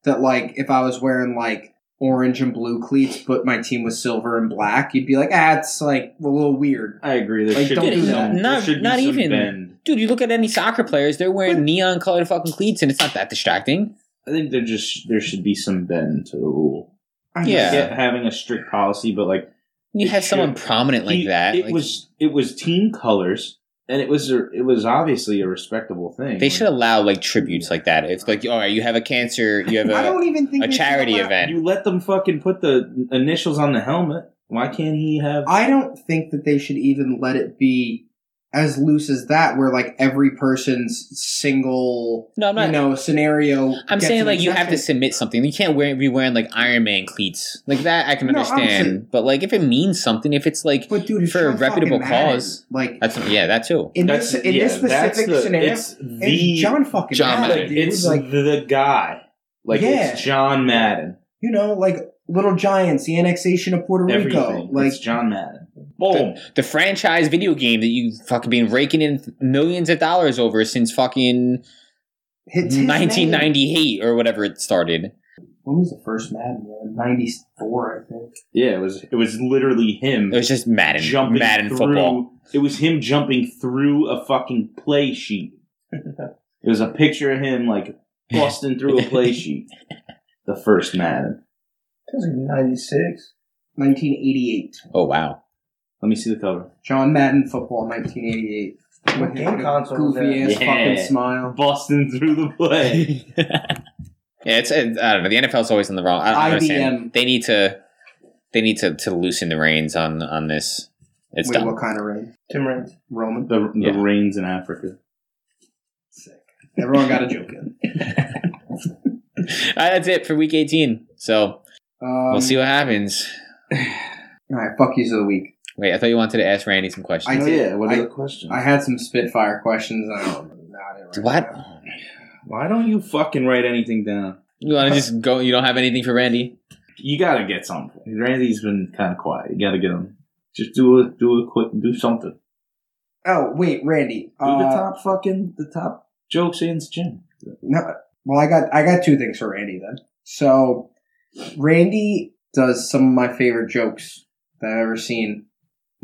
[SPEAKER 1] that like if I was wearing like orange and blue cleats, but my team was silver and black, you'd be like, ah, it's like a little weird.
[SPEAKER 3] I agree. There
[SPEAKER 1] Like,
[SPEAKER 3] should
[SPEAKER 1] don't
[SPEAKER 3] be
[SPEAKER 1] do
[SPEAKER 3] some,
[SPEAKER 1] that.
[SPEAKER 3] there
[SPEAKER 2] Not-
[SPEAKER 3] should be
[SPEAKER 2] not
[SPEAKER 3] some
[SPEAKER 2] even.
[SPEAKER 3] Bend.
[SPEAKER 2] Dude, you look at any soccer players; they're wearing
[SPEAKER 1] But-
[SPEAKER 2] neon colored fucking cleats, and it's not that distracting.
[SPEAKER 3] I think there just there should be some bend to the rule.
[SPEAKER 1] I
[SPEAKER 2] Yeah.
[SPEAKER 1] just-
[SPEAKER 3] Get- having a strict policy, but like
[SPEAKER 2] You
[SPEAKER 3] It
[SPEAKER 2] have someone
[SPEAKER 3] should.
[SPEAKER 2] prominent like
[SPEAKER 3] he-
[SPEAKER 2] that.
[SPEAKER 3] it
[SPEAKER 2] like,
[SPEAKER 3] was it was team colors, and it was a, it was obviously a respectable thing.
[SPEAKER 2] they
[SPEAKER 3] Like,
[SPEAKER 2] should allow like tributes like that. It's like, all right, you have a cancer, you have
[SPEAKER 1] I
[SPEAKER 2] a,
[SPEAKER 1] don't even think
[SPEAKER 2] a
[SPEAKER 1] they should
[SPEAKER 2] charity
[SPEAKER 1] allow-
[SPEAKER 2] event.
[SPEAKER 3] You let them fucking put the initials on the helmet. Why can't he have?
[SPEAKER 1] I don't think that they should even let it be as loose as that, where like every person's single,
[SPEAKER 2] No, I'm not.
[SPEAKER 1] you know, scenario.
[SPEAKER 2] I'm
[SPEAKER 1] gets
[SPEAKER 2] saying
[SPEAKER 1] an
[SPEAKER 2] like you have to
[SPEAKER 1] exception.
[SPEAKER 2] submit something. You can't wear be wearing like Iron Man cleats like that. I can
[SPEAKER 1] No,
[SPEAKER 2] understand,
[SPEAKER 1] obviously.
[SPEAKER 2] but like if it means something, if it's like
[SPEAKER 1] But dude, it's
[SPEAKER 2] for a
[SPEAKER 1] Sean fucking
[SPEAKER 2] reputable
[SPEAKER 1] Madden.
[SPEAKER 2] cause.
[SPEAKER 1] Like
[SPEAKER 2] that's yeah, that too.
[SPEAKER 1] in this in this
[SPEAKER 5] that's
[SPEAKER 1] specific
[SPEAKER 5] the-
[SPEAKER 1] scenario,
[SPEAKER 5] it's the
[SPEAKER 1] it's John fucking
[SPEAKER 2] John
[SPEAKER 1] Madden,
[SPEAKER 2] Madden.
[SPEAKER 1] dude.
[SPEAKER 5] it's
[SPEAKER 1] like
[SPEAKER 5] the guy. Like
[SPEAKER 1] Yeah.
[SPEAKER 5] it's John Madden.
[SPEAKER 1] you know, like Little Giants, the annexation of Puerto
[SPEAKER 5] Everything.
[SPEAKER 1] Rico, like
[SPEAKER 5] it's John Madden. Boom.
[SPEAKER 2] The franchise video game that you fucking been raking in millions of dollars over since fucking
[SPEAKER 1] it's his
[SPEAKER 2] 1998 or whatever it started.
[SPEAKER 1] name. When was the first Madden? Ninety four, I think.
[SPEAKER 5] Yeah, it was
[SPEAKER 3] It was literally him
[SPEAKER 2] It was just Madden,
[SPEAKER 3] jumping
[SPEAKER 2] Madden
[SPEAKER 3] through.
[SPEAKER 2] football.
[SPEAKER 3] It was him jumping through a fucking play sheet. it was a picture of him like busting through a
[SPEAKER 2] *laughs*
[SPEAKER 3] play sheet. The first Madden.
[SPEAKER 4] Because in '96,
[SPEAKER 1] Nineteen eighty eight. *laughs*
[SPEAKER 2] Oh wow,
[SPEAKER 3] Let me see the cover.
[SPEAKER 1] John Madden football, nineteen eighty eight.
[SPEAKER 4] What game console was that?
[SPEAKER 1] Goofy ass
[SPEAKER 3] Yeah.
[SPEAKER 1] fucking smile.
[SPEAKER 3] Busting through the play.
[SPEAKER 2] yeah, it's it, I don't know. The NFL's always in the wrong. I don't
[SPEAKER 1] IBM.
[SPEAKER 2] understand. They need to they need to, to loosen the reins on on this. It's
[SPEAKER 1] Wait,
[SPEAKER 2] done. *laughs*
[SPEAKER 1] what kind of rain?
[SPEAKER 4] Tim Raines.
[SPEAKER 1] Roman.
[SPEAKER 3] The, the
[SPEAKER 2] Yeah.
[SPEAKER 3] rains in Africa.
[SPEAKER 1] Sick. Everyone got a joke in.
[SPEAKER 2] All right, that's it for week 18. So
[SPEAKER 1] Um,
[SPEAKER 2] we'll see what happens.
[SPEAKER 1] All right, fuck yous of the week.
[SPEAKER 2] Wait, I thought you wanted to ask Randy some
[SPEAKER 1] I
[SPEAKER 2] questions.
[SPEAKER 1] did.
[SPEAKER 5] yeah, what are
[SPEAKER 1] I,
[SPEAKER 5] the questions?
[SPEAKER 1] I had some Spitfire questions. I don't know. about it right
[SPEAKER 2] what?
[SPEAKER 1] now.
[SPEAKER 5] Why don't you fucking write anything down?
[SPEAKER 2] You want to just go? You don't have anything for
[SPEAKER 1] *laughs*
[SPEAKER 2] Randy?
[SPEAKER 5] You gotta get something. Randy's been kind of quiet. You gotta get him. Just do a do a quick do something.
[SPEAKER 1] Oh wait, Randy.
[SPEAKER 5] Do the
[SPEAKER 1] uh,
[SPEAKER 5] top fucking the top jokes in the gym.
[SPEAKER 1] No, well, I got I got two things for Randy then. So, Randy does some of my favorite jokes that I've ever seen.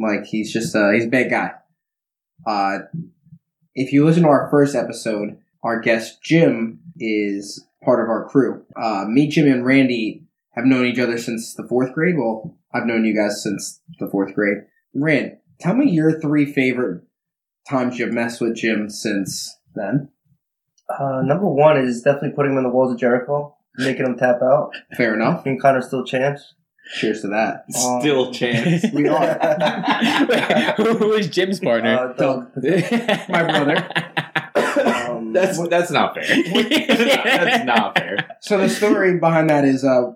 [SPEAKER 1] Like he's just a, he's a bad guy. Uh, if you listen to our first episode, our guest Jim is part of our crew. Uh, me, Jim, and Randy have known each other since the fourth grade. Well, I've known you guys since the fourth grade. Rand, tell me your three favorite times you've messed with Jim since then.
[SPEAKER 4] Uh, number one is definitely putting him in the walls of Jericho, making him tap out.
[SPEAKER 1] Fair enough.
[SPEAKER 4] Being kind of still champs.
[SPEAKER 1] Cheers to that.
[SPEAKER 5] *laughs*
[SPEAKER 4] Um,
[SPEAKER 5] Still *laughs* chance.
[SPEAKER 1] We are.
[SPEAKER 2] Wait, *laughs* who is Jim's partner?
[SPEAKER 4] Uh, Doug.
[SPEAKER 1] My
[SPEAKER 2] *laughs*
[SPEAKER 1] brother.
[SPEAKER 4] Um,
[SPEAKER 5] That's that's not fair. *laughs* that's not *laughs* fair.
[SPEAKER 1] So the story behind that is uh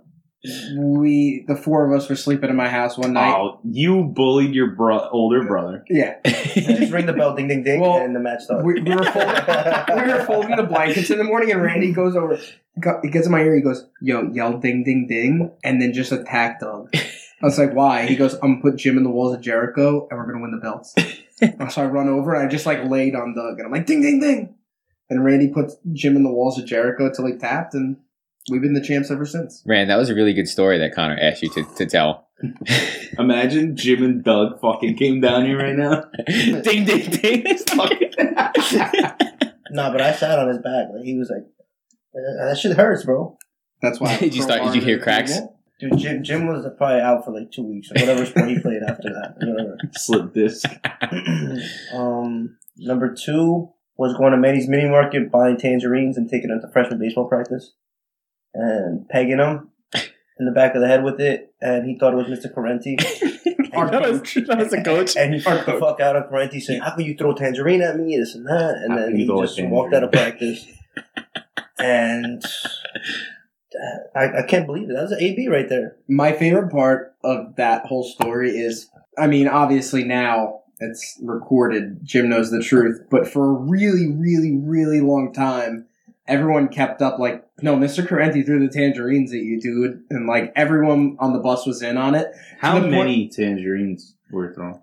[SPEAKER 1] we the four of us were sleeping in my house one night.
[SPEAKER 5] Oh, you bullied your bro- older brother.
[SPEAKER 1] Yeah.
[SPEAKER 4] *laughs* just ring the bell, ding, ding, ding,
[SPEAKER 1] Well,
[SPEAKER 4] and the match starts.
[SPEAKER 1] We, we were folding we were folding the blankets in the morning and Randy goes over go- he gets in my ear, he goes, Yo, yell ding ding ding and then just attack Doug. I was like, why? He goes, I'm gonna put Jim in the walls of Jericho and we're gonna win the belts. so I run over and I just like laid on Doug and I'm like, ding ding ding. And Randy puts Jim in the walls of Jericho till he tapped and we've been the champs ever since.
[SPEAKER 2] Rand, that was a really good story that Connor asked you to, to tell.
[SPEAKER 5] Imagine Jim and Doug fucking came down here right *laughs* now.
[SPEAKER 2] ding, ding, ding. It's fucking-
[SPEAKER 4] Nah, but I sat on his back. Like he was like, "Uh, "That shit hurts, bro."
[SPEAKER 1] That's
[SPEAKER 2] *laughs*
[SPEAKER 1] why.
[SPEAKER 2] Did you start- did you hear cracks?
[SPEAKER 4] Dude, Jim Jim was probably out for like two weeks or whatever sport he played after that. Whatever.
[SPEAKER 5] Slip disc.
[SPEAKER 4] um, number two was going to Manny's Mini Market, buying tangerines and taking them to freshman baseball practice, and pegging him in the back of the head with it. And he thought it was Mr. Correnti.
[SPEAKER 1] Our
[SPEAKER 2] *laughs* That was-
[SPEAKER 1] coach.
[SPEAKER 2] that was a coach.
[SPEAKER 4] And he fucked the
[SPEAKER 1] coach.
[SPEAKER 4] fuck out of Parenti saying, How can you throw tangerine at me? This and that. And
[SPEAKER 5] How
[SPEAKER 4] then
[SPEAKER 5] can you
[SPEAKER 4] he
[SPEAKER 5] throw a
[SPEAKER 4] just walked out of practice. and uh, I, I can't believe it. That was an AB right there.
[SPEAKER 1] My favorite part of that whole story is, I mean, obviously now it's recorded. Jim knows the truth, but for a really, really, really long time, everyone kept up like, "No, Mr. Correnti threw the tangerines at you, dude," and like everyone on the bus was in on it.
[SPEAKER 5] How
[SPEAKER 1] To the
[SPEAKER 5] many tangerines were thrown?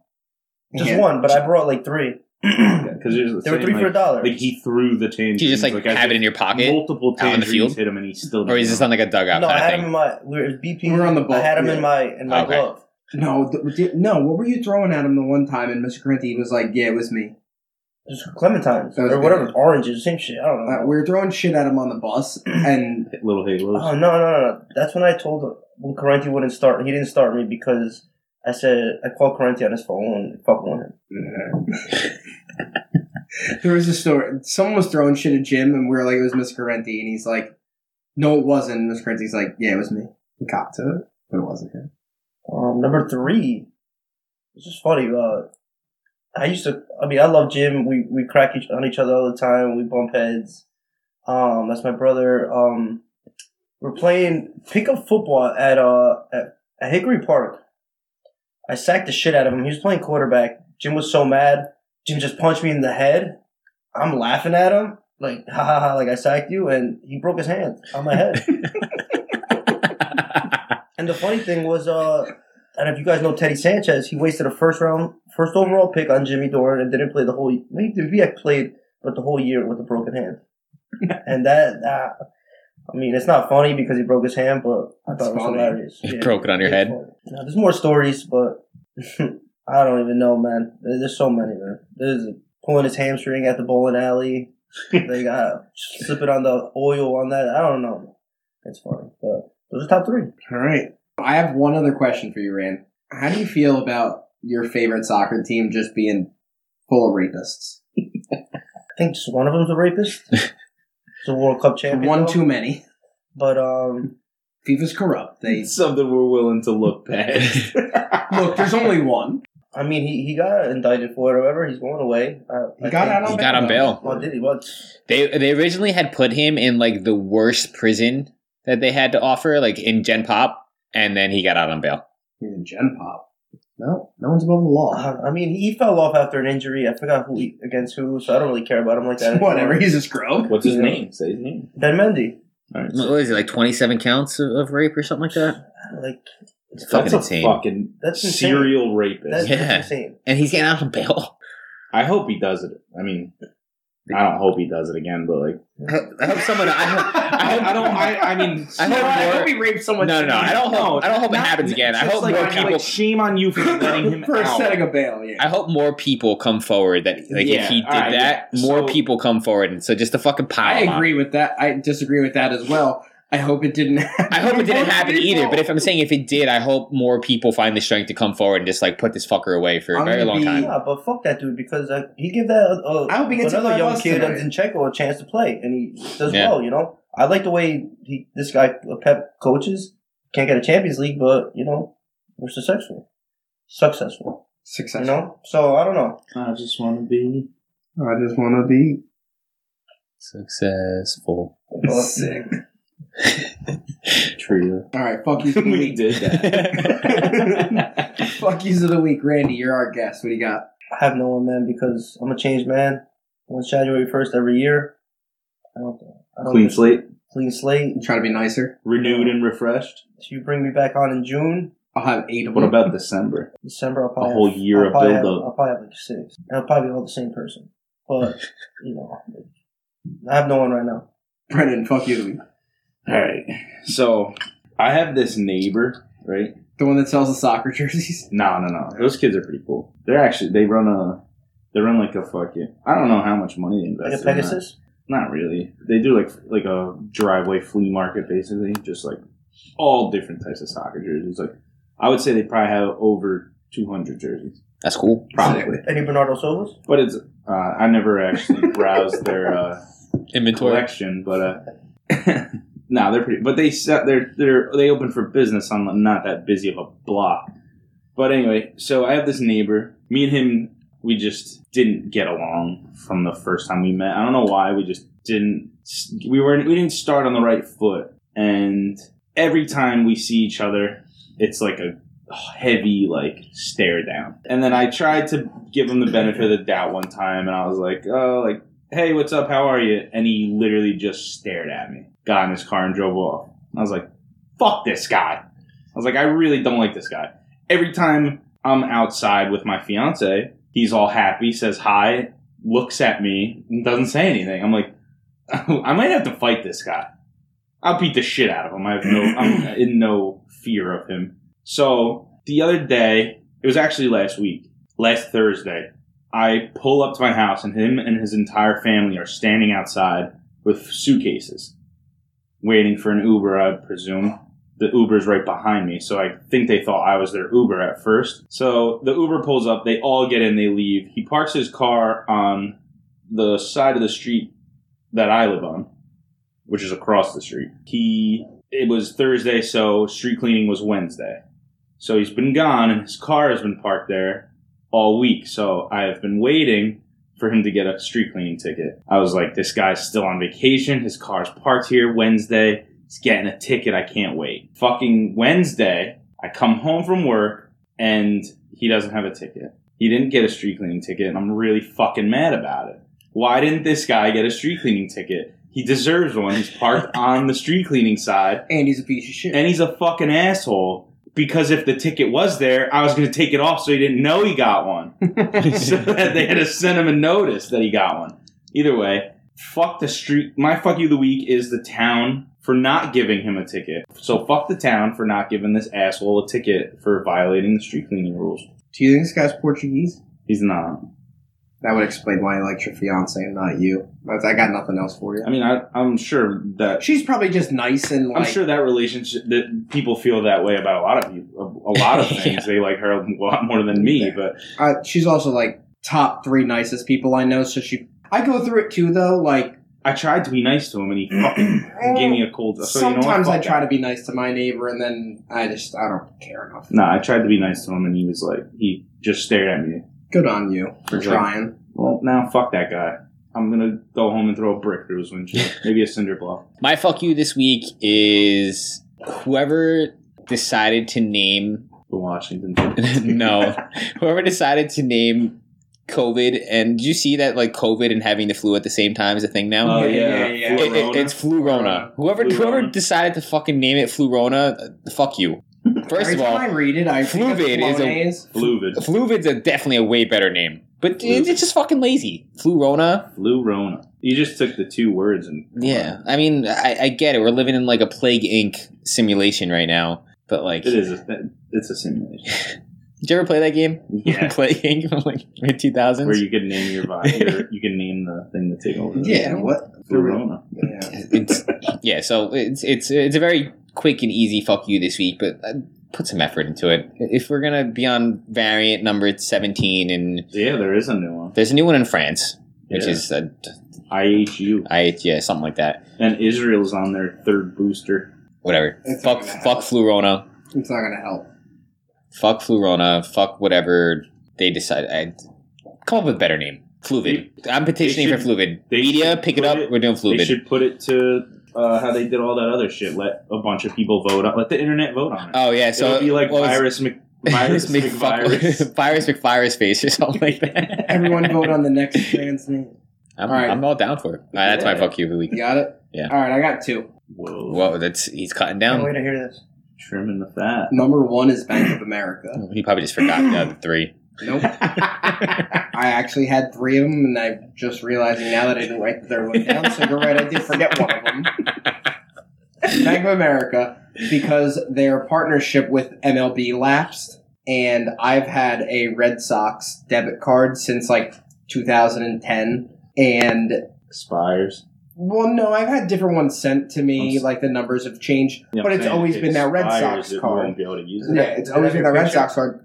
[SPEAKER 4] Just
[SPEAKER 1] Yeah.
[SPEAKER 4] one, but I brought like three. there
[SPEAKER 5] Because there's the
[SPEAKER 4] were
[SPEAKER 5] same,
[SPEAKER 4] three
[SPEAKER 5] like,
[SPEAKER 4] for a dollar.
[SPEAKER 5] Like he threw the tangerines.
[SPEAKER 2] Do you just like,
[SPEAKER 5] I
[SPEAKER 2] have it
[SPEAKER 5] think
[SPEAKER 2] in your pocket?
[SPEAKER 5] Multiple
[SPEAKER 2] out in the
[SPEAKER 5] tangerines
[SPEAKER 2] field?
[SPEAKER 5] hit him, and he still.
[SPEAKER 2] Or is
[SPEAKER 5] didn't
[SPEAKER 2] this on like a dugout
[SPEAKER 4] no, I
[SPEAKER 2] kind
[SPEAKER 4] had
[SPEAKER 2] of
[SPEAKER 4] him in
[SPEAKER 2] thing?
[SPEAKER 4] my we were BP.
[SPEAKER 1] We were on the ball,
[SPEAKER 4] I had him
[SPEAKER 1] yeah.
[SPEAKER 4] in my in my
[SPEAKER 2] Okay.
[SPEAKER 4] glove.
[SPEAKER 1] No, th- di- no. What were you throwing at him the one time? And Mr. Correnti was like, "Yeah, it was me."
[SPEAKER 4] It was clementines
[SPEAKER 1] That was
[SPEAKER 4] or
[SPEAKER 1] good.
[SPEAKER 4] whatever, oranges, same shit. I don't know.
[SPEAKER 1] Uh, we were throwing shit at him on the bus, and
[SPEAKER 5] little halos?
[SPEAKER 4] Oh no, no, no, no! That's when I told him when Correnti wouldn't start. He didn't start me because I said I called Correnti on his phone and fuck with him.
[SPEAKER 1] There was a story. Someone was throwing shit at Jim, and we were like, "It was Miss Correnti," and he's like, "No, it wasn't." Miss Correnti's like, "Yeah, it was me." He copped to it, but it wasn't him.
[SPEAKER 4] Um, number three, this is funny. Uh, I used to. I mean, I love Jim. We we crack each, on each other all the time. We bump heads. Um, that's my brother. Um, we're playing pickup football at uh at, at Hickory Park. I sacked the shit out of him. He was playing quarterback. Jim was so mad. Jim just punched me in the head. I'm laughing at him like ha ha ha like I sacked you, and he broke his hand on my head. And the funny thing was, uh, and if you guys know Teddy Sanchez, he wasted a first round, first overall pick on Jimmy Doran and didn't play the whole. Maybe I played, but the whole year with a broken hand.
[SPEAKER 1] *laughs*
[SPEAKER 4] and that, that, I mean, it's not funny because he broke his hand, but I
[SPEAKER 1] That's
[SPEAKER 4] thought it was
[SPEAKER 1] funny.
[SPEAKER 4] hilarious.
[SPEAKER 2] It
[SPEAKER 4] Yeah.
[SPEAKER 2] broke it on your
[SPEAKER 4] It's
[SPEAKER 2] head.
[SPEAKER 4] funny. No, there's more stories, but *laughs* I don't even know, man. There- There's so many, man. There's pulling his hamstring at the
[SPEAKER 1] *laughs*
[SPEAKER 4] bowling alley. they got slipping on the oil on that. I don't know. It's funny, but those are top three.
[SPEAKER 1] All right. I have one other question for you, Rand. How do you feel about your favorite soccer team just being full of rapists?
[SPEAKER 4] I think just one of them's
[SPEAKER 2] *laughs*
[SPEAKER 4] a rapist. It's a World Cup champion.
[SPEAKER 1] One
[SPEAKER 4] though.
[SPEAKER 1] too many.
[SPEAKER 4] But um,
[SPEAKER 1] FIFA's corrupt. They
[SPEAKER 3] It's something we're willing
[SPEAKER 2] *laughs*
[SPEAKER 3] to look past.
[SPEAKER 1] look. There's only one.
[SPEAKER 4] I mean, he, he got indicted for it or whatever. He's going away. I,
[SPEAKER 1] *laughs* He
[SPEAKER 4] I
[SPEAKER 1] got
[SPEAKER 4] think-
[SPEAKER 1] out on
[SPEAKER 2] He got on bail.
[SPEAKER 4] Oh, did he? What?
[SPEAKER 2] They they originally had put him in like the worst prison that they had to offer, like in Gen Pop, and then he got out on bail.
[SPEAKER 1] He's in Gen Pop. No, no one's above the law.
[SPEAKER 4] Uh, I mean, he fell off after an injury. I forgot who he, against who, so I don't really care about him like that. anymore.
[SPEAKER 1] *laughs* *laughs* Whatever. He's a scrub. *laughs*
[SPEAKER 3] What's his name? Say his name.
[SPEAKER 4] Ben Mendy.
[SPEAKER 3] All right.
[SPEAKER 2] What was it, like twenty seven counts of, of rape or something like that?
[SPEAKER 4] Like
[SPEAKER 2] It's
[SPEAKER 3] That's
[SPEAKER 2] fucking
[SPEAKER 3] a
[SPEAKER 2] insane.
[SPEAKER 3] fucking
[SPEAKER 4] That's insane.
[SPEAKER 3] serial rapist.
[SPEAKER 4] that's,
[SPEAKER 2] Yeah.
[SPEAKER 4] that's insane.
[SPEAKER 2] And he's getting out on bail.
[SPEAKER 3] I hope he does it. I mean, I don't hope he does it again, but like,
[SPEAKER 2] I, I hope someone. I
[SPEAKER 3] *laughs*
[SPEAKER 2] hope, I hope,
[SPEAKER 3] I, I don't. I, I mean,
[SPEAKER 2] *laughs* I hope more-
[SPEAKER 1] he raped someone.
[SPEAKER 2] no, no, no, I don't hope. I don't hope it
[SPEAKER 3] not-
[SPEAKER 2] happens again. I
[SPEAKER 3] just
[SPEAKER 2] hope
[SPEAKER 3] like-
[SPEAKER 2] more
[SPEAKER 3] like,
[SPEAKER 2] people.
[SPEAKER 3] shame on you for
[SPEAKER 2] *laughs*
[SPEAKER 3] letting
[SPEAKER 1] *laughs*
[SPEAKER 3] him
[SPEAKER 1] for
[SPEAKER 3] out.
[SPEAKER 1] setting a bail. Yeah.
[SPEAKER 2] I hope more people come forward. That like
[SPEAKER 3] Yeah,
[SPEAKER 2] if he did
[SPEAKER 3] alright,
[SPEAKER 2] that,
[SPEAKER 3] yeah.
[SPEAKER 2] more
[SPEAKER 3] So-
[SPEAKER 2] people come forward, and so just a fucking pile.
[SPEAKER 1] I
[SPEAKER 2] on.
[SPEAKER 1] agree with that. I disagree with that as well. I hope it didn't. *laughs* Happen.
[SPEAKER 2] I hope it didn't
[SPEAKER 1] Most
[SPEAKER 2] happen either.
[SPEAKER 1] people-
[SPEAKER 2] But if I'm saying if it did, I hope more people find the strength to come forward and just like put this fucker away for a
[SPEAKER 1] I'm
[SPEAKER 2] very
[SPEAKER 1] gonna
[SPEAKER 2] long
[SPEAKER 1] be-
[SPEAKER 2] time.
[SPEAKER 4] Yeah, but fuck that dude because uh, he gave that uh,
[SPEAKER 1] I hope he gets hit
[SPEAKER 4] another
[SPEAKER 1] by a
[SPEAKER 4] young
[SPEAKER 1] bus
[SPEAKER 4] kid
[SPEAKER 1] tonight.
[SPEAKER 4] in Checo a chance to play, and he does
[SPEAKER 2] Yeah.
[SPEAKER 4] well. You know, I like the way he this guy uh, Pep coaches. Can't get a Champions League, but you know, we're successful, successful.
[SPEAKER 1] Success.
[SPEAKER 4] You know, so I don't know.
[SPEAKER 3] I just want to be.
[SPEAKER 1] I just want to be
[SPEAKER 2] Successful.
[SPEAKER 4] Well,
[SPEAKER 1] sick.
[SPEAKER 3] *laughs* True.
[SPEAKER 1] All right, fuck you. Sweet.
[SPEAKER 3] we *laughs*
[SPEAKER 2] *laughs*
[SPEAKER 3] did that.
[SPEAKER 1] Fuck yous of the week, Randy. You're our guest. What do you got?
[SPEAKER 4] I have no one, man, because I'm a changed man. On January first every year, I don't. I don't
[SPEAKER 3] Clean slate,
[SPEAKER 4] Clean slate.
[SPEAKER 1] You trying to be nicer?
[SPEAKER 3] renewed and refreshed.
[SPEAKER 4] So you bring me back on in June,
[SPEAKER 1] I'll have eight of
[SPEAKER 3] What
[SPEAKER 1] them.
[SPEAKER 3] about December?
[SPEAKER 4] December. I'll
[SPEAKER 3] A
[SPEAKER 4] probably
[SPEAKER 3] whole year
[SPEAKER 4] I'll
[SPEAKER 3] of
[SPEAKER 4] probably have-
[SPEAKER 3] build up.
[SPEAKER 4] I'll probably have like six. And I'll probably be all the same person. But,
[SPEAKER 3] *laughs*
[SPEAKER 4] you know, I have no one right now.
[SPEAKER 1] Brendan, fuck you. of the week.
[SPEAKER 3] All right. So I have this neighbor, right?
[SPEAKER 1] The one that sells the soccer *laughs* jerseys.
[SPEAKER 3] No, no, no. Those kids are pretty cool. They're actually they run a they run like a fucking. I don't know how much money they invest.
[SPEAKER 4] Like
[SPEAKER 3] in that.
[SPEAKER 4] a Pegasus?
[SPEAKER 3] Not really. They do like like a driveway flea market basically, just like all different types of soccer jerseys. Like I would say they probably have over two hundred jerseys,
[SPEAKER 2] That's cool.
[SPEAKER 3] probably.
[SPEAKER 4] Any Bernardo Silvas?
[SPEAKER 3] But it's uh, I never
[SPEAKER 4] *laughs*
[SPEAKER 3] actually browsed their uh,
[SPEAKER 2] Inventory.
[SPEAKER 3] collection, but uh, *laughs* no, they're pretty. But they set they're they're they open for business on not that busy of a block. But anyway, so I have this neighbor. Me and him, we just didn't get along from the first time we met. I don't know why. We just didn't. We weren't. We didn't start on the right foot. And every time we see each other, it's like a heavy like stare down. And then I tried to give him the benefit of the doubt one time, and I was like, oh, like hey, what's up? How are you? And he literally just stared at me, got in his car, and drove off. I was like, fuck this guy. I was like, I really don't like this guy. Every time I'm outside with my fiance, he's all happy, says hi, looks at me, and doesn't say anything. I'm like, *laughs* I might have to fight this guy. I'll beat the shit out of him. I have no, I'm in no fear of him. So the other day, it was actually last week, last Thursday, I pull up to my house, and him and his entire family are standing outside with suitcases, waiting for an Uber, I presume. The Uber's right behind me, so I think they thought I was their Uber at first. So the Uber pulls up, they all get in, they leave. He parks his car on the side of the street that I live on, which is across the street. He it was Thursday, so street cleaning was Wednesday. So he's been gone and his car has been parked there all week. So I have been waiting for him to get a street cleaning ticket. I was like, this guy's still on vacation. His car's parked here Wednesday. He's getting a ticket. I can't wait. Fucking Wednesday, I come home from work and he doesn't have a ticket. He didn't get a street cleaning ticket, and I'm really fucking mad about it. Why didn't this guy get a street cleaning ticket? He deserves one. He's parked *laughs* on the street cleaning side
[SPEAKER 1] And he's a piece of shit.
[SPEAKER 3] and he's a fucking asshole because if the ticket was there, I was going to take it off so he didn't know he got one. so that they had to send him a notice that he got one. Either way, fuck the street. My fuck you of the week is the town for not giving him a ticket. So fuck the town for not giving this asshole a ticket for violating the street cleaning rules.
[SPEAKER 1] Do you think this guy's Portuguese?
[SPEAKER 3] He's not.
[SPEAKER 1] That would explain why he likes your fiance and not you. That's- I got nothing else for you.
[SPEAKER 3] I mean, I, I'm sure that.
[SPEAKER 1] She's probably just nice and like.
[SPEAKER 3] I'm sure that relationship that people feel that way about a lot of people, a, a lot of things. They like her a lot more than me, but
[SPEAKER 1] Uh, she's also like top three nicest people I know. So she, I go through it too though. Like
[SPEAKER 3] I tried to be nice to him, and he fucking
[SPEAKER 1] *clears throat*
[SPEAKER 3] gave me a cold. So you know what?
[SPEAKER 1] sometimes I
[SPEAKER 3] Fuck
[SPEAKER 1] try
[SPEAKER 3] that.
[SPEAKER 1] to be nice to my neighbor, and then I just I don't care enough.
[SPEAKER 3] Nah, I tried to be nice to him, and he was like, he just stared at me.
[SPEAKER 1] Good on you for
[SPEAKER 3] Okay.
[SPEAKER 1] trying.
[SPEAKER 3] Well, now fuck that guy. I'm gonna go home and throw a brick through his windshield,
[SPEAKER 2] *laughs*
[SPEAKER 3] maybe a cinder block.
[SPEAKER 2] My fuck you this week is whoever decided to name
[SPEAKER 3] The Washington.
[SPEAKER 1] *laughs*
[SPEAKER 2] *laughs* no, whoever decided to name COVID and did you see that like COVID and having the flu at the same time is a thing now?
[SPEAKER 3] *laughs* Oh
[SPEAKER 1] yeah,
[SPEAKER 3] yeah,
[SPEAKER 1] yeah.
[SPEAKER 2] It- it- it's flu rona. Whoever
[SPEAKER 3] Flu
[SPEAKER 2] whoever
[SPEAKER 3] Rona.
[SPEAKER 2] decided to fucking name it flu rona, uh,
[SPEAKER 1] *laughs*
[SPEAKER 2] fuck you. First
[SPEAKER 1] Every
[SPEAKER 2] of all,
[SPEAKER 1] time I read it, I think of
[SPEAKER 2] Fluvid is a-
[SPEAKER 1] Flonase.
[SPEAKER 3] Fluvid.
[SPEAKER 2] Fluvid's a definitely a way better name. But it- it's just fucking lazy. Flu Rona.
[SPEAKER 3] Flu Rona. You just took the two words and
[SPEAKER 2] Yeah. I mean, I, I get it. We're living in like a Plague Inc. simulation right now. But like,
[SPEAKER 3] it is. A, it's a simulation.
[SPEAKER 2] did you ever play that game?
[SPEAKER 3] Yeah,
[SPEAKER 2] *laughs* Plague Inc. from like mid
[SPEAKER 3] where
[SPEAKER 2] 2000s?
[SPEAKER 3] you can name your
[SPEAKER 2] *laughs*
[SPEAKER 3] vibe. Your, you can name the thing that take over.
[SPEAKER 1] Yeah, what?
[SPEAKER 3] Flu Rona.
[SPEAKER 1] Yeah.
[SPEAKER 2] It's, yeah, so it's, it's, it's a very quick and easy fuck you this week, but uh, put some effort into it. If we're going to be on variant number 17, and
[SPEAKER 3] Yeah, there is a new one.
[SPEAKER 2] there's a new one in France, which
[SPEAKER 3] Yeah.
[SPEAKER 2] is, uh,
[SPEAKER 3] IHU
[SPEAKER 2] I, yeah, something like that.
[SPEAKER 3] and Israel's on their third booster.
[SPEAKER 2] Whatever.
[SPEAKER 1] It's not
[SPEAKER 2] fuck,
[SPEAKER 1] gonna
[SPEAKER 2] fuck
[SPEAKER 1] help.
[SPEAKER 2] Flu Rona.
[SPEAKER 1] It's not gonna help.
[SPEAKER 2] fuck Flurona, fuck whatever they decide. I come up with a better name. Fluvid. I'm petitioning
[SPEAKER 3] they should-
[SPEAKER 2] for Fluvid.
[SPEAKER 3] they
[SPEAKER 2] Media,
[SPEAKER 3] should
[SPEAKER 2] pick it
[SPEAKER 3] put
[SPEAKER 2] up.
[SPEAKER 3] it-
[SPEAKER 2] We're doing
[SPEAKER 3] They
[SPEAKER 2] Fluvid.
[SPEAKER 3] should put it to uh, how they did all that other shit. Let a bunch of people vote on. Let the internet vote on it.
[SPEAKER 2] Oh yeah, so
[SPEAKER 3] It'll be like
[SPEAKER 2] what was- *laughs*
[SPEAKER 3] virus, Mc, virus,
[SPEAKER 2] Mc- fuck-
[SPEAKER 3] McVirus.
[SPEAKER 2] virus McFirus face or something like that.
[SPEAKER 1] Everyone vote on the
[SPEAKER 3] *laughs*
[SPEAKER 1] next man's name.
[SPEAKER 2] I'm,
[SPEAKER 1] All right.
[SPEAKER 2] I'm all down for it. All right, that's my
[SPEAKER 3] Yeah.
[SPEAKER 2] fuck you of the week.
[SPEAKER 1] You got it.
[SPEAKER 2] Yeah.
[SPEAKER 1] All right, I got two.
[SPEAKER 3] Whoa,
[SPEAKER 2] Whoa, that's he's cutting
[SPEAKER 4] Can't wait
[SPEAKER 2] down.
[SPEAKER 4] to hear this.
[SPEAKER 3] trimming the fat.
[SPEAKER 1] Number one is Bank of America.
[SPEAKER 2] He probably just forgot the other three.
[SPEAKER 1] Nope. I actually had three of them, and I'm just realizing now that I didn't write the third one down. So you're right, I did forget one of them. Bank of America, because their partnership with MLB lapsed, and I've had a Red Sox debit card since like 2010, and
[SPEAKER 3] Expires.
[SPEAKER 1] well, no, I've had different ones sent to
[SPEAKER 3] I'm
[SPEAKER 1] me.
[SPEAKER 3] s-
[SPEAKER 1] Like the numbers have changed,
[SPEAKER 3] You
[SPEAKER 1] but
[SPEAKER 3] know what
[SPEAKER 1] it's
[SPEAKER 3] I'm saying?
[SPEAKER 1] always
[SPEAKER 3] If it
[SPEAKER 1] been that Red
[SPEAKER 3] expires,
[SPEAKER 1] Sox
[SPEAKER 3] it
[SPEAKER 1] card.
[SPEAKER 3] Won't be able to use it.
[SPEAKER 1] Yeah, it's always been a Red Sox card.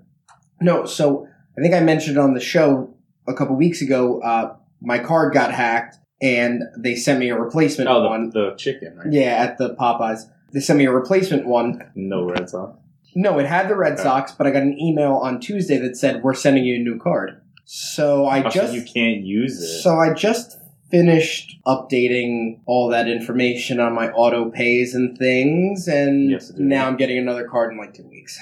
[SPEAKER 1] No, so I think I mentioned on the show a couple weeks ago. Uh, my card got hacked, and they sent me a replacement
[SPEAKER 3] Oh,
[SPEAKER 1] one.
[SPEAKER 3] the, the chicken, right?
[SPEAKER 1] Yeah, at the Popeyes, they sent me a replacement one.
[SPEAKER 3] No Red Sox.
[SPEAKER 1] No, it had the Red
[SPEAKER 3] Okay.
[SPEAKER 1] Sox, but I got an email on Tuesday that said we're sending you a new card. So I
[SPEAKER 3] Oh, so
[SPEAKER 1] just
[SPEAKER 3] you can't use it.
[SPEAKER 1] so I just finished updating all that information on my auto pays and things, and
[SPEAKER 3] You have to do
[SPEAKER 1] now
[SPEAKER 3] that.
[SPEAKER 1] I'm getting another card in like two weeks.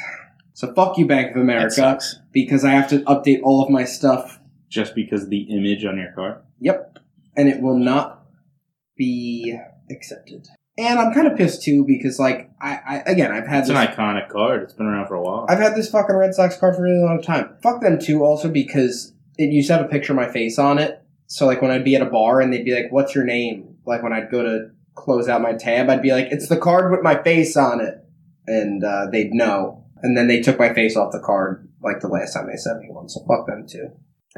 [SPEAKER 1] So fuck you, Bank of
[SPEAKER 2] That
[SPEAKER 1] America,
[SPEAKER 2] sucks.
[SPEAKER 1] because I have to update all of my stuff.
[SPEAKER 3] just because of the image on your car.
[SPEAKER 1] Yep, and it will not be accepted. And I'm kind of pissed too because, like, I, I again I've had
[SPEAKER 3] It's an
[SPEAKER 1] this
[SPEAKER 3] iconic card. It's been around for a while.
[SPEAKER 1] I've had this fucking Red Sox card for a really long time. Fuck them too, also because it used to have a picture of my face on it. So like when I'd be at a bar and they'd be like, "What's your name?" Like when I'd go to close out my tab, I'd be like, "It's the card with my face on it," and uh, they'd know. And then they took my face off the card like the last time they sent me one. So fuck them too.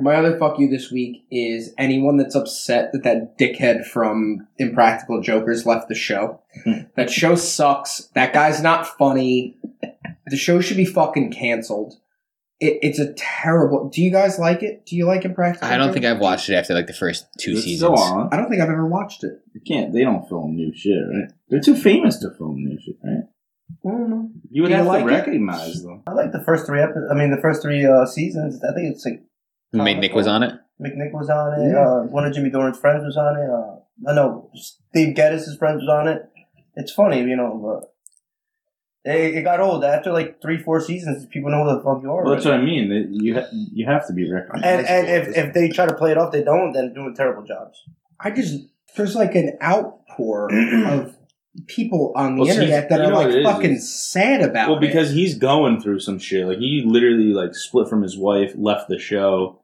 [SPEAKER 1] My other fuck you this week is anyone that's upset that that dickhead from Impractical Jokers left the *laughs* show. that show sucks. That guy's not funny. The show should be fucking canceled. It, it's a terrible. Do you guys like it? Do you like Impractical?
[SPEAKER 2] I don't think
[SPEAKER 1] Jokers?
[SPEAKER 2] I've watched it after like the first two
[SPEAKER 3] It's
[SPEAKER 2] seasons.
[SPEAKER 3] Still on.
[SPEAKER 1] I don't think I've ever watched it.
[SPEAKER 3] You can't. They don't film new shit, right? They're too famous to film new shit, right? You would
[SPEAKER 1] Do you
[SPEAKER 3] have
[SPEAKER 1] like
[SPEAKER 3] to
[SPEAKER 1] it?
[SPEAKER 3] recognize them.
[SPEAKER 4] I like the first three episodes. I mean, the first three uh, seasons. I think it's like
[SPEAKER 2] Who made Nick was on it?
[SPEAKER 4] McNick was on it. Uh, one of Jimmy Doran's friends was on it. Uh, I know Steve Geddes' friends was on it. It's funny, you know, but it, it got old after like three, four seasons. People know who the fuck you are.
[SPEAKER 3] Well, that's
[SPEAKER 4] already.
[SPEAKER 3] what I mean. that You ha- you have to be recognized.
[SPEAKER 4] And and if, if they try to play it off, they don't. Then they're doing terrible jobs.
[SPEAKER 1] I just there's like an outpour *clears throat* of people on the
[SPEAKER 3] Well, see,
[SPEAKER 1] internet that
[SPEAKER 3] you
[SPEAKER 1] are
[SPEAKER 3] know what it
[SPEAKER 1] like
[SPEAKER 3] is,
[SPEAKER 1] fucking
[SPEAKER 3] is-
[SPEAKER 1] sad about
[SPEAKER 3] Well,
[SPEAKER 1] it.
[SPEAKER 3] because he's going through some shit. Like he literally like split from his wife, left the show,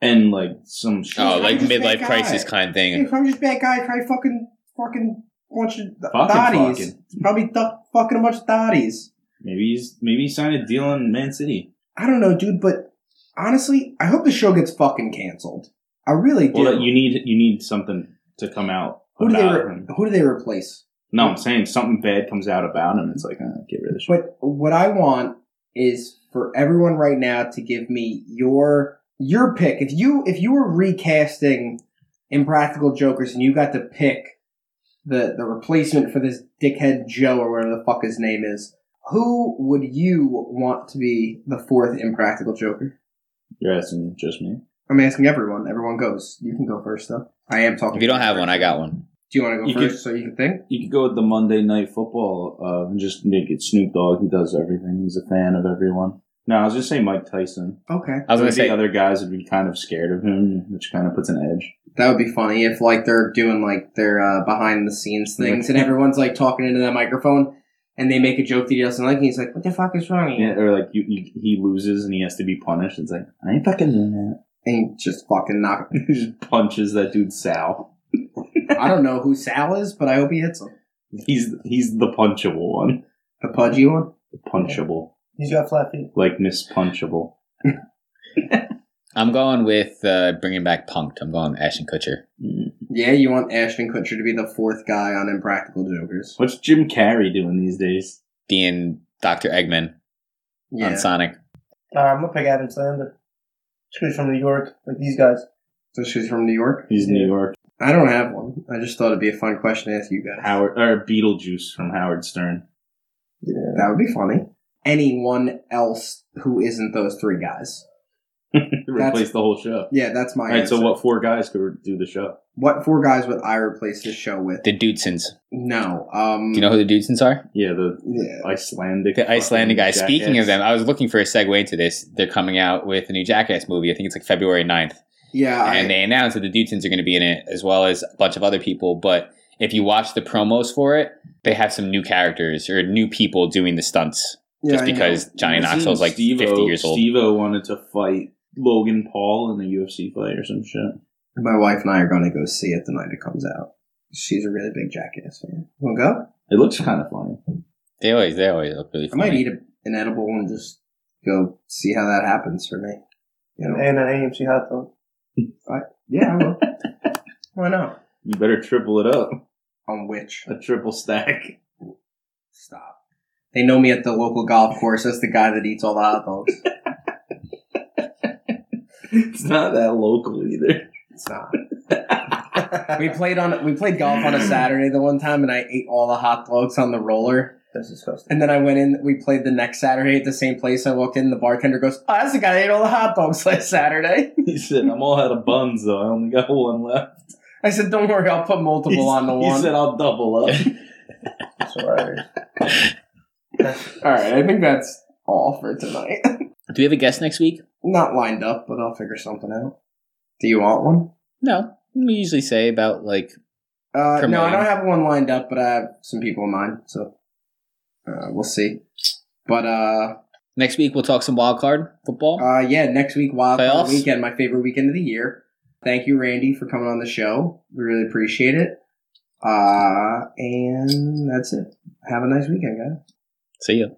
[SPEAKER 3] and like some shit.
[SPEAKER 2] Oh,
[SPEAKER 1] probably
[SPEAKER 2] like
[SPEAKER 1] just that
[SPEAKER 2] midlife
[SPEAKER 1] guy.
[SPEAKER 2] crisis kind of
[SPEAKER 1] Hey,
[SPEAKER 2] thing.
[SPEAKER 1] probably just bad guy. Probably fucking fucking a bunch of th-
[SPEAKER 3] Fucking
[SPEAKER 1] thotties.
[SPEAKER 3] fucking.
[SPEAKER 1] Probably th- fucking a bunch of thotties.
[SPEAKER 3] Maybe he's maybe he signed a deal in Man City.
[SPEAKER 1] I don't know, dude. But honestly, I hope the show gets fucking canceled. I really do.
[SPEAKER 3] Well, you need you need something to come out
[SPEAKER 1] who do they
[SPEAKER 3] about
[SPEAKER 1] re-
[SPEAKER 3] him.
[SPEAKER 1] who do they replace?
[SPEAKER 3] No, I'm saying something bad comes out about him. It's like uh, get rid of this.
[SPEAKER 1] But what I want is for everyone right now to give me your your pick. If you if you were recasting Impractical Jokers and you got to pick the the replacement for this dickhead Joe or whatever the fuck his name is, who would you want to be the fourth Impractical Joker?
[SPEAKER 3] You're asking just me.
[SPEAKER 1] I'm asking everyone. Everyone goes. You can go first though. I am talking.
[SPEAKER 2] If you don't have one, I got one.
[SPEAKER 1] Do you want to go
[SPEAKER 3] You
[SPEAKER 1] first so you can think?
[SPEAKER 3] You could go with the Monday Night Football uh, and just make it Snoop Dogg. He does everything. He's a fan of everyone. No, I was just saying Mike Tyson.
[SPEAKER 1] Okay.
[SPEAKER 2] I was
[SPEAKER 3] Some
[SPEAKER 2] gonna
[SPEAKER 3] of the
[SPEAKER 2] say
[SPEAKER 3] other guys would be kind of scared of him, which kind of puts an edge.
[SPEAKER 1] That would be funny if like they're doing like their uh, behind the scenes things and everyone's like talking into that microphone and they make a joke that he doesn't like and he's like, What the fuck is wrong with you?
[SPEAKER 3] Yeah, or like you, you, he loses and he has to be punished. It's like I ain't fucking doing that. *laughs*
[SPEAKER 1] And he just fucking knock *laughs*
[SPEAKER 3] he just punches that dude Sal.
[SPEAKER 1] I don't know who Sal is, but I hope he hits him.
[SPEAKER 3] He's he's the punchable one.
[SPEAKER 1] The pudgy one?
[SPEAKER 3] The punchable,
[SPEAKER 4] He's got flat feet.
[SPEAKER 3] like Miss Punchable.
[SPEAKER 2] I'm going with uh, bringing back Punked. I'm going Ashton Kutcher.
[SPEAKER 3] Mm.
[SPEAKER 1] Yeah, you want Ashton Kutcher to be the fourth guy on Impractical Jokers.
[SPEAKER 3] What's Jim Carrey doing these days?
[SPEAKER 2] Being Dr. Eggman
[SPEAKER 1] Yeah.
[SPEAKER 2] on Sonic.
[SPEAKER 4] Uh, I'm gonna pick Adam Sandler. He's from New York, like these guys.
[SPEAKER 1] So she's from New York?
[SPEAKER 3] He's New York
[SPEAKER 1] I don't have one. I just thought it'd be a fun question to ask you guys.
[SPEAKER 3] Howard or Beetlejuice from Howard Stern. *laughs*
[SPEAKER 1] That would be funny. Anyone else who isn't those three guys.
[SPEAKER 3] Replace the whole show.
[SPEAKER 1] Yeah, that's my
[SPEAKER 3] All right,
[SPEAKER 1] answer.
[SPEAKER 3] so what four guys could do the show?
[SPEAKER 1] what four guys would I replace this show with?
[SPEAKER 2] The Dudesons.
[SPEAKER 1] No. Um,
[SPEAKER 2] Do you know who the Dudesons are?
[SPEAKER 3] Yeah, the
[SPEAKER 1] Yeah.
[SPEAKER 3] Icelandic,
[SPEAKER 2] The Icelandic guy.
[SPEAKER 3] fucking
[SPEAKER 2] Speaking of
[SPEAKER 3] jackass.
[SPEAKER 2] them, I was looking for a segue into this. They're coming out with a new Jackass movie. I think it's like February 9th.
[SPEAKER 1] Yeah. I-
[SPEAKER 2] and they announced that the Dutons are going to be in it as well as a bunch of other people. But if you watch the promos for it, they have some new characters or new people doing the stunts
[SPEAKER 1] yeah,
[SPEAKER 2] just
[SPEAKER 1] I know.
[SPEAKER 2] because Johnny
[SPEAKER 3] I've seen
[SPEAKER 2] Knoxville's like
[SPEAKER 3] Steve-O-
[SPEAKER 2] 50 years old.
[SPEAKER 3] Steve-O wanted to fight Logan Paul in a UFC fight or some shit.
[SPEAKER 1] My wife and I are going to go see it the night it comes out. She's a really big Jackass fan. We'll go.
[SPEAKER 3] It looks kind of funny.
[SPEAKER 2] They always, they always look really
[SPEAKER 1] I might
[SPEAKER 2] funny.
[SPEAKER 1] eat a, an edible and just go see how that happens for me. You know?
[SPEAKER 4] And an AMC hot dog.
[SPEAKER 1] Yeah, I will. Why not?
[SPEAKER 3] You better triple it up.
[SPEAKER 1] On which?
[SPEAKER 3] A triple stack. *laughs*
[SPEAKER 1] Stop. They know me at the local golf course as the guy that eats all the hot dogs.
[SPEAKER 3] It's not that local either. *laughs*
[SPEAKER 1] It's not. we played on we played golf on a Saturday the one time, and I ate all the hot dogs on the roller.
[SPEAKER 4] That's disgusting.
[SPEAKER 1] And then I went in. We played the next Saturday at the same place. I walked in. The bartender goes, "Oh, that's the guy that ate all the hot dogs *laughs* last Saturday."
[SPEAKER 3] He said, I'm all out of buns though. I only got one left.
[SPEAKER 1] I said, "Don't worry, I'll put multiple
[SPEAKER 3] He-
[SPEAKER 1] on the
[SPEAKER 3] He
[SPEAKER 1] one."
[SPEAKER 3] said, I'll
[SPEAKER 2] *laughs*
[SPEAKER 3] double up.
[SPEAKER 4] That's hilarious.
[SPEAKER 1] all right, I think that's all for tonight. *laughs*
[SPEAKER 2] Do we have a guest next week?
[SPEAKER 1] Not lined up, but I'll figure something out. Do you want one?
[SPEAKER 2] No. We usually say about like
[SPEAKER 1] Uh, no, I
[SPEAKER 2] Promoting.
[SPEAKER 1] don't have one lined up, but I have some people in mind, so uh, we'll see. But uh,
[SPEAKER 2] next week we'll talk some wild card football.
[SPEAKER 1] uh, yeah, next week Wild Card
[SPEAKER 2] Playoffs?
[SPEAKER 1] Weekend, my favorite weekend of the year. Thank you, Randy, for coming on the show. We really appreciate it. Uh, and that's it. Have a nice weekend, guys.
[SPEAKER 2] See you.